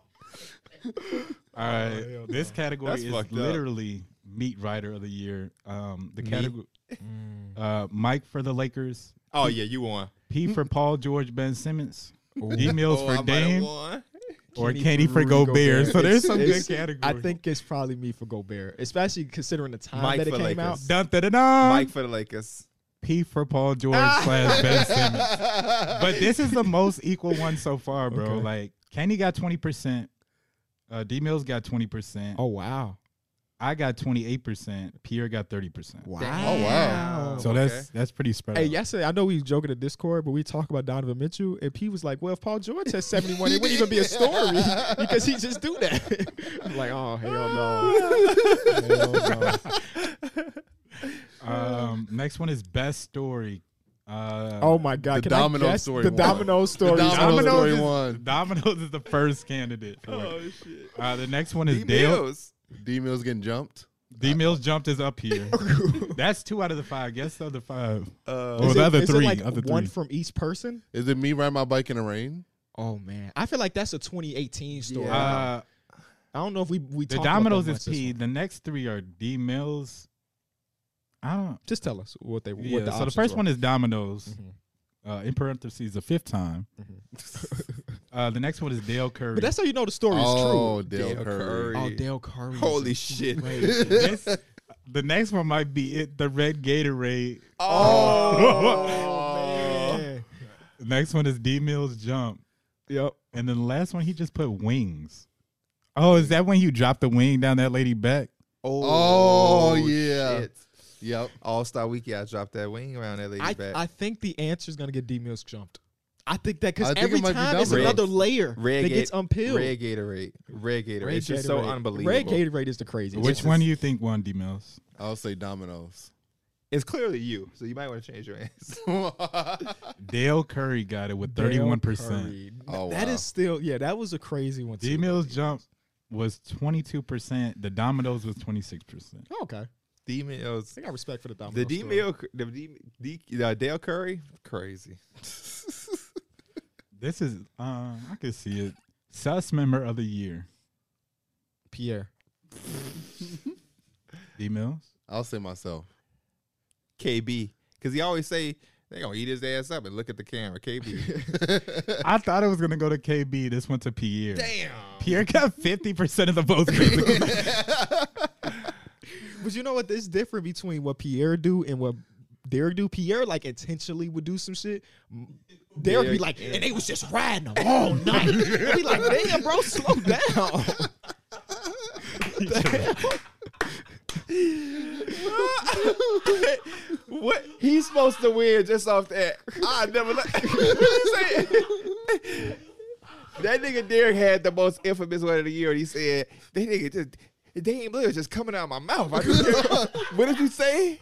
E: the- All right, this category
D: That's
E: is
D: fucked up.
E: literally meat writer of the year. Um, the category, uh, Mike for the Lakers,
D: Oh yeah, you won.
E: P for Paul George, Ben Simmons, D Mills
D: Oh, I
E: for
D: might have
E: Dame,
D: won.
E: or
A: Kenny
E: Kenny for
A: Rudy
E: Gobert.
A: Gobert.
E: So there's
A: It's-
E: some
A: it's-
E: good categories.
A: I think it's probably me for Gobert, especially considering the
E: Uh,
A: time
D: Mike
A: that it
D: for
A: came
D: Lakers.
A: out.
E: Dun, dun, dun, dun.
D: Mike for the Lakers.
E: P for Paul George slash Ben Simmons. But this is the most equal one so far, bro.
A: Okay.
E: Like Kenny got twenty percent, uh, D Mills got twenty percent,
A: Oh wow!
E: I got twenty eight percent, Pierre got thirty percent.
C: Oh, wow.
E: So that's that's pretty spread.
A: Hey,
E: out.
A: yesterday I know we was joking in Discord, but we talk about Donovan Mitchell, and P was like, "Well, if Paul George has seventy one, it wouldn't even be a story because he just do that." I'm like, "Oh hell no!"
E: Um, next one is best story. Uh,
A: Oh my god!
C: The
A: Can I
C: domino
A: guess
C: story
A: The
C: one.
A: domino story.
C: domino
E: Domino's
C: story
E: is-
C: one.
E: Domino's is the first candidate. For it.
D: Oh, shit.
E: Uh, the next one is
D: D
E: Dale.
D: Mills.
C: D Mills getting jumped.
E: D Mills jumped is up here. that's two out of the five. Guess the other five.
D: Uh,
E: Or
A: Is
E: the
A: it-
E: other
A: is it
E: three.
A: like
E: other
A: one
E: three.
A: from each person?
C: Is it me riding my bike in the rain?
A: Oh man, I feel like that's a 2018 story.
E: uh,
A: I don't know if we we
E: The
A: talked about
E: dominoes
A: that
E: is
A: much this
E: P.
A: one.
E: The next three are D Mills. I don't.
A: Just tell us what they.
E: Yeah.
A: what the
E: so the
A: options
E: first
A: were. Mm-hmm.
E: one is dominoes. Uh, in parentheses, the fifth time. uh, the next one is Dale Curry.
A: But that's how you know the story is
C: oh,
A: true.
C: Dale,
D: Dale
C: Curry.
D: Curry.
A: Oh, Dale Curry. is
D: Holy
A: a-
D: shit.
E: This- the next one might be it. The red Gatorade.
A: Oh, man.
E: The next one is D Mills jump,
A: Yep.
E: and then the last one he just put wings. Oh, is that when you dropped the wing down that lady back?
C: Oh, yeah.
D: shit.
C: Yep.
D: All Star Week, yeah, I dropped that wing around that lady
A: I,
D: back.
A: I think the answer is gonna get D Mills jumped. I think that
C: I
A: because
C: think it
A: every
C: might be
A: time it's
C: Domino's.
A: another layer
D: Red
A: that
D: Ga-
A: gets unpeeled.
D: Red Gatorade. Red Gatorade.
A: Red
D: it's just so
A: Gatorade.
D: unbelievable.
A: Red Gatorade is the craziest.
E: Which one do you think won D Mills?
C: I'll say dominoes.
D: It's clearly you, so you might want to change your answer.
E: Dale Curry got it with
A: Dale
E: thirty-one percent.
A: Curry.
C: Oh,
A: That
C: wow.
A: is still yeah. That was a crazy one.
E: D
A: too.
E: Mills jump was 22%. The Dominoes was 26%.
A: Oh, okay, I
D: D Mills.
A: think I respect for the domino.
D: The D
A: story.
D: Mill, the D, D, uh, Dale Curry, crazy.
E: This is, um, I can see it. Sus member of the year,
A: Pierre.
E: D Mills.
C: I'll say myself.
D: KB, because he always say they gonna eat his ass up and look at the camera. KB,
E: I thought it was going to go to KB. This went to Pierre.
D: damn.
E: Pierre got 50% of the votes. basically.
A: But you know what? There's different between what Pierre do and what Derek do. Pierre like intentionally would do some shit. M- Derek be
D: Derek,
A: like, and they was just riding them all night. I be like, damn, bro, slow down.
D: what? He's supposed to win just off that. I never. Let, what you say? that nigga Derek had the most infamous one of the year, and he said, "That nigga just." Dame Lillard just coming out of my mouth. I just, what did you say?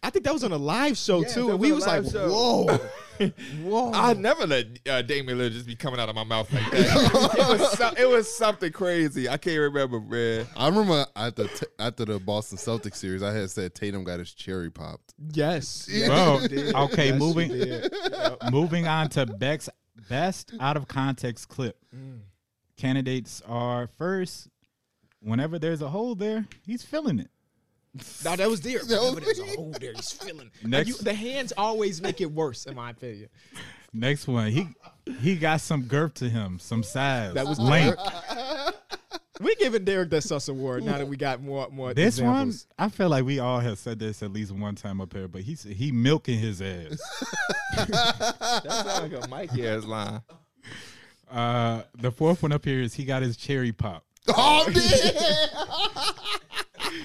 A: I think that was on a live show
D: Yeah,
A: too,
D: that
A: and
D: was
A: we
D: on a
A: was
D: live
A: like,
D: show.
A: "Whoa, whoa!"
D: I never let uh, Damian Lillard just be coming out of my mouth like that. it, was so, it was something crazy. I can't remember, man.
C: I remember after t- after the Boston Celtics series, I had said Tatum got his cherry popped.
A: yes,
E: Bro,
A: you did.
E: okay,
A: Yes, you
E: moving-
A: did. Yep.
E: Moving on to Beck's best out of context clip.
A: Mm.
E: Candidates are first, whenever there's a hole there, he's filling it.
A: Now that was there.
C: That was
A: Remember, there's a hole there. He's feeling. And
E: Next-
A: you- the hands always make it worse, in my opinion.
E: Next one, he he got some girth to him, some size.
A: That was
E: length.
A: We're giving Derek the Sus Award now that we got more more
E: This one,
A: examples.
E: I feel like we all have said this at least one time up here, but he's he milking his ass.
D: That sounds like a Mikey ass line.
E: Uh, the fourth one up here is he got his cherry pop.
C: Oh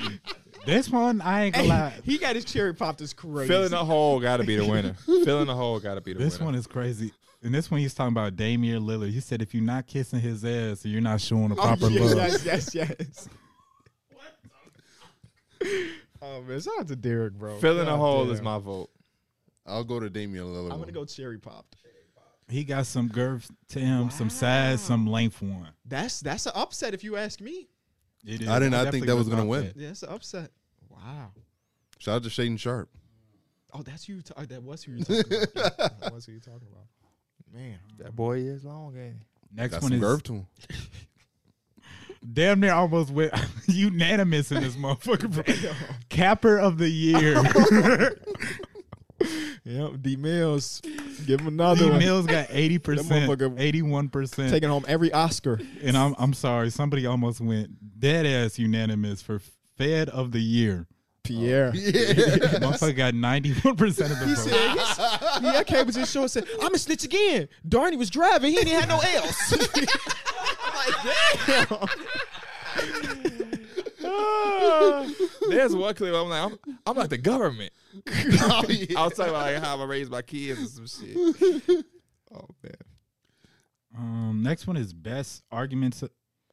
C: man!
E: This one I ain't gonna lie.
A: He got his cherry popped. Is crazy.
D: Filling the hole got to be the winner. Filling the hole got to be the
E: This
D: winner.
E: one is crazy. And this one he's talking about Damian Lillard. He said if you're not kissing his ass, you're not showing the proper
A: Oh, yes,
E: love.
A: yes, yes, yes. Oh man, shout out to Derek, bro.
D: Filling the
A: God
D: hole is
A: damn.
D: my vote.
C: I'll go to Damian Lillard.
A: I'm gonna
C: one.
A: go cherry popped.
E: He got some girth to him, some size, some length one.
A: That's that's an upset if you ask me.
E: It is.
C: I did not
E: Definitely
C: think that was gonna
E: about
C: win.
E: that.
A: Yeah, it's an upset. Wow.
C: Shout out to Shaden Sharp.
A: Oh, that's who you. Ta- that was who you. Talking about. Yeah, that was who you talking about. Man,
D: That boy is long, ain't
E: Next
C: Got
E: one
C: some
E: is
C: girth to him.
E: damn near almost with unanimous in this motherfucker. bro. Capper of the year.
A: Yep, D Mills. Give him another
E: D.
A: one.
E: Mills got eighty
A: That
E: percent,
A: motherfucker
E: eighty-one percent,
A: Taking home every Oscar.
E: and I'm I'm sorry, somebody almost went dead ass unanimous for Fed of the
D: Oh.
E: Year.
A: Pierre.
E: Motherfucker got ninety-one percent of the
A: He
E: vote.
A: said, he's, yeah, I came with this show and said, I'm a snitch again. Darnie was driving. He didn't have no L's. I'm like,
D: it? Ah. There's one clip I'm like, I'm, I'm like the government. I was talking about like, how I raise my kids and some shit. Oh man,
E: Um, next one is best arguments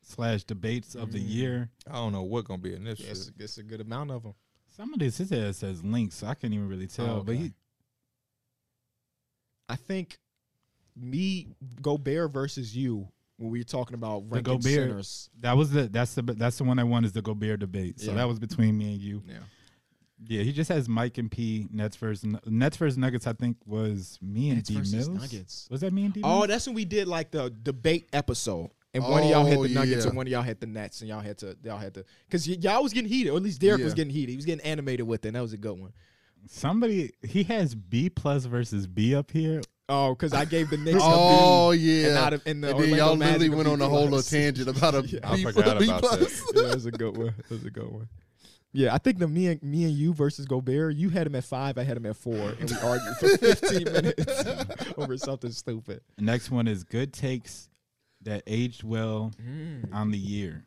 E: slash debates of
A: Mm.
E: the year.
D: I don't know what gonna be in this.
A: damn.
D: shit.
A: That's a good amount of them.
E: Some of this his ass says links, so I can't even really tell.
A: Oh,
E: But
A: okay.
E: he,
A: I think me, Gobert versus you, when we were talking about ranking
E: Gobert.
A: centers.
E: that was the that's the that's the one that won is the Gobert debate. So
A: Yeah.
E: that was between me and you.
A: Yeah.
E: Yeah, he just has Mike and P Nets versus Nets versus Nuggets. I think was me and
A: Nets
E: D
A: versus
E: Mills.
A: Nuggets.
E: Was that me and D
C: Mm-hmm.
A: Oh,
E: Mills?
A: that's when we did like the debate episode. And one of y'all had
C: Oh,
A: the Nuggets
C: yeah.
A: and one of y'all had the Nets and y'all had to y'all had to because y- y'all was getting heated or at least Derek was
C: Yeah.
A: getting heated. He was getting animated with it. and That was a good one.
E: Somebody he has B plus versus B up here.
A: Oh, because I gave the Knicks.
C: Oh
A: a B,
C: yeah.
A: and, out of, and the
C: and then
A: Orlando
C: y'all literally
A: Magic a
C: went
A: B
C: on a whole little
A: plus.
C: tangent about a
A: Yeah.
D: I
C: B-
D: forgot
C: B
D: about
C: plus.
A: Yeah, that was a good one. That was a good one. Yeah, I think the me and me and you versus Gobert. You had him at five. I had him at four, and we argued for fifteen minutes over something stupid.
E: Next one is good takes that aged well
A: Mm.
E: on the year.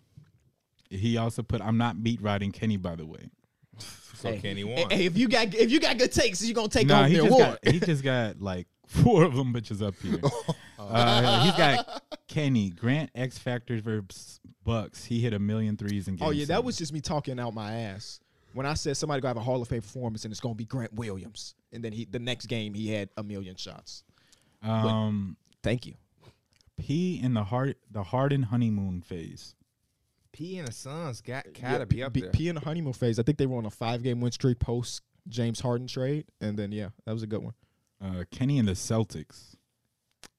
E: He also put I'm not meat riding Kenny by the way.
D: So Kenny won.
A: Hey, hey, if you got if you got good takes, you gonna take
E: Nah,
A: home
E: he
A: the
E: just
A: award.
E: got he just got like four of them bitches up here. Uh, he's got Kenny Grant X Factor versus Bucks. He hit a million threes in game.
A: Oh yeah,
E: seven.
A: that was just me talking out my ass. When I said somebody gonna have a Hall of Fame performance and it's gonna be Grant Williams, and then he the next game he had a million shots.
E: um
A: Thank you.
E: P in the heart the Harden honeymoon phase.
D: P and the Suns got
A: Yeah,
D: gotta be
A: P-
D: up
A: P-
D: there.
A: P in the honeymoon phase. I think they were on a five game win streak post James Harden trade, and then yeah, that was a good one.
E: Uh, Kenny and the Celtics.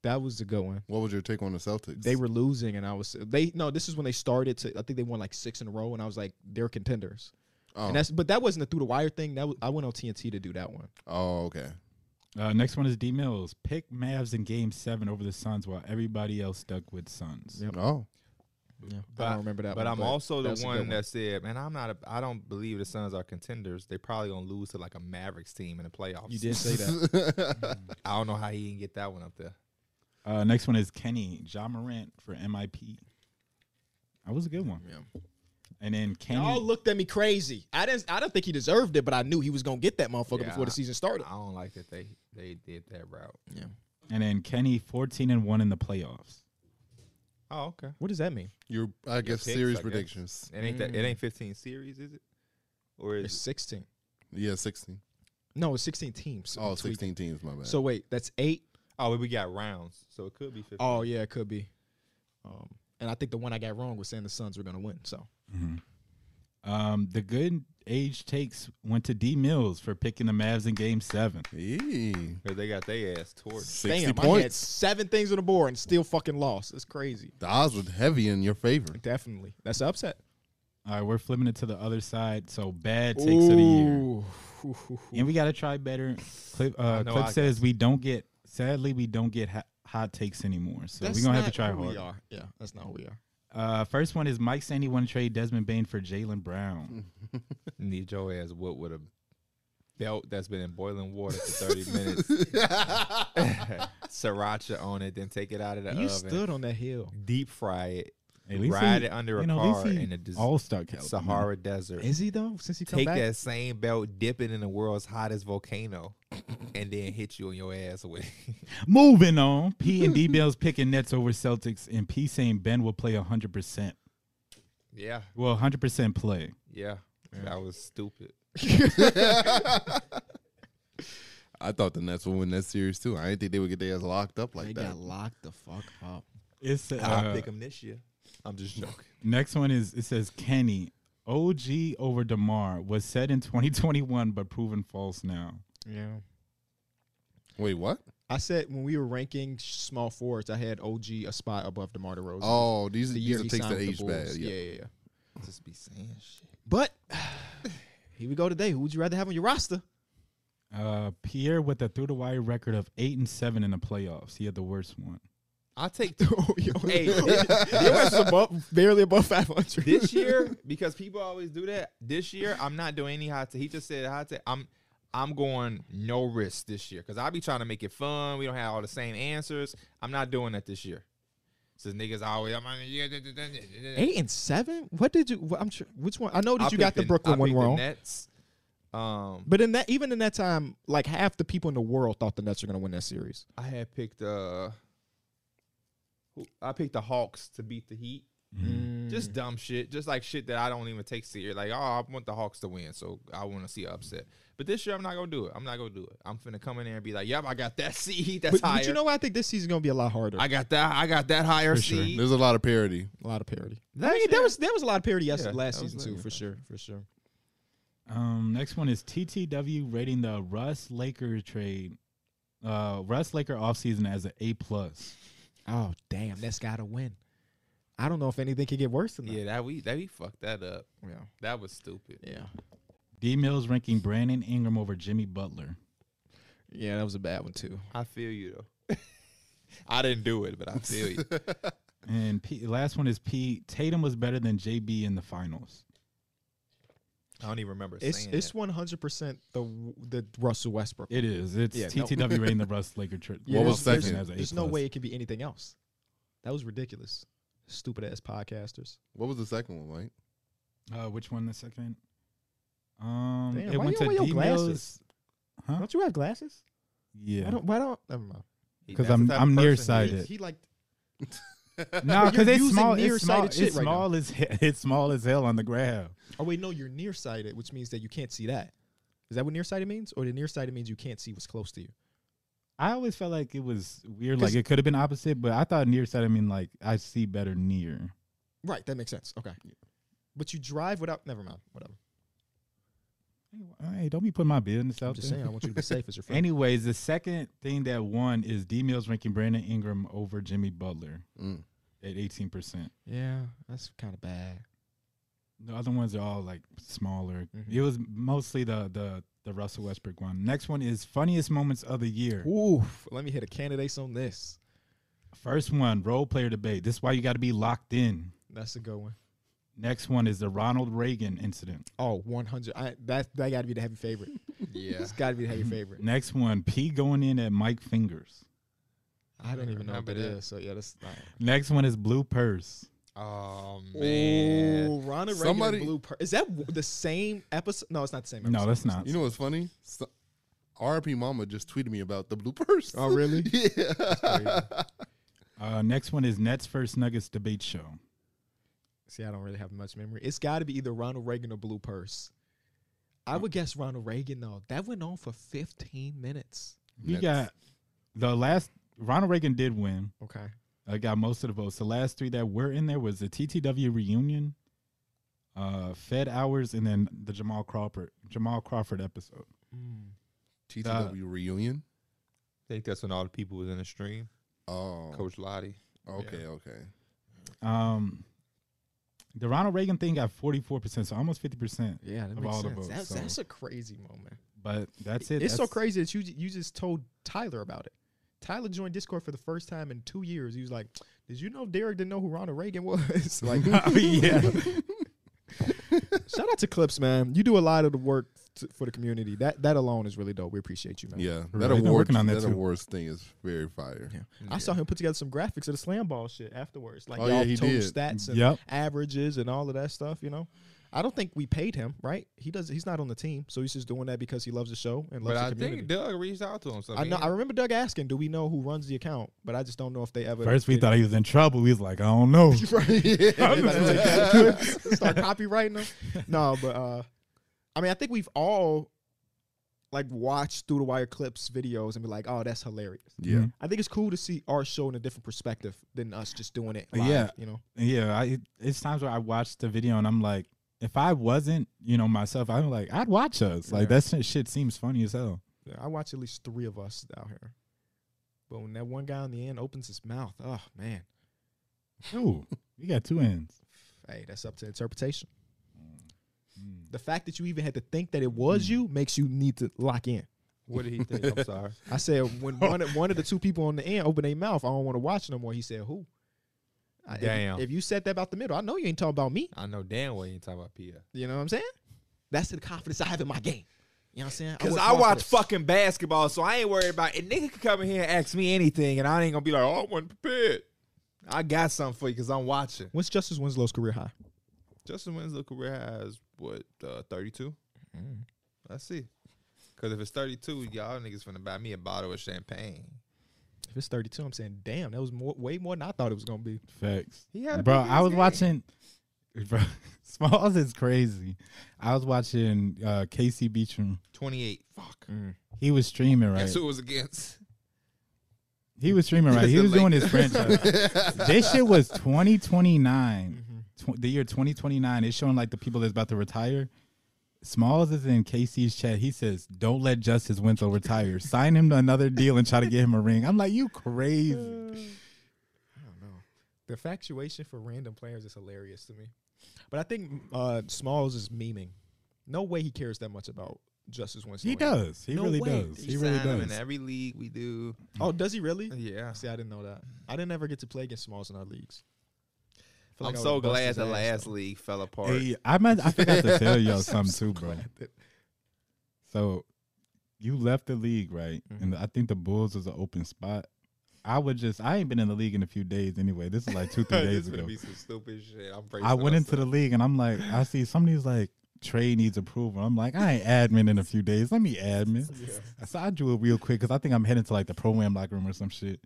A: That was a good one.
C: What was your take on the Celtics?
A: They were losing, and I was they no. This is when they started to. I think they won like six in a row, and I was like, they're contenders.
C: Oh,
A: And that's but that wasn't a through the wire thing. That was, I went on TNT to do that one.
C: oh okay.
E: Uh, next one is D Mills. Pick Mavs in game seven over the Suns while everybody else stuck with Suns.
A: Yep.
C: Oh,
A: I don't remember that.
D: But
A: one,
D: I'm also the
A: that's a good
D: one, that said, man, I'm not. A, I don't believe the Suns are contenders. They probably gonna lose to like a Mavericks team in the playoffs.
A: you did say that.
D: I don't know how he didn't get that one up there.
E: Uh, next one is Kenny John Morant for MIP. That was a good one. And then
A: Y'all
E: Kenny,
A: looked at me crazy. I didn't. I don't think he deserved it, but I knew he was gonna get that motherfucker
D: Yeah,
A: before the
D: I-
A: season started.
D: I don't like that they they did that route.
E: and then Kenny, fourteen and one in the playoffs.
D: Oh, okay.
A: What does that mean?
C: Your I guess
D: picks, I
C: series
D: guess.
C: predictions.
D: It ain't that, it ain't 15 series, is it? Or
A: Mm. It's
D: is
A: sixteen.
C: Yeah, sixteen.
A: No, it's sixteen teams.
C: Oh,
A: I'm tweaking.
C: 16 teams. My bad.
A: So wait, that's eight.
D: oh well, we got rounds, so it could be 15.
A: Oh yeah, it could be. Um, and I think the one I got wrong was saying the Suns were gonna win. So
E: Um, the good age takes went to D Mills for picking the Mavs in Game Seven.
C: Eee.
D: Cause they got their ass torched.
C: 60
A: damn, I had
C: points.
A: seven things on the board and still fucking lost. That's crazy.
C: The odds were heavy in your favor.
A: Definitely, that's an upset.
E: All right, we're flipping it to the other side. So bad takes of the year,
A: Ooh.
E: and we gotta try better. Clip, uh,
D: know
E: Clip
D: I
E: says we don't get. Sadly, we don't get hot, hot takes anymore. So we're gonna have to
A: not
E: try
A: who We
E: hard.
A: are. Yeah, that's not who we are.
E: Uh, first one is Mike saying he want to trade Desmond Bain for Jalen Brown.
D: Mm. Need your ass what with a belt that's been in boiling water for 30 minutes. Sriracha on it, then take it out of the
A: you
D: oven.
A: stood on that hill.
D: deep fry it,
E: At least
D: ride
E: he-
D: it under
E: you
D: a
E: know, at least
D: car
E: he
D: in a des-
E: all-star caliber.
D: Sahara Desert.
A: Is he though? Since he come
D: Take
A: back,
D: that same belt, dip it in the world's hottest volcano, and then hit you in your ass with it.
E: Moving on, P and D Bills picking Nets over Celtics, and P saying Ben will play hundred percent.
D: yeah,
E: Well, hundred percent play.
D: yeah, That was stupid.
C: I thought the Nets would win that series too. I didn't think they would get their ass locked up like
A: they
C: that.
A: got locked the fuck up.
E: It's uh,
D: I'll pick him this year. I'm just joking.
E: next one is it says Kenny OG over Demar was said in 2021 but proven false now.
A: Yeah.
C: Wait, what?
A: I said when we were ranking small forwards, I had OG a spot above DeMar DeRozan.
C: Oh, these
A: the
C: these
A: year
C: are
A: he
C: takes
A: signed
C: that
A: with
C: age
A: the
C: bad.
A: Bulls.
C: Yeah.
A: yeah, yeah, yeah.
D: Just be saying shit.
A: But here we go today. Who would you rather have on your roster?
E: Uh, Pierre with a through the wire record of eight and seven in the playoffs. He had the worst one.
D: I'll take
A: hey,
D: Hey.
A: was above, barely above 500.
D: this year because people always do that. This year, I'm not doing any hot take. He just said hot take. I'm I'm going no risk this year because I be trying to make it fun. We don't have all the same answers. I'm not doing that this year. Since niggas always, I'm eight.
A: Eight and seven? What did you? what- I'm sure. Which one? I know that
D: I
A: you got
D: picked
A: the Brooklyn
D: I
A: one
D: picked the
A: wrong,
D: Nets. Um,
A: but in that even in that time, like half the people in the world thought the Nets were going to win that series.
D: I had picked uh, who- I picked the Hawks to beat the Heat.
A: Mm.
D: Just dumb shit, just like shit that I don't even take serious. Like, oh, I want the Hawks to win, so I want to see an upset. But this year, I'm not gonna do it. I'm not gonna do it. I'm finna come in there and be like, "Yep, I got that seed. That's
A: but,
D: higher.
A: but you know what? I think this season's going to be a lot harder.
D: I got that. I got that higher
E: For sure.
D: seed."
C: There's a lot of parody.
A: a lot of parody. I
D: Last
A: mean, there
D: year-
A: was there was a lot of parody yes,
D: Yeah,
A: last
D: that was
A: season
D: it,
A: too,
D: yeah.
A: for sure, for sure.
E: Um, next one is TTW rating the Russ Laker trade, uh, Russ Laker offseason as an A plus.
A: Oh damn, that's got to win. I don't know if anything could get worse than that.
D: yeah, that we that we fucked that up.
A: yeah,
D: That was stupid.
A: yeah,
E: D Mills ranking Brandon Ingram over Jimmy Butler.
A: yeah. That was a bad one too.
D: I feel you though. I didn't do it, but I feel you.
E: And P, last one is P. Tatum was better than JB in the finals.
D: I don't even remember
A: It's
D: saying
A: it's
D: that.
A: one hundred percent the the Russell Westbrook.
E: It is. It's
A: Yeah, no.
E: TTW rating the Russ Laker trade.
A: Yeah,
C: What was
A: there's-
C: second?
A: There's, there's no way it could be anything else. That was ridiculous. Stupid ass podcasters.
C: What was the second one, Mike?
E: Uh, which one? The second. Um,
A: Damn,
E: it
A: why
E: went
A: you
E: to
A: don't wear
E: D
A: your
E: Mills. Huh?
A: Don't you have glasses?
E: Yeah.
A: Why don't? Why don't? Never mind.
D: He-
E: 'cause
D: that's the
E: I'm-
D: type of
E: I'm
D: person he-
E: nearsighted.
A: He,
E: did.
A: he like
E: No,
A: But you're
E: because
A: using
E: it's small. It's small.
A: nearsighted
E: It's
A: shit right now.
E: small as he- it's small as hell on the graph.
A: Oh wait, no, you're nearsighted, which means that you can't see that. Is that what nearsighted means? Or the nearsighted means you can't see what's close to you?
E: I always felt like it was weird.
A: 'Cause-
E: Like it could have been opposite, but I thought nearsighted. I mean, like I see better near.
A: Right, that makes sense. Okay. But you drive without never mind, whatever.
E: Hey, don't be putting my business out
A: I'm just
E: there.
A: saying I want you to be safe as your friend.
E: Anyways, the second thing that won is D Mills ranking Brandon Ingram over Jimmy Butler
C: Mm.
E: at eighteen percent.
A: yeah, that's kinda bad.
E: The other ones are all like smaller.
A: Mhm.
E: It was mostly the the the Russell Westbrook one. Next one is funniest moments of the year.
A: Oof. Let me hit a candidates on this.
E: First one, role player debate. This is why you got to be locked in.
A: That's a good one.
E: Next one is the Ronald Reagan incident.
A: Oh, 100. I, that that got to be the heavy favorite.
D: Yeah,
A: It's got to be the heavy favorite.
E: Next one, P going in at Mike Fingers.
A: I don't even know what
D: Remember
A: that
D: that.
A: is. So yeah, that's not.
E: Next one is Blue Purse.
D: Oh man.
A: Ooh, Honor
C: Somebody-
A: Blue Pearl. Is that w- the same episode? No, it's not the same.
E: No,
A: episode.
E: that's not.
C: You know what's funny? So, RP Mama just tweeted me about the blue purse.
A: Oh, really?
C: yeah.
E: Uh, next one is Nets first Nuggets debate show.
A: See, I don't really have much memory. It's got to be either Ronald Reagan or Blue Purse. I would guess Ronald Reagan though. That went on for 15 minutes.
E: You
C: Nets.
E: got the last Ronald Reagan did win.
A: Okay.
E: I got most of the votes. The last three that were in there was the TTW reunion, uh, Fed hours, and then the Jamal Crawford Jamal Crawford episode.
A: Mm.
C: TTW reunion.
D: I think that's when all the people was in the stream.
C: Oh,
D: Coach Lottie.
C: okay, okay.
E: Um, the Ronald Reagan thing got forty four percent, so almost fifty percent.
A: Yeah, that
E: Of
A: makes
E: all the
A: sense.
E: votes,
A: that's,
E: so-
A: that's a crazy moment.
E: But that's it.
A: it's so
E: That's-
A: crazy that you j- you just told Tyler about it. Tyler joined Discord for the first time in two years. He was like, "Did you know Derek didn't know who Ronald Reagan was?" like,
E: I mean, yeah.
A: shout out to Clips, man. You do a lot of the work t- for the community. That that alone is really dope. We appreciate you, man.
C: Yeah,
E: Right.
C: that
E: They've been
C: award
E: working on that
C: that,
E: too.
C: awards thing is very fire.
A: Yeah. I saw him put together some graphics of the slam ball shit afterwards. Like
C: Oh,
A: y'all
C: yeah, he
A: told
C: did.
A: stats and
E: Yep.
A: averages and all of that stuff, you know. I don't think we paid him, right? He does he's not on the team, so he's just doing that because he loves the show and loves
D: But
A: the
D: I
A: community.
D: think Doug reached out to him. So
A: I know I remember Doug asking, "Do we know who runs the account?" But I just don't know if they ever
E: First, we
A: did
E: thought he was in trouble. We was like, I don't know.
A: They better take that clip, start copywriting them. No, but uh, I mean, I think we've all like watched through the wire clips videos and be like, "Oh, that's hilarious."
C: Yeah.
E: Mhm.
A: I think it's cool to see our show in a different perspective than us just doing it. Live,
E: Yeah.
A: you know.
E: Yeah, I, it- it's times where I watch the video and I'm like, if I wasn't, you know, myself, I'm like, I'd watch us. Like
A: Yeah.
E: that shit- shit seems funny as hell.
A: Yeah, I watch at least three of us out here. But when that one guy in the end opens his mouth, oh man,
E: Ooh, we got two ends.
A: hey, that's up to interpretation.
E: Mm.
A: The fact that you even had to think that it was
D: Hmm.
A: you makes you need to lock in.
D: What did he think? I'm sorry.
A: I said when one of, one of the two people on the end opened their mouth, I don't want to watch no more. He said, "Who?" I- if-
D: Damn.
A: If, you said that about the middle, I know you ain't talking about me.
D: I know damn well you ain't talking about Pia.
A: You know what I'm saying? That's the confidence I have in my game. You know what I'm saying?
D: Because
A: work
D: I
A: hard for
D: watch
A: this.
D: fucking basketball, so I ain't worried about it. Nigga can come in here and ask me anything, and I ain't gonna be like, oh, I wasn't prepared. I got something for you because I'm watching.
A: What's Justice Winslow's career high?
D: Justin Winslow career has what, uh, 32? Mm-hmm. Let's see. Because if it's 32, y'all niggas finna buy me a bottle of champagne.
A: If it's 32, I'm saying, damn, that was more, way more than I thought it was gonna be.
E: Facts.
D: He had a
E: bro,
D: big
E: I
D: ass
E: was
D: game.
E: watching. Bro, Smalls is crazy. I was watching uh, Casey Beecham.
D: 28. Fuck.
E: He was streaming right.
D: Guess who it was against?
E: he was streaming right. He
D: The
E: was doing
D: Lakers.
E: his franchise. this shit was twenty twenty nine. Tw- the year twenty twenty nine. It's showing like the people that's about to retire. Smalls is in Casey's chat. He says, "Don't let Justice Winslow retire. Sign him to another deal and try to get him a ring." I'm like, "You crazy?"
A: I don't know. The factuation for random players is hilarious to me. But I think uh, Smalls is memeing. No way he cares that much about Justice Winslow.
E: He does. He
A: No
E: really
A: way.
E: does.
D: We
E: He really
D: sign him in
E: does.
D: every league we do.
A: Oh, does he really?
D: Yeah.
A: See, I didn't know that. I didn't ever get to play against Smalls in our leagues. Feel
D: I'm
A: like I
D: so
A: would've bust
D: glad
A: his
D: the
A: ass,
D: last league fell apart.
E: Hey, I meant I forgot to tell y'all something too, bro.
A: though.
E: So you left the league, right? And
D: Mm-hmm.
E: I think the Bulls was an open spot. I would just I ain't been in the league in a few days anyway. This is like two, three
D: this
E: days
D: is
E: ago.
D: gonna be some stupid shit. I'm bracing
E: I went into the
D: myself.
E: league and I'm like, I see somebody's like Trey needs approval. I'm like, I ain't admin in a few days. Let me admin. So I drew it real quick because I think I'm heading to like the pro am locker room or some shit.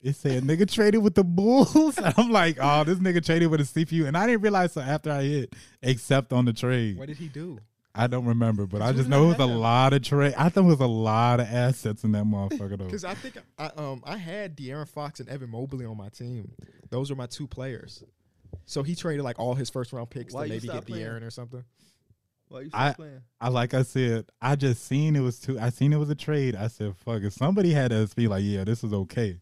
E: It said nigga traded with the Bulls. And I'm like, oh, this nigga traded with a CPU. And I didn't realize so after I hit, except on the trade.
A: What did he do?
E: I don't remember, but I
A: you
E: just
A: not
E: know it was a
A: have?
E: lot of trade. I think it was a lot of assets in that motherfucker though.
A: Because I think I um I had De'Aaron Fox and Evan Mobley on my team. Those were my two players. So he traded like all his first round picks
D: Why
A: to
D: you
A: maybe
D: stop
A: get
D: playing?
A: De'Aaron or something.
D: Why you
E: I-
D: still playing?
E: I like I said, I just seen it was too. I seen it was a trade. I said, fuck. If somebody had us be like, yeah, this is okay.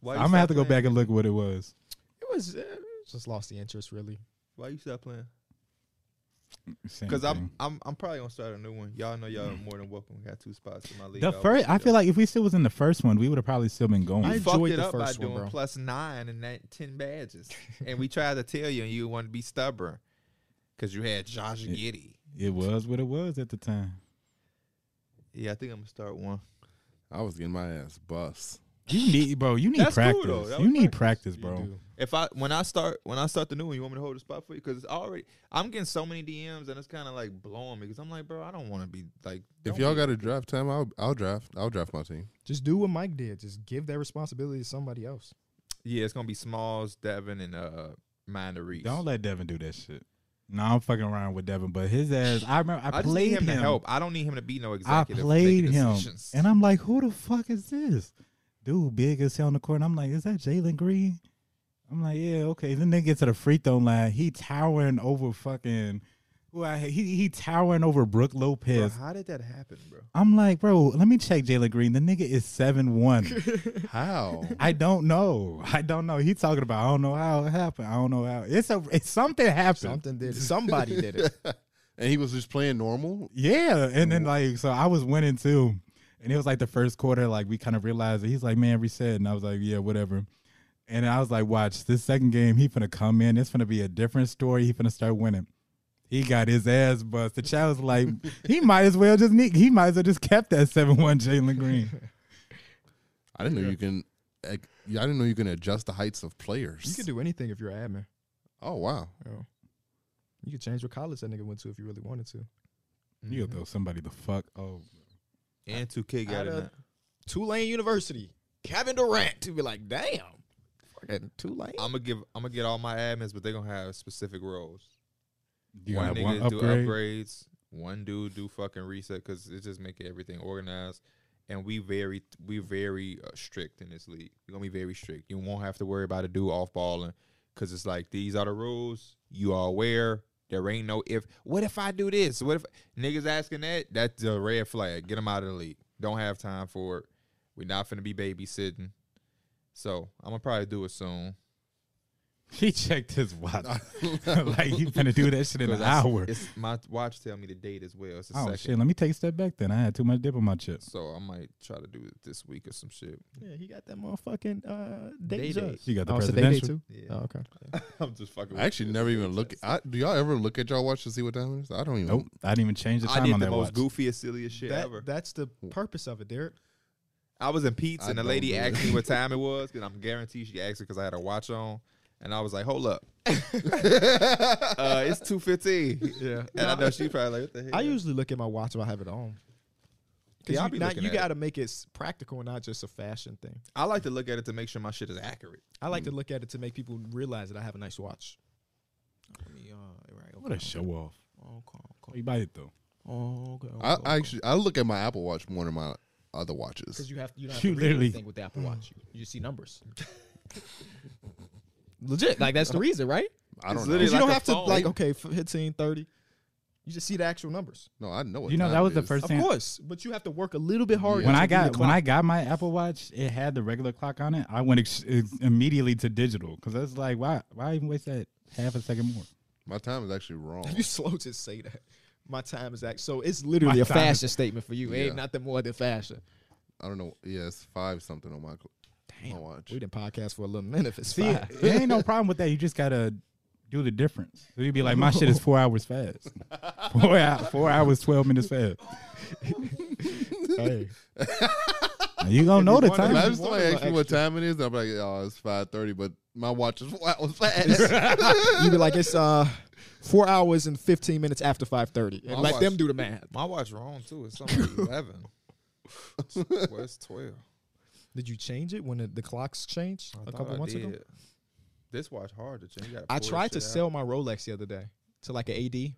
D: Why
E: I'm
D: you
E: gonna have to
D: stop
E: go
D: playing?
E: back and look what it was.
A: It was uh, just lost the interest really.
D: Why you stop playing?
E: Same
D: Because
E: thing.
D: I'm, I'm I'm probably gonna start a new one. Y'all know y'all are more than welcome. We got two spots in my league.
E: the first. I feel like if we still was in the first one, we would have probably still been going.
A: I
D: I fucked
A: enjoyed
D: it
A: the
D: up by
A: first one,
D: doing
A: bro.
D: plus nine and that ten badges, and we tried to tell you, and you want to be stubborn because you had Josh Giddy.
E: it was what it was at the time.
D: Yeah, I think I'm gonna start one.
C: I was getting my ass bust.
E: You need, bro. You need
D: That's cool,
E: practice.
D: though. That
E: you
D: was
E: need
D: practice.
E: practice, bro.
D: If I when I start when I start the new one, you want me to hold the spot for you? Because it's already I'm getting so many DMs and it's kind of like blowing me because I'm like, bro, I don't want to be like.
C: If
D: don't
C: y'all
D: be-
C: got a draft time, I'll I'll draft. I'll draft my team.
A: Just do what Mike did. Just give that responsibility to somebody else.
D: yeah, it's gonna be Smalls, Devin, and uh, Minor Reese.
E: Don't let Devin do that shit. No, I'm fucking around with Devin, but his ass. I remember I,
D: I just
E: played
D: need him,
E: him.
D: to help. I don't need him to be no
E: I
D: executive.
E: played
D: making
E: him,
D: decisions.
E: and I'm like, who the fuck is this dude? Big as hell on the court. And I'm like, is that Jalen Green? I'm like, yeah, okay. Then they get to the free throw line. He towering over fucking who I he he towering over Brooke
D: Bro,
E: Lopez.
D: how did that happen, bro?
E: I'm like, bro, let me check Jalen Green. The nigga is seven one.
C: How?
E: I don't know. I don't know. He talking about I don't know how it happened. I don't know how it's a it's something happened.
A: Something did. Somebody did it.
C: and he was just playing normal.
E: Yeah, and
D: Mm.
E: then like so I was winning too, and it was like the first quarter like we kind of realized it. He's like, man, reset, and I was like, yeah, whatever. And I was like, watch this second game. He finna come in. It's finna be a different story. He finna start winning. He got his ass bust. The child was like, he might as well just need. He might as well just kept that seven one Jalen Green.
C: I didn't know you can. like, I didn't know you can adjust the heights of players.
A: You can do anything if you're an admin.
C: Oh wow!
A: Yo. You could change what college that nigga went to if you really wanted to.
E: You throw somebody the fuck. Oh,
D: And 2K got
A: I'd,
D: it.
A: uh,
D: now.
A: Tulane University. Kevin Durant. You'd be like, damn. Fucking Tulane.
D: I'm gonna give. I'm gonna get all my admins, but they're gonna have specific roles.
E: you
D: one
E: got
D: nigga
E: one
D: do
E: upgrade.
D: upgrades. One dude do fucking reset because it just make everything organized. And we very we very uh, strict in this league. We're gonna be very strict. You won't have to worry about a dude off balling because it's like these are the rules. You are aware. There ain't no if. What if I do this? What if niggas asking that? That's a red flag. Get them out of the league. Don't have time for it. We're not finna be babysitting. So I'm gonna probably do it soon.
E: He checked his watch. like he finna do that shit in
D: 'Cause
E: an
D: that's-
E: hour.
D: It's my watch tell me the date as well. It's a
E: Oh
D: second.
E: shit! Let me take a step back. Then I had too much dip on my chip.
D: So I might try to do it this week or some shit.
A: yeah, he got that motherfucking uh,
D: Day
A: date
D: date.
A: judge.
E: You got the
A: Oh, it's a day
E: presidential.
A: date too?
D: Yeah,
A: Oh, okay.
D: I'm just fucking.
C: I actually never even look. I, do y'all ever look at y'all watch to see what time it is? I don't even.
E: Nope, I didn't even change the
D: I
E: time
D: did
E: on
D: the
E: that
D: most
E: watch.
D: goofiest, silliest shit
A: That,
D: ever.
A: that's the purpose of it, Derek.
D: I was in Pete's
C: I
D: and the
C: don't
D: lady
C: do
D: asked
C: it.
D: me what time it was, and I'm guaranteed she asked it because I had a watch on, and I was like, "Hold up, uh, it's 2:15." Yeah, and I know she probably like, "What the hell?"
A: I usually look at my watch if I have it on. Because
D: Yeah, I
A: you,
D: be
A: not-
D: looking
A: you
D: at it.
A: got to make it s- practical and not just a fashion thing.
D: I like to look at it to make sure my shit is accurate.
A: I like to look at it to make people realize that I have a nice watch. Let me, uh, right,
E: What a
A: okay,
E: show off!
A: Okay, okay,
E: You buy it though.
A: Oh, okay.
C: I, I actually I look at my Apple Watch more than my other watches.
A: because you have you don't have
E: You
A: to read
E: literally-
A: anything with the Apple Watch. You, you just see numbers. Legit, like that's the reason, right?
C: I don't
D: It's
C: know.
D: literally
A: you
D: like
A: don't
D: a
A: have to
D: phone.
A: like okay, f- 15, 30. You just see the actual numbers,
C: no, I know. What
E: You know
C: time
E: that was
C: it
E: the
C: is.
E: first
A: of
E: thing.
A: course. But you have to work a little bit harder.
E: When
A: to
E: I
A: read
E: got
A: the
E: when
A: clock.
E: I got my Apple Watch, it had the regular clock on it. I went ex- ex- immediately to digital because I was like, why why even waste that half a second more?
C: My time is actually wrong.
A: you slow to say that. My time is act. So it's literally a
E: time is-
A: fashion statement for you. It Ain't nothing more than fashion.
C: I don't know. Yeah, it's five something on my. cl-
A: Damn,
C: My watch.
A: We didn't podcast for a little minute. if It's
E: See,
A: five.
E: it ain't no problem with that. You just gotta do the difference. So you'd be like, my shit is four hours fast. Four hours, four hours, twelve minutes fast.
A: Hey.
E: Now you gonna know the
A: wanna-
E: time.
C: Imagine somebody
A: wanted
C: asks me
A: an
C: what time it is, I'm like, oh, it's five thirty, but my watch is four hours fast.
A: you be like, it's uh four hours and fifteen minutes after five thirty, and
D: My
A: let
D: watch-
A: them do the math.
D: My watch wrong too. It's something like 11. well, it's 12.
A: Did you change it when the, the clocks changed
D: I
A: a
D: thought
A: couple
D: I
A: months ago?
D: did. This watch hard to change. You gotta
A: I
D: pull this
A: tried to
D: shit out.
A: sell my Rolex the other day to like an AD.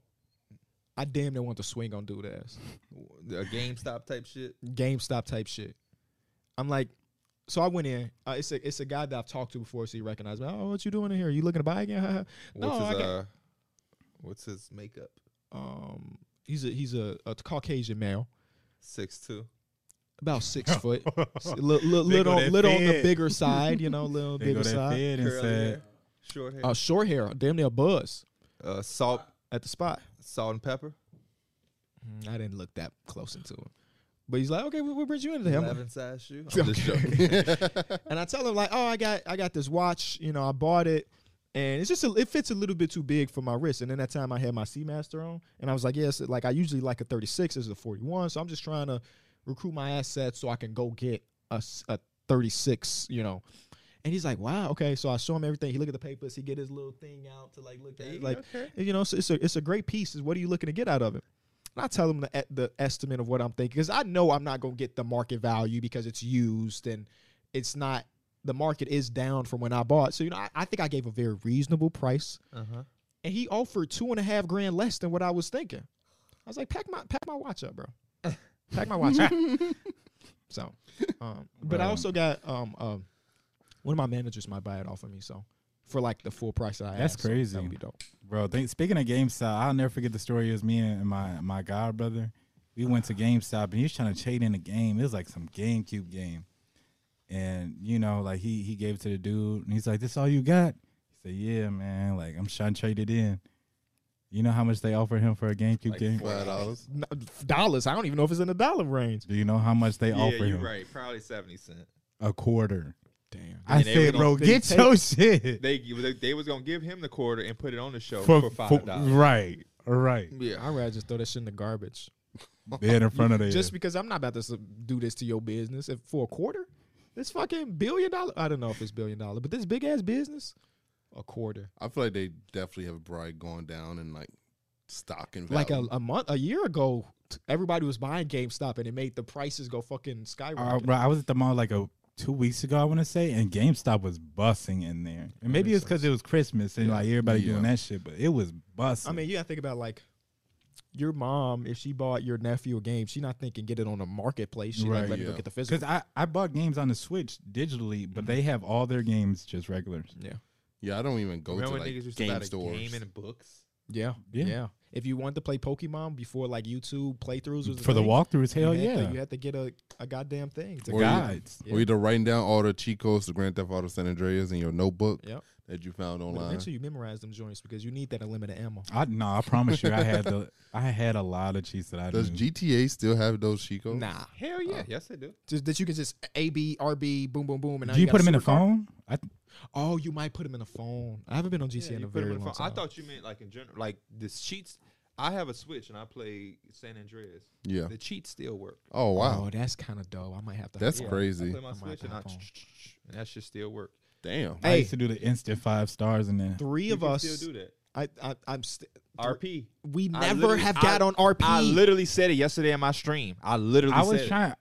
A: I damn near want to swing on dude ass.
D: a GameStop type shit.
A: GameStop type shit. I'm like, so I went in. Uh, it's a it's a guy that I've talked to before, so he recognized me. Oh, what you doing in here? you looking to buy again?
D: What's
A: No, I
D: his
A: got-
D: uh, what's his makeup?
A: um, he's a he's a, a Caucasian male,
D: Six two.
A: about six foot, S- li- li- little
E: that
A: little on the
E: fed.
A: bigger side, you know, little
E: They
A: bigger
E: go that
A: side.
E: fed and said,
D: short hair.
A: Uh, short hair, damn near buzz
D: Uh, salt,
A: at the spot.
D: salt and pepper.
A: Mm, I didn't look that close into him, but he's like, okay, what, what brings you into him?
D: Eleven size shoe. I'm just
A: Okay.
D: joking.
A: and I tell him like, oh, I got I got this watch, you know, I bought it, and it's just a, it fits a little bit too big for my wrist. And then that time I had my Seamaster on, and I was like, yes, like I usually like a 36, this is a 41, so I'm just trying to recruit my assets so I can go get a, s- a 36, you know. And he's like, wow, okay. So I show him everything. He look at the papers. He get his little thing out to like look at it. Like, you know, so it's a it's a great piece. Is what are you looking to get out of it? And I tell him the, e- the estimate of what I'm thinking because I know I'm not gonna get the market value because it's used and it's not the market is down from when I bought. So you know, I, I think I gave a very reasonable price.
B: Uh-huh.
A: And he offered two and a half grand less than what I was thinking. I was like, pack my pack my watch up, bro. pack my watch up. So, um, but I
E: Right.
A: also got um, um, one of my managers might buy it off of me. So for like the full price that I
E: That's
A: asked, so
E: crazy.
A: that would be dope.
E: Bro, think, speaking of GameStop, I'll never forget the story. It was me and my my god brother. We went to GameStop and he was trying to trade in a game. It was like some GameCube game, and you know, like he he gave it to the dude, and he's like, "This all you got?" He said, "Yeah, man. Like I'm trying to trade it in." You know how much they offer him for a GameCube
D: Like
E: game?
D: four-
C: Five dollars.
A: N- Dollars. I don't even know if it's in the dollar range.
E: Do you know how much they
D: Yeah,
E: offer
D: you're
E: him?
D: right. Probably seventy cent.
E: A quarter.
A: Damn.
E: I
D: And they was
E: said,
D: gonna-
E: bro,
A: they
E: get
A: take-
E: your shit
D: They, they they was gonna give him the quarter and put it on the show for,
E: for, for-
D: five dollars.
E: right, right.
D: Yeah,
A: I'd rather just throw that shit in the garbage.
E: Dead in front of the
A: Just because I'm not about to s- do this to your business if for a quarter. This fucking billion dollar. I don't know if it's billion dollar, but this big ass business, a quarter,
C: I feel like they definitely have probably gone down in like stock and
A: like a,
C: value.
A: a month, a year ago, t- everybody was buying GameStop, and it made the prices go fucking
E: Uh,
A: skyrocket.
E: bro, I was at the mall like a two weeks ago, I want to say, and GameStop was bussing in there. And maybe
A: makes
E: it's because it was Christmas and like everybody doing that shit, but it was bussing.
A: I mean, you gotta think about like your mom, if she bought your nephew a game, she not thinking get it on the marketplace. She
E: Right,
A: like let him
C: yeah.
A: look at the
E: because
A: physical.
E: I, I bought games on the Switch digitally,
A: Mm-hmm.
E: but they have all their games just regulars.
A: Yeah.
C: yeah, I don't even go
D: remember
C: to
D: when
C: like
D: niggas used to buy
C: game
D: the
C: stores.
D: game and books?
A: yeah.
E: Yeah.
A: Yeah. If you wanted to play Pokemon before like YouTube playthroughs was
E: For the
A: thing,
E: walkthroughs,
A: you
E: hell
A: had to-
E: yeah.
A: you had to get a, a goddamn thing to
C: Or you-
A: guide.
E: Guides.
A: Yeah.
C: Or either writing down all the cheat codes to Grand Theft Auto San Andreas in your notebook
A: Yep.
C: that you found
A: But
C: online.
A: eventually you memorize them joints because you need that unlimited ammo.
E: I no, I promise you, I had the I had a lot of cheats that I
C: Does
E: knew.
C: GTA still have those cheat codes?
A: Nah.
D: Hell yeah, yes they do.
A: Just that you can just A B R B boom boom boom and now
E: Do you
A: got
E: put them in a
A: supercar.
E: phone? I, th-
A: Oh, you might put them in a phone. I haven't been on GTA
D: Yeah,
A: in
D: you
A: a
D: put 'em
A: very
D: in
A: long
D: front-
A: time.
D: I thought you meant like in general, like the cheats. I have a Switch and I play San Andreas.
C: Yeah.
D: The cheats still work.
C: Oh wow,
A: Oh, that's kind of dope. I might have to.
C: that's
D: Yeah. I
C: crazy.
D: play my
A: might
D: Switch
A: have
D: and I
A: to hop on.
D: and that shit still work.
C: Damn.
E: I
A: Hey.
E: used to do the instant five stars in there.
A: three
D: You
A: of
D: can
A: us.
D: still do that.
A: I, I I'm st-
D: RP.
A: we
D: I
A: never
D: literally-
A: have
D: I-
A: got on RP.
D: I literally said it yesterday in my stream. I literally
E: I
D: said
E: was
D: it.
E: trying.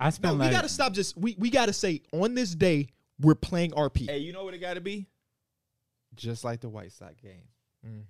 E: I
A: no,
E: spent
A: we
E: like
A: gotta stop. Just we we gotta say on this day we're playing RP.
D: Hey, you know what it got to be? Just like the White Sox game.
A: Mm.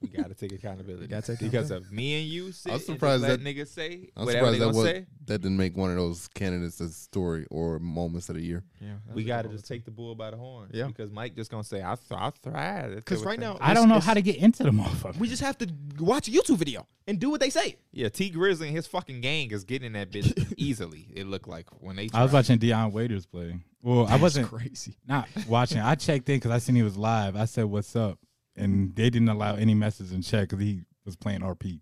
D: We got to take accountability.
A: gotta take
D: because of me and you. Sit
C: I'm
D: and just
C: surprised
D: let
C: that-
D: niggas say
C: I'm
D: whatever they
C: surprised that
D: gonna
C: was,
D: say.
C: that didn't make one of those candidates as story or moments of the year.
A: yeah,
D: We got to just take the bull by the horn.
A: Yeah.
D: Because Mike just gonna say I th- I thrived. That's
A: 'Cause
D: what
A: right
D: they-
A: now-
E: I don't know how to get into the motherfucker.
A: We just have to watch a YouTube video and do what they say.
D: yeah, T Grizzly and his fucking gang is getting in that bitch easily. It looked like when they.
E: I was
D: tried.
E: watching Deion Waiters play. Well, I wasn't
A: crazy.
E: not watching. I checked in because I seen he was live. I said, "What's up?" And they didn't allow any message in check because he was playing RP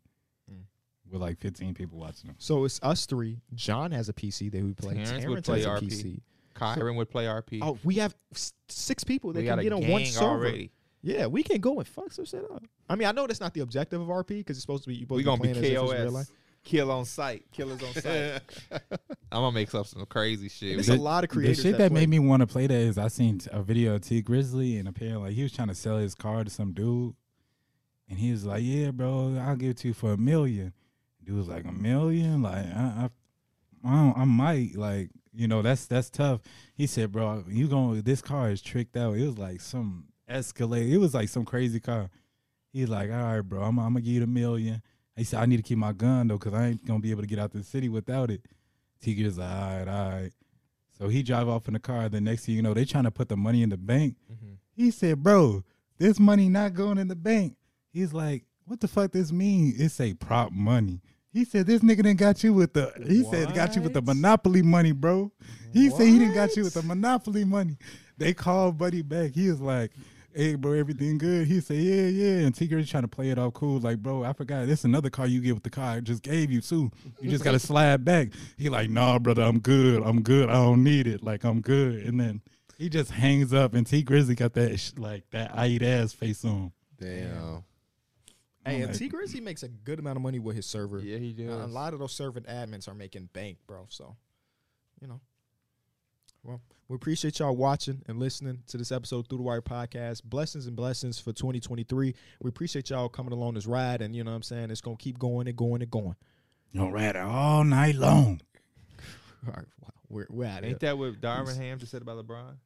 E: with like 15 people watching him.
A: So it's us three. John has a PC that we play.
D: Terrence
A: Terrence,
D: would play
A: has a
D: RP.
A: PC.
D: Kyron would play RP.
A: Oh, we have s- six people that
D: we
A: can
D: got a
A: get on
D: gang
A: one server.
D: already.
A: Yeah, we can go and fuck some shit up. I mean, I know that's not the objective of RP because it's supposed to be you
D: We
A: gonna
D: gonna be
A: real
D: KOS.
A: life.
D: Kill on sight. Killers on sight. I'm gonna make up some crazy shit.
A: There's
D: We-
A: a lot of
E: The
A: creators.
E: shit
A: that
E: that made me want to play that is I seen t- a video of T Grizzly and apparently like he was trying to sell his car to some dude, and he was like, "Yeah, bro, I'll give it to you for a million. Dude was like, "A million? Like I, I, I, don't, I might like you know that's that's tough." He said, "Bro, you going this car is tricked out. It was like some Escalade. It was like some crazy car." He's like, "All right, bro, I'm, I'm gonna give you the million. He said, "I need to keep my gun though, cause I ain't gonna be able to get out the city without it." T Grizzly, all right, all right. So he drive off in the car. The next thing you know, they trying to put the money in the bank. He said, "Bro, this money not going in the bank." He's like, "What the fuck this mean? It's a prop money." He said, "This nigga didn't got you with the." He said, "Got you with the
A: What?
E: monopoly money, bro." He said he didn't got you with the
A: What?
E: monopoly money. They called Buddy back. He was like, "Hey, bro, everything good?" He said, "Yeah, yeah." And Tigger's trying to play it all cool, like, "Bro, I forgot. This another car you get with the car I just gave you too. You just gotta slide back." He like, "Nah, brother, I'm good. I'm good. I don't need it. Like, I'm good." And then he just hangs up, and T Grizzly got that sh- like that I eat ass face on.
C: Damn.
A: Hey, and
E: Like-
A: T Grizzly makes a good amount of money with his server.
D: yeah, he did.
A: A lot of those servant admins are making bank, bro. So, you know, Well, we appreciate y'all watching and listening to this episode of Through the Wire podcast. Blessings and blessings for 2023. We appreciate y'all coming along this ride, and you know what I'm saying? It's going to keep going and going and going.
E: All right, all night long.
A: All right, wow, we're, we're out of here.
D: Ain't that what Darvin Ham just said about LeBron?